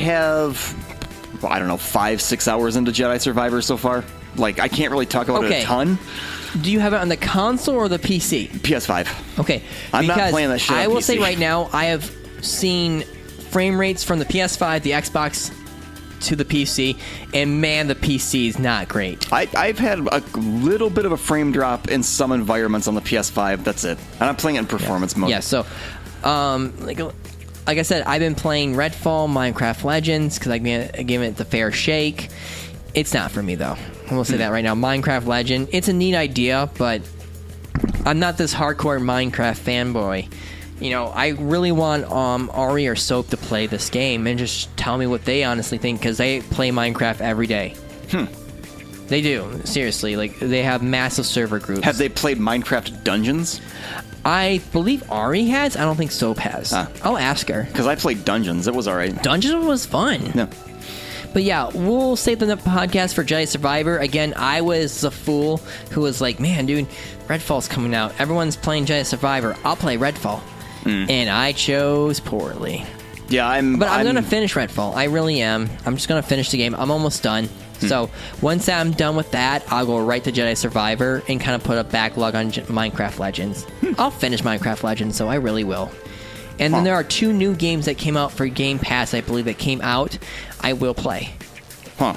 Speaker 2: have well, I don't know five six hours into Jedi Survivor so far. Like I can't really talk about it
Speaker 3: Okay.
Speaker 2: a ton.
Speaker 3: I, do you have it on the console or the PC?
Speaker 2: PS5.
Speaker 3: Okay,
Speaker 2: I'm not
Speaker 3: because
Speaker 2: playing that shit on
Speaker 3: I will say
Speaker 2: PC.
Speaker 3: right now, I have seen frame rates from the PS5, the Xbox, to the PC, and man, the PC is not great.
Speaker 2: I, I've had a little bit of a frame drop in some environments on the PS5. That's it. And I'm playing it in performance mode.
Speaker 3: Yeah, so, um, like, like I said, I've been playing Redfall, Minecraft Legends, because I gave it the fair shake. It's not for me though. I'm gonna
Speaker 2: Hmm.
Speaker 3: say that right now. Minecraft Legend, it's a neat idea, but I'm not this hardcore Minecraft fanboy. You know, I really want um, Ari or Soap to play this game and just tell me what they honestly think because they play Minecraft every day. Hmm. They do seriously. Like they have massive server groups.
Speaker 2: Have they played Minecraft Dungeons?
Speaker 3: I believe Ari has. I don't think Soap has.
Speaker 2: Ah.
Speaker 3: I'll ask her.
Speaker 2: Because I played Dungeons. It was all right.
Speaker 3: Dungeon was fun.
Speaker 2: No.
Speaker 3: But yeah, we'll save the podcast for Jedi Survivor. Again, I was the fool who was like, man, dude, Redfall's coming out. Everyone's playing Jedi Survivor. I'll play Redfall. And I chose poorly.
Speaker 2: Yeah, I'm.
Speaker 3: But I'm, going to finish Redfall. I really am. I'm just going to finish the game. I'm almost done. So once I'm done with that, I'll go right to Jedi Survivor and kind of put a backlog on J- Minecraft Legends. I'll finish Minecraft Legends, so I really will. And then there are two new games that came out for Game Pass, I believe, that came out. I will play.
Speaker 2: Huh.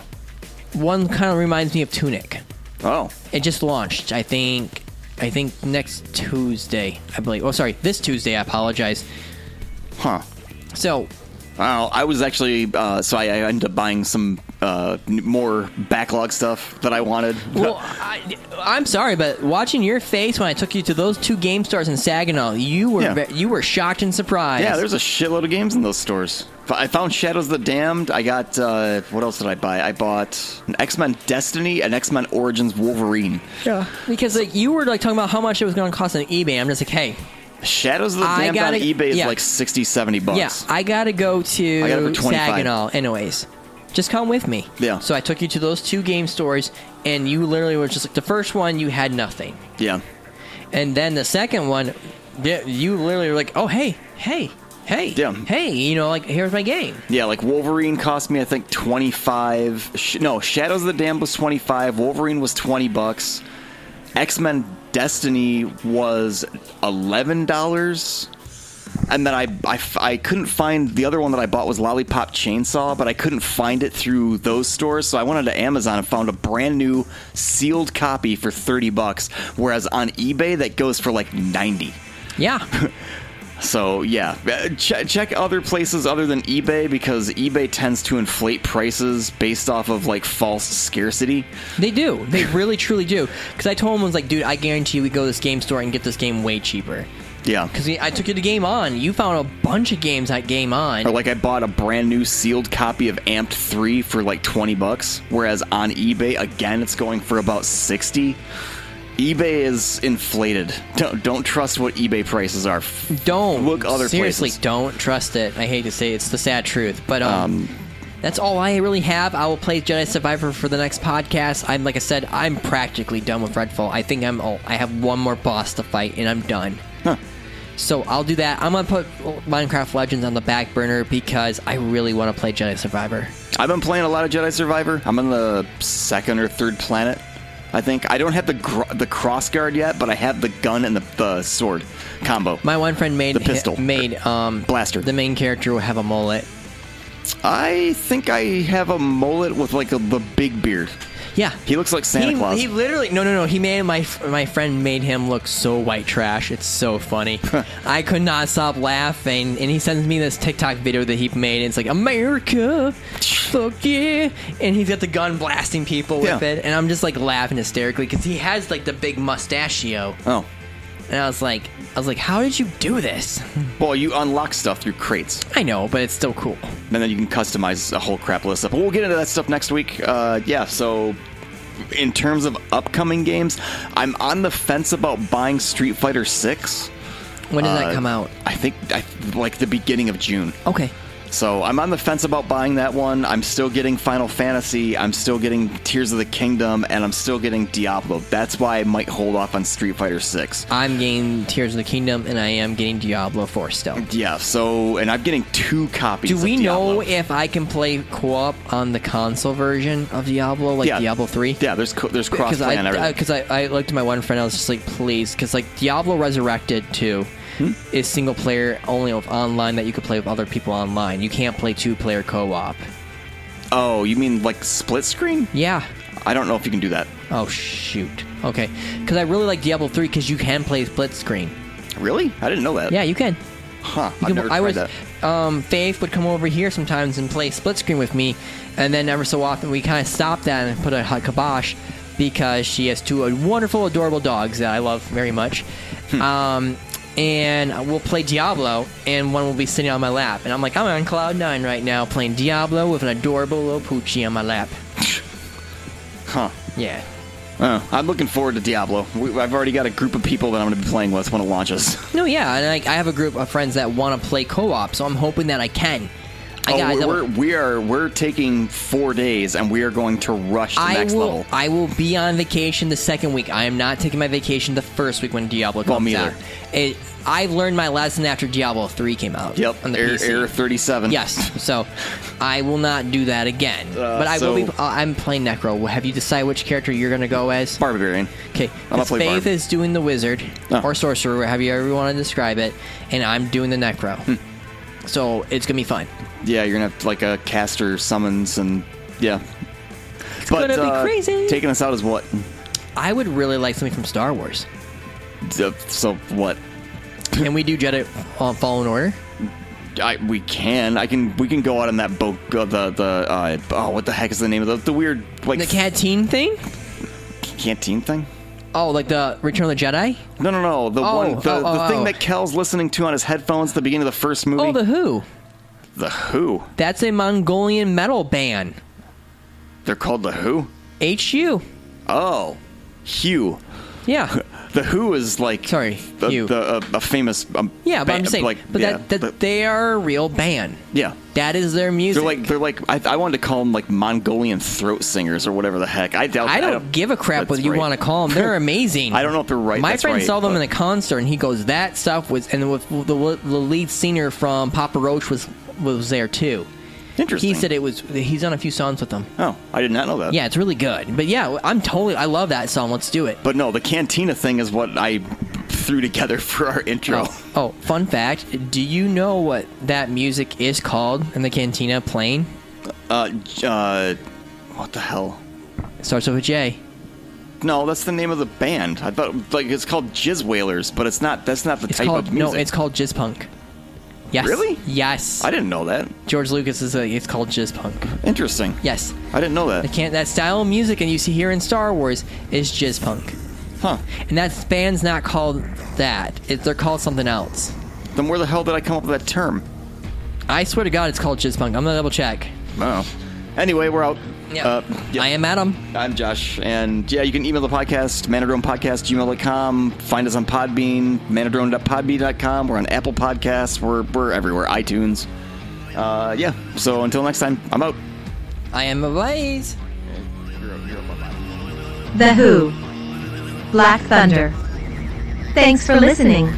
Speaker 3: One kind of reminds me of Tunic.
Speaker 2: Oh.
Speaker 3: It just launched. I think. I think next Tuesday, I believe. Oh, sorry, this Tuesday. I apologize.
Speaker 2: Huh.
Speaker 3: So
Speaker 2: Oh, I was actually uh, so I, I ended up buying some uh, n- more backlog stuff that I wanted.
Speaker 3: Well, I, I'm sorry, but watching your face when I took you to those two game stores in Saginaw, you were
Speaker 2: Yeah.
Speaker 3: ve- you were shocked and surprised.
Speaker 2: yeah, there's a shitload of games in those stores. F- I found Shadows of the Damned. I got uh, what else did I buy? I bought an X Men Destiny and X Men Origins Wolverine.
Speaker 3: yeah. because like you were like talking about how much it was going to cost on eBay. I'm just like, hey,
Speaker 2: Shadows of the
Speaker 3: I
Speaker 2: Damned
Speaker 3: gotta-
Speaker 2: on eBay is
Speaker 3: yeah.
Speaker 2: like 60, 70 bucks.
Speaker 3: yeah, I gotta go
Speaker 2: I got it for
Speaker 3: to
Speaker 2: 25.
Speaker 3: Saginaw anyways. Just come with me.
Speaker 2: Yeah.
Speaker 3: So I took you to those two game stores, and you literally were just like the first one you had nothing,
Speaker 2: yeah.
Speaker 3: and then the second one, yeah, you literally were like, oh hey, hey, hey,
Speaker 2: Yeah.
Speaker 3: hey, you know, like here's my game.
Speaker 2: Yeah, like Wolverine cost me I think 25. Sh- no, Shadows of the Damned was 25. Wolverine was 20 bucks. X-Men Destiny was $11. and then I, I f- I couldn't find the other one that I bought was Lollipop Chainsaw, but I couldn't find it through those stores, so I went onto Amazon and found a brand new sealed copy for thirty bucks, whereas on eBay that goes for like ninety.
Speaker 3: Yeah.
Speaker 2: So yeah, Uh, che check other places other than eBay because eBay tends to inflate prices based off of like false scarcity.
Speaker 3: They do. They really, truly do. Because I told him, I was like, dude, I guarantee you we go to this game store and get this game way cheaper.
Speaker 2: Yeah.
Speaker 3: Because I took you to Game On. You found a bunch of games at Game On.
Speaker 2: Or like I bought a brand new sealed copy of Amped 3 for like 20 bucks, whereas on eBay again it's going for about 60. eBay is inflated. Don't don't trust what eBay prices are.
Speaker 3: don't.
Speaker 2: look other
Speaker 3: Seriously,
Speaker 2: places.
Speaker 3: don't trust it. I hate to say it. it's the sad truth. But, um, that's all I really have. I will play Jedi Survivor for the next podcast. I'm, like I said, I'm practically done with Redfall. I think I'm, oh, I have one more boss to fight and I'm done. So I'll do that. I'm going to put Minecraft Legends on the back burner because I really want to play Jedi Survivor.
Speaker 2: I've been playing a lot of Jedi Survivor. I'm on the second or third planet. I think I don't have the gr- the cross guard yet, but I have the gun and the, the sword combo.
Speaker 3: My one friend made
Speaker 2: The pistol.
Speaker 3: made um
Speaker 2: Blaster.
Speaker 3: The main character will have a mullet.
Speaker 2: I think I have a mullet with like a, the big beard.
Speaker 3: Yeah,
Speaker 2: He looks like Santa
Speaker 3: he,
Speaker 2: Claus.
Speaker 3: He literally no no no. He made my my friend made him look so white trash. It's so funny. I could not stop laughing. And he sends me this TikTok video that he made. And it's like America, fuck yeah. And he's got the gun blasting people with
Speaker 2: Yeah.
Speaker 3: it. And I'm just like laughing hysterically because he has like the big mustachio.
Speaker 2: Oh,
Speaker 3: And I was like I was like, how did you do this?
Speaker 2: well, you unlock stuff through crates.
Speaker 3: I know, but it's still cool.
Speaker 2: and then you can customize a whole crap list up. But we'll get into that stuff next week. Uh, yeah, so in terms of upcoming games, I'm on the fence about buying Street Fighter Six.
Speaker 3: When did that
Speaker 2: Uh,
Speaker 3: come out?
Speaker 2: I think I, like the beginning of June.
Speaker 3: Okay.
Speaker 2: So I'm on the fence about buying that one. I'm still getting Final Fantasy. I'm still getting Tears of the Kingdom, and I'm still getting Diablo. That's why I might hold off on Street Fighter Six.
Speaker 3: I'm getting Tears of the Kingdom, and I am getting Diablo 4 still.
Speaker 2: Yeah. So, and I'm getting two copies.
Speaker 3: Do
Speaker 2: of
Speaker 3: we know
Speaker 2: Diablo.
Speaker 3: if I can play co-op on the console version of Diablo, like Diablo 3?
Speaker 2: Yeah. There's co- there's cross
Speaker 3: Because
Speaker 2: play and everything.
Speaker 3: I, because I, I looked at my one friend, I was just like, please, because like Diablo Resurrected 2
Speaker 2: Hmm?
Speaker 3: is single player only of online that you could play with other people online. You can't play two player co-op.
Speaker 2: Oh, you mean like split screen?
Speaker 3: Yeah.
Speaker 2: I don't know if you can do that.
Speaker 3: Oh shoot. Okay. Because I really like Diablo 3 because you can play split screen.
Speaker 2: Really? I didn't know that.
Speaker 3: Yeah, you can.
Speaker 2: Huh. I've
Speaker 3: You can-
Speaker 2: never
Speaker 3: I
Speaker 2: tried
Speaker 3: was,
Speaker 2: that.
Speaker 3: um, Faith would come over here sometimes and play split screen with me, and then ever so often we kind of stopped that and put a hot kibosh because she has two wonderful, adorable dogs that I love very much.
Speaker 2: Hmm.
Speaker 3: Um, and we'll play Diablo, and one will be sitting on my lap, and I'm like, I'm on cloud nine right now playing Diablo with an adorable little poochie on my lap.
Speaker 2: Huh.
Speaker 3: Yeah.
Speaker 2: Uh, I'm looking forward to Diablo. We, I've already got a group of people that I'm going to be playing with when it launches.
Speaker 3: No, yeah, and I, I have a group of friends that want to play co-op, so I'm hoping that I can. I
Speaker 2: oh, we're,
Speaker 3: got
Speaker 2: we're, we are we're taking four days and we are going to rush the
Speaker 3: I
Speaker 2: next
Speaker 3: will.
Speaker 2: level.
Speaker 3: I will be on vacation the second week. I am not taking my vacation the first week when Diablo comes
Speaker 2: Well, me
Speaker 3: out.
Speaker 2: either.
Speaker 3: It, I've learned my lesson after Diablo three came out.
Speaker 2: yep.
Speaker 3: on the
Speaker 2: Air,
Speaker 3: PC.
Speaker 2: Air 37.
Speaker 3: Yes. So I will not do that again. but I will be.
Speaker 2: so-
Speaker 3: Uh, I'm playing Necro. Have you decided which character you're going to go as?
Speaker 2: Barbarian.
Speaker 3: Okay.
Speaker 2: I'm gonna
Speaker 3: Because
Speaker 2: play
Speaker 3: Faith
Speaker 2: Barb.
Speaker 3: is doing the wizard
Speaker 2: Oh.
Speaker 3: or sorcerer, however you want to describe it, and I'm doing the Necro.
Speaker 2: Hmm.
Speaker 3: So it's gonna be fun.
Speaker 2: Yeah, you're going to have like a caster summons and yeah. It's but,
Speaker 3: gonna be
Speaker 2: uh,
Speaker 3: crazy.
Speaker 2: Taking us out is what?
Speaker 3: I would really like something from Star Wars.
Speaker 2: D- So what?
Speaker 3: Can we do Jedi uh, Fallen Order?
Speaker 2: I, we can. I can. We can go out on that boat. Uh, the the uh, oh, what the heck is the name of the the weird like
Speaker 3: The canteen thing?
Speaker 2: canteen thing?
Speaker 3: Oh, like the Return of the Jedi?
Speaker 2: No, no, no. The
Speaker 3: Oh,
Speaker 2: one, the,
Speaker 3: oh, oh,
Speaker 2: the thing
Speaker 3: oh.
Speaker 2: that Kel's listening to on his headphones at the beginning of the first movie.
Speaker 3: Oh, the Who.
Speaker 2: The Who.
Speaker 3: That's a Mongolian metal band.
Speaker 2: They're called the Who.
Speaker 3: HU.
Speaker 2: Oh, Hugh.
Speaker 3: Yeah.
Speaker 2: The Who is like
Speaker 3: Sorry,
Speaker 2: the,
Speaker 3: Hugh.
Speaker 2: the, uh, a famous um,
Speaker 3: Yeah, but
Speaker 2: ba-
Speaker 3: I'm saying,
Speaker 2: like
Speaker 3: but
Speaker 2: yeah,
Speaker 3: that, that
Speaker 2: the-
Speaker 3: they are a real band.
Speaker 2: yeah.
Speaker 3: That is their music.
Speaker 2: They're like they're like I, I wanted to call them like Mongolian throat singers or whatever the heck. I doubt.
Speaker 3: I don't, give a crap what you want to call them. They're amazing.
Speaker 2: I don't know if they're right,
Speaker 3: My
Speaker 2: that's
Speaker 3: friend
Speaker 2: right,
Speaker 3: saw them
Speaker 2: but-
Speaker 3: in a concert, and he goes, "That stuff was." And with the, the lead singer from Papa Roach was was there too.
Speaker 2: Interesting.
Speaker 3: He said it was. He's on a few songs with them.
Speaker 2: Oh, I did not know that.
Speaker 3: Yeah, it's really good. But yeah, I'm totally. I love that song. Let's do it.
Speaker 2: But no, the cantina thing is what I through together for our intro.
Speaker 3: Oh, oh, fun fact. Do you know what that music is called in the cantina playing?
Speaker 2: Uh, j- uh, what the hell?
Speaker 3: It starts with a J.
Speaker 2: No, that's the name of the band. I thought like it's called Jizz Whalers, but it's not. That's not the
Speaker 3: It's
Speaker 2: type
Speaker 3: called
Speaker 2: of
Speaker 3: no,
Speaker 2: music.
Speaker 3: it's called jizz punk. Yes.
Speaker 2: Really?
Speaker 3: Yes.
Speaker 2: I didn't know that.
Speaker 3: George Lucas is a, it's called jizz punk.
Speaker 2: Interesting.
Speaker 3: Yes.
Speaker 2: I didn't know
Speaker 3: I
Speaker 2: that.
Speaker 3: can't that style of music and you see here in Star Wars is jizz punk.
Speaker 2: Huh?
Speaker 3: And that band's not called that. It, they're called something else.
Speaker 2: Then where the hell did I come up with that term?
Speaker 3: I swear to God, it's called jizz punk. I'm gonna double check.
Speaker 2: Oh. Anyway, we're out.
Speaker 3: Yeah.
Speaker 2: Uh, yeah.
Speaker 3: I am Adam.
Speaker 2: I'm Josh, and yeah, you can email the podcast, manodronepodcast, gmail.com. Find us on Podbean, manodrone.podbean.com. We're on Apple Podcasts. We're, we're everywhere, iTunes. Uh, yeah, so until next time, I'm out.
Speaker 3: I am Blaze.
Speaker 7: The Who. Black Thunder. Thanks for listening.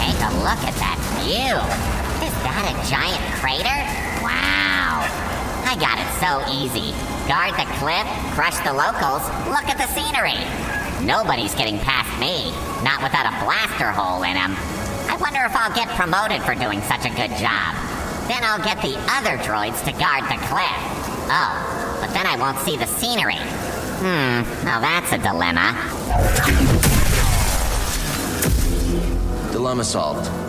Speaker 8: Take a look at that view. Is that a giant crater? Wow! I got it so easy. Guard the cliff, crush the locals, look at the scenery. Nobody's getting past me, not without a blaster hole in him. I wonder if I'll get promoted for doing such a good job. Then I'll get the other droids to guard the cliff. Oh, but then I won't see the scenery. Hmm, now that's a dilemma.
Speaker 9: Dilemma solved.